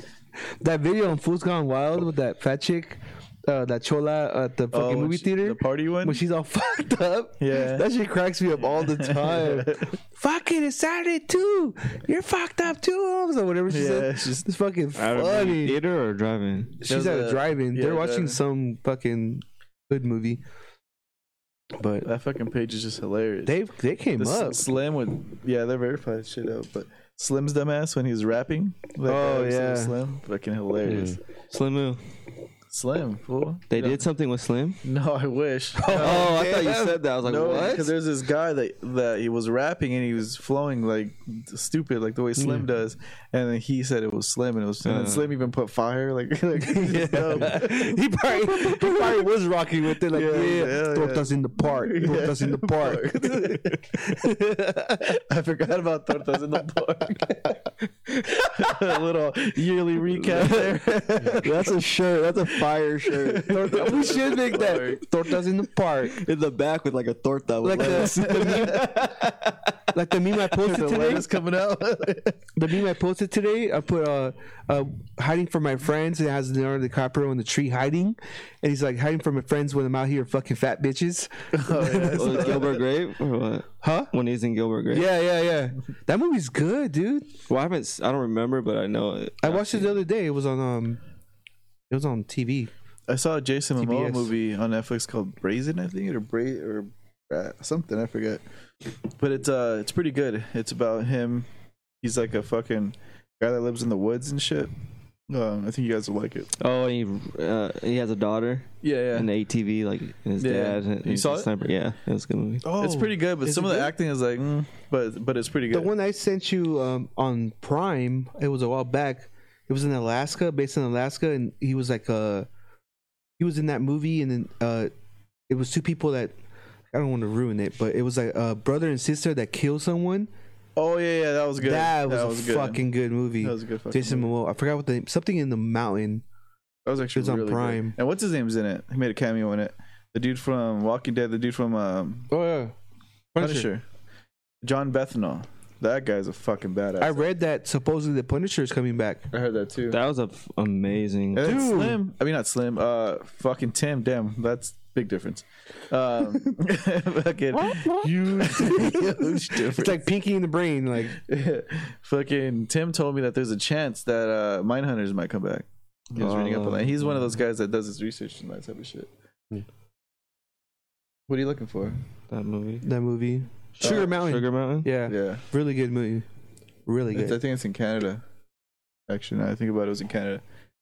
[SPEAKER 4] that video on Fools Gone Wild with that fat chick, uh, that chola at the fucking
[SPEAKER 1] when
[SPEAKER 4] movie
[SPEAKER 1] Oh, she-
[SPEAKER 4] theater.
[SPEAKER 1] The party one?
[SPEAKER 4] when she's all fucked up.
[SPEAKER 1] Yeah.
[SPEAKER 4] That shit cracks me up all the time. Fuck it, it's Saturday too. You're fucked up too. So whatever she
[SPEAKER 1] Yeah,
[SPEAKER 4] said.
[SPEAKER 1] it's just-
[SPEAKER 4] It's fucking
[SPEAKER 3] Out of the
[SPEAKER 4] funny.
[SPEAKER 3] theater or driving?
[SPEAKER 4] She's
[SPEAKER 1] There's
[SPEAKER 4] at a
[SPEAKER 1] a-
[SPEAKER 4] drive-in.
[SPEAKER 1] yeah,
[SPEAKER 4] They're
[SPEAKER 1] drive-in.
[SPEAKER 4] watching some fucking hood movie. But
[SPEAKER 1] that fucking page is just hilarious.
[SPEAKER 4] they they came
[SPEAKER 1] This
[SPEAKER 4] up.
[SPEAKER 1] Slim with yeah, they're verified shit out, but Slim's dumbass when he was rapping. Like,
[SPEAKER 4] Oh,
[SPEAKER 1] uh, so
[SPEAKER 4] yeah.
[SPEAKER 1] Slim, fucking hilarious.
[SPEAKER 3] Slimu.
[SPEAKER 1] Slim, fool.
[SPEAKER 3] They
[SPEAKER 1] No.
[SPEAKER 3] did something with Slim.
[SPEAKER 1] No, I wish.
[SPEAKER 3] Oh, I thought you
[SPEAKER 4] damn.
[SPEAKER 3] said that. I was like,
[SPEAKER 1] no,
[SPEAKER 3] what?
[SPEAKER 1] because there's this guy that that he was rapping and he was flowing like stupid, like the way Slim does, and then he said it was Slim, and it was, and then
[SPEAKER 3] Uh.
[SPEAKER 1] Slim even put fire, like, like
[SPEAKER 4] Yeah.
[SPEAKER 3] Oh,
[SPEAKER 4] he probably he probably was rocking with it like yeah,
[SPEAKER 1] Yeah, yeah,
[SPEAKER 4] throw
[SPEAKER 1] yeah.
[SPEAKER 4] us in the park throw
[SPEAKER 1] Yeah.
[SPEAKER 4] us in the park
[SPEAKER 1] I forgot about tortas in the park. a little yearly recap there.
[SPEAKER 4] that's a shirt that's a fire shirt Torta- we should make that tortas in the park
[SPEAKER 3] In the back with like a torta.
[SPEAKER 4] like the, the meme, like the meme I posted
[SPEAKER 1] the
[SPEAKER 4] today.
[SPEAKER 1] lettuce coming out.
[SPEAKER 4] The meme I posted today, I put uh, uh hiding from my friends. It has Leonardo DiCaprio in the tree hiding, and he's like hiding from my friends when I'm out here fucking fat bitches,
[SPEAKER 3] was it Gilbert Grape or what?
[SPEAKER 4] huh?
[SPEAKER 3] When he's in Gilbert Grape.
[SPEAKER 4] Yeah, yeah, yeah. That movie's good, dude.
[SPEAKER 3] Well, I haven't. s- I don't remember, but I know it.
[SPEAKER 4] I watched it the other day. It was on um, it was on TV.
[SPEAKER 1] I saw a Jason Momoa
[SPEAKER 4] TBS.
[SPEAKER 1] movie on Netflix called Brazen, I think, or Bra or Bra- something, I forget. But it's uh, it's pretty good. It's about him. He's like a fucking guy that lives in the woods and shit. Um, I think you guys will like it.
[SPEAKER 3] Oh, and he uh, he has a daughter
[SPEAKER 1] Yeah,
[SPEAKER 3] and the ATV, like and his
[SPEAKER 1] Yeah.
[SPEAKER 3] dad. And
[SPEAKER 1] You
[SPEAKER 3] he's
[SPEAKER 1] saw
[SPEAKER 3] a
[SPEAKER 1] it?
[SPEAKER 3] Sniper. Yeah, it was a good movie.
[SPEAKER 4] Oh,
[SPEAKER 1] It's pretty good, but
[SPEAKER 4] is
[SPEAKER 1] some
[SPEAKER 4] it
[SPEAKER 1] of the
[SPEAKER 4] good?
[SPEAKER 1] acting is like, mm, but but it's pretty
[SPEAKER 4] The
[SPEAKER 1] good.
[SPEAKER 4] one I sent you um, on Prime, it was a while back. It was in Alaska, based in Alaska, and he was like uh he was in that movie, and then uh, it was two people that I don't want to ruin it, but it was like a brother and sister that kill someone.
[SPEAKER 1] oh yeah, yeah, that was good.
[SPEAKER 4] That was a
[SPEAKER 1] good.
[SPEAKER 4] fucking good movie.
[SPEAKER 1] That was a good. Fucking
[SPEAKER 4] Jason
[SPEAKER 1] movie.
[SPEAKER 4] Momoa. I forgot what the something in the mountain.
[SPEAKER 1] That was actually
[SPEAKER 4] It was on
[SPEAKER 1] really good.
[SPEAKER 4] Prime.
[SPEAKER 1] And what's his name's in it? He made a cameo in it. The dude from Walking Dead. The dude from um,
[SPEAKER 4] Oh yeah,
[SPEAKER 1] Punisher. John Bethnal. That guy's a fucking badass.
[SPEAKER 4] I read that supposedly the Punisher is coming back.
[SPEAKER 1] I heard that too.
[SPEAKER 3] That was a f- amazing.
[SPEAKER 1] And then
[SPEAKER 4] Dude.
[SPEAKER 1] Slim. I mean, not Slim. Uh, fucking Tim. Damn, that's big difference. Um, fucking
[SPEAKER 2] You
[SPEAKER 1] huge difference.
[SPEAKER 4] It's like Pinky in the Brain. Like
[SPEAKER 1] fucking Tim told me that there's a chance that uh, Mindhunters might come back. He was reading up on that. He's one of those guys that does his research and that type of shit.
[SPEAKER 2] Hmm.
[SPEAKER 1] What are you looking for?
[SPEAKER 3] that movie.
[SPEAKER 4] that movie, Sugar
[SPEAKER 1] Uh,
[SPEAKER 4] Mountain.
[SPEAKER 3] Sugar Mountain.
[SPEAKER 4] Yeah,
[SPEAKER 1] Yeah,
[SPEAKER 4] really good movie. Really
[SPEAKER 1] It's-
[SPEAKER 4] good.
[SPEAKER 1] I think it's in Canada. Actually, now that I think about it, it was in Canada.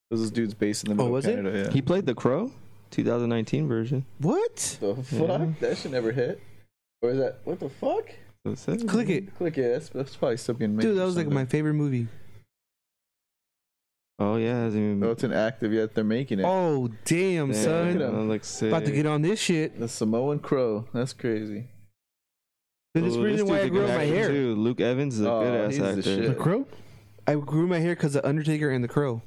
[SPEAKER 1] Those was dudes based in the
[SPEAKER 4] Oh,
[SPEAKER 1] middle
[SPEAKER 4] was
[SPEAKER 1] of
[SPEAKER 4] it?
[SPEAKER 1] Canada. Yeah.
[SPEAKER 3] He played The Crow, 2019 version.
[SPEAKER 4] What?
[SPEAKER 1] the fuck?
[SPEAKER 3] Yeah.
[SPEAKER 1] That should never hit. Or is that what the fuck?
[SPEAKER 4] Oh,
[SPEAKER 3] That's it.
[SPEAKER 4] Click it.
[SPEAKER 1] Click it. That's, that's probably still being made.
[SPEAKER 4] Dude,
[SPEAKER 1] or
[SPEAKER 4] that was like
[SPEAKER 1] something.
[SPEAKER 4] my favorite movie.
[SPEAKER 3] Oh yeah, it hasn't even.
[SPEAKER 1] Oh, it's an active yet. They're making it.
[SPEAKER 4] Oh, damn,
[SPEAKER 3] Damn,
[SPEAKER 4] son. uh,
[SPEAKER 1] at
[SPEAKER 3] that
[SPEAKER 1] him.
[SPEAKER 3] looks sick.
[SPEAKER 4] About to get on this shit.
[SPEAKER 1] The Samoan crow. That's crazy.
[SPEAKER 4] Dude, this
[SPEAKER 3] Ooh,
[SPEAKER 4] reason
[SPEAKER 3] dude's
[SPEAKER 4] why
[SPEAKER 3] a
[SPEAKER 4] I
[SPEAKER 3] good
[SPEAKER 4] grew my
[SPEAKER 3] actor,
[SPEAKER 4] hair.
[SPEAKER 3] too. Luke Evans is a
[SPEAKER 1] Oh,
[SPEAKER 3] good ass
[SPEAKER 1] he's the
[SPEAKER 3] actor.
[SPEAKER 2] the
[SPEAKER 1] shit.
[SPEAKER 2] crow?
[SPEAKER 4] I grew my hair because of Undertaker and The Crow.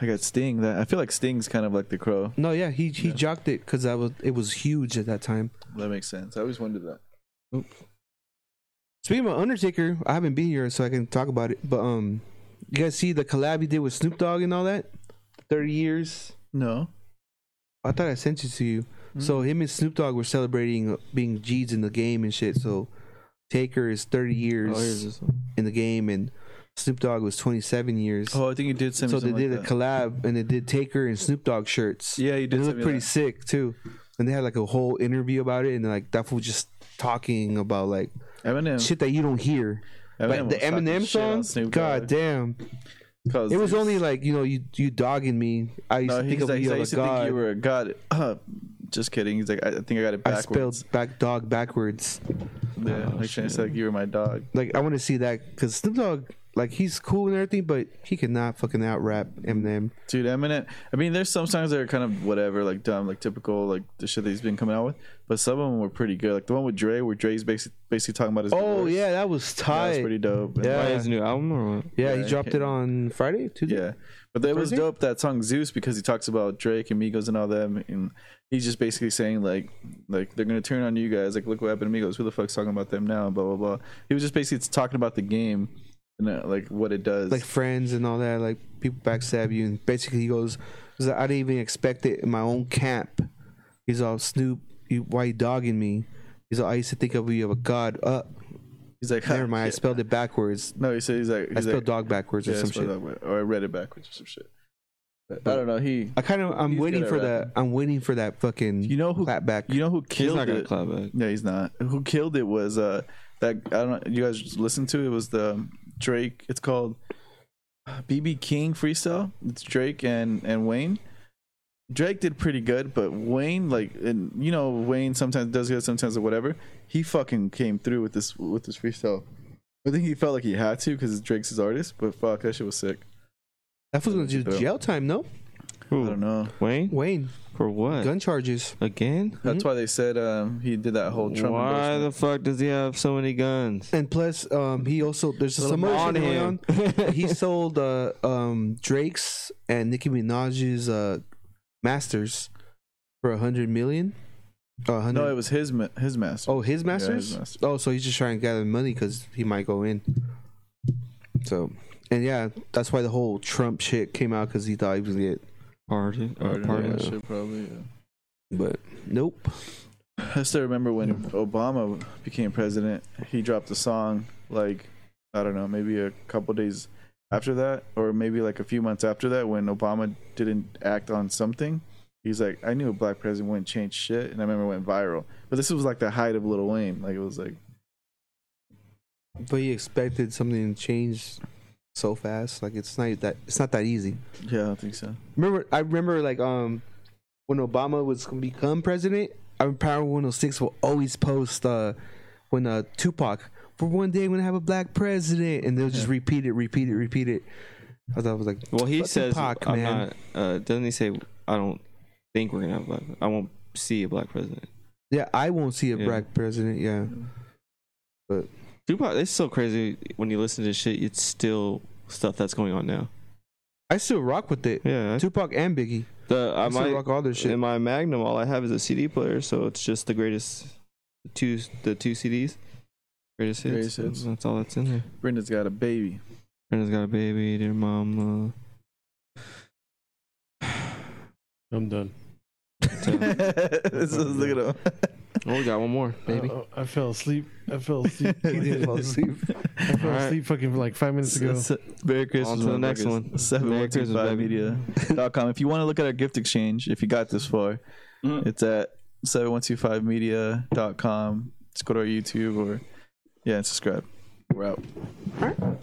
[SPEAKER 1] I got Sting. That I feel like Sting's kind of like the crow.
[SPEAKER 4] No, yeah, he he
[SPEAKER 1] Yeah.
[SPEAKER 4] jocked it because I was it was huge at that time.
[SPEAKER 1] That makes sense. I always wondered that.
[SPEAKER 4] Speaking of Undertaker, I haven't been here so I can talk about it. But um, you guys see the collab he did with Snoop Dogg and all that? Thirty years.
[SPEAKER 1] No.
[SPEAKER 4] I thought I sent it to you.
[SPEAKER 3] Hmm.
[SPEAKER 4] So him and Snoop Dogg were celebrating uh, being G's in the game and shit. So Taker is thirty years.
[SPEAKER 3] Oh, here's this one.
[SPEAKER 4] in the game, and Snoop Dogg was 27 years.
[SPEAKER 1] Oh, I think you did send me
[SPEAKER 4] so they
[SPEAKER 1] something
[SPEAKER 4] did
[SPEAKER 1] like
[SPEAKER 4] a collab, and they did Taker and Snoop Dogg shirts.
[SPEAKER 1] that. Yeah, you did.
[SPEAKER 4] they
[SPEAKER 1] send
[SPEAKER 4] looked
[SPEAKER 1] me
[SPEAKER 4] pretty
[SPEAKER 1] that.
[SPEAKER 4] sick too. And they had like a whole interview about it, and like that fool just talking about like
[SPEAKER 1] Eminem.
[SPEAKER 4] shit that you don't hear. But the Eminem song, god damn, it was only like you know you you dogging me. I used
[SPEAKER 1] No,
[SPEAKER 4] to
[SPEAKER 1] he's
[SPEAKER 4] think of
[SPEAKER 1] like, he's
[SPEAKER 4] you
[SPEAKER 1] like, I used
[SPEAKER 4] as a
[SPEAKER 1] to think
[SPEAKER 4] god.
[SPEAKER 1] you were a god. Just kidding. He's like, I, I think I got it
[SPEAKER 4] I
[SPEAKER 1] backwards.
[SPEAKER 4] spelled back dog backwards.
[SPEAKER 1] yeah,
[SPEAKER 3] Oh,
[SPEAKER 1] like trying to
[SPEAKER 3] shit.
[SPEAKER 1] say like you were my dog.
[SPEAKER 4] Like I want to see that because Snoop Dogg, like he's cool and everything, but he cannot fucking out rap Eminem.
[SPEAKER 1] Dude, Eminem. I mean, there's some songs that are kind of whatever, like dumb, like typical, like the shit that he's been coming out with. But some of them were pretty good. Like the one with Dre, where Dre's basically, basically talking about his.
[SPEAKER 4] Oh
[SPEAKER 1] divorce.
[SPEAKER 4] yeah, that was
[SPEAKER 1] that
[SPEAKER 4] tight.
[SPEAKER 1] was pretty dope. And,
[SPEAKER 4] Yeah.
[SPEAKER 1] like,
[SPEAKER 3] Why his new album or what?
[SPEAKER 4] yeah,
[SPEAKER 1] Yeah,
[SPEAKER 4] he
[SPEAKER 1] it
[SPEAKER 4] dropped
[SPEAKER 1] came-
[SPEAKER 4] it on Friday, Tuesday.
[SPEAKER 1] yeah. But that was
[SPEAKER 4] Thursday?
[SPEAKER 1] dope. That song Zeus because he talks about Drake and Migos and all them, and he's just basically saying like, like they're gonna turn on you guys. Like, look what happened to Migos. Who the fuck's talking about them now? Blah blah blah. He was just basically talking about the game and uh, like what it does.
[SPEAKER 4] like friends and all that. Like people backstab you, and basically he goes, he's like, "I didn't even expect it in my own camp." He's all Snoop, you, why you dogging me? He's all, "I used to think of you of a god." Uh,
[SPEAKER 1] he's like,
[SPEAKER 4] never mind, I
[SPEAKER 1] yeah.
[SPEAKER 4] spelled it backwards.
[SPEAKER 1] No, he said he's like, he's
[SPEAKER 4] I spelled
[SPEAKER 1] like,
[SPEAKER 4] dog backwards or
[SPEAKER 1] Yeah, I
[SPEAKER 4] some
[SPEAKER 1] spelled
[SPEAKER 4] shit.
[SPEAKER 1] it backward, or I read it backwards or some shit. But I don't know. He,
[SPEAKER 4] I kind of, I'm
[SPEAKER 1] He's good
[SPEAKER 4] waiting
[SPEAKER 1] at
[SPEAKER 4] for that.
[SPEAKER 1] rapping.
[SPEAKER 4] I'm waiting for that fucking
[SPEAKER 1] you know who,
[SPEAKER 4] clap back.
[SPEAKER 1] you know who
[SPEAKER 3] He's
[SPEAKER 1] killed
[SPEAKER 3] not gonna
[SPEAKER 1] it.
[SPEAKER 3] clap back.
[SPEAKER 1] No, he's not. Who killed it was uh that I don't know. You guys listened to it? It was the Drake. It's called BB King freestyle. It's Drake and and Wayne. Drake did pretty good, but Wayne like and you know Wayne sometimes does good, sometimes or whatever. He fucking came through with this with this freestyle. I think he felt like he had to because Drake's his artist. But fuck, that shit was sick.
[SPEAKER 4] that was gonna do
[SPEAKER 1] Boom.
[SPEAKER 4] jail time, no?
[SPEAKER 1] I don't know.
[SPEAKER 3] Wayne
[SPEAKER 4] Wayne,
[SPEAKER 3] for what?
[SPEAKER 4] gun charges.
[SPEAKER 3] Again?
[SPEAKER 1] That's why they said um, he did that whole Trump.
[SPEAKER 3] Why
[SPEAKER 1] endorsement.
[SPEAKER 3] the fuck does he have so many guns?
[SPEAKER 4] And plus, um, he also there's
[SPEAKER 3] Put
[SPEAKER 4] some
[SPEAKER 3] them on
[SPEAKER 4] other shit going on.
[SPEAKER 3] him.
[SPEAKER 4] he sold uh, um, Drake's and Nicki Minaj's uh, masters for a hundred million. Uh, 100
[SPEAKER 1] No, it was his ma- his master.
[SPEAKER 4] oh, his masters.
[SPEAKER 1] master.
[SPEAKER 4] Oh, so he's just trying to gather money because he might go in. So, and yeah, that's why the whole Trump shit came out because he thought he was gonna get.
[SPEAKER 3] Pardon.
[SPEAKER 1] Or
[SPEAKER 3] Or pardon.
[SPEAKER 1] that shit probably. Yeah.
[SPEAKER 4] But nope.
[SPEAKER 1] I still remember when Obama became president, he dropped a song like I don't know, maybe a couple days after that, or maybe like a few months after that, when Obama didn't act on something. He's like, I knew a black president wouldn't change shit, and I remember it went viral. But this was like the height of Lil Wayne. Like it was like,
[SPEAKER 4] But he expected something to change so fast. Like it's not that it's not that easy.
[SPEAKER 1] yeah, I don't think so.
[SPEAKER 4] Remember, I remember like um when Obama was gonna become president. I mean, Power 106 will always post uh when uh Tupac for one day we're gonna have a black president, and they'll just
[SPEAKER 1] Yeah.
[SPEAKER 4] repeat it, repeat it, repeat it. I thought I was like,
[SPEAKER 3] Well, he
[SPEAKER 4] Fucking
[SPEAKER 3] says
[SPEAKER 4] Pac,
[SPEAKER 3] I'm
[SPEAKER 4] man.
[SPEAKER 3] not. Uh, doesn't he say I don't think we're gonna have a black? I won't see a black president.
[SPEAKER 4] yeah, I won't see a
[SPEAKER 3] Yeah.
[SPEAKER 4] black president. Yeah,
[SPEAKER 3] Tupac. It's so crazy when you listen to shit. It's still stuff that's going on now.
[SPEAKER 4] I still rock with it.
[SPEAKER 3] Yeah. I-
[SPEAKER 4] Tupac and Biggie,
[SPEAKER 3] The
[SPEAKER 4] I,
[SPEAKER 3] I
[SPEAKER 4] still
[SPEAKER 3] might
[SPEAKER 4] rock all their shit.
[SPEAKER 3] in my Magnum. All I have is a CD player, so it's just the greatest two. The two CDs. Greatest hits.
[SPEAKER 1] Greatest hits.
[SPEAKER 3] That's all that's in there.
[SPEAKER 1] Brenda's got a baby.
[SPEAKER 3] Brenda's got a baby. Dear mom.
[SPEAKER 2] I'm done.
[SPEAKER 1] this is look at him.
[SPEAKER 3] Oh, we got one more, baby.
[SPEAKER 2] Uh, I fell asleep. I fell asleep. I
[SPEAKER 4] He didn't fall asleep.
[SPEAKER 2] fell
[SPEAKER 3] Alright.
[SPEAKER 2] asleep fucking like five minutes ago.
[SPEAKER 3] S- s-
[SPEAKER 1] uh, Merry
[SPEAKER 3] Christmas,
[SPEAKER 1] to the next
[SPEAKER 3] motherfuckers.
[SPEAKER 1] one.
[SPEAKER 3] Merry Christmas, baby.
[SPEAKER 1] media.com. If you want to look at our gift exchange, if you got this far,
[SPEAKER 3] Mm-hmm.
[SPEAKER 1] it's at 7125media.com. Just go to our YouTube or, yeah, and subscribe. We're out.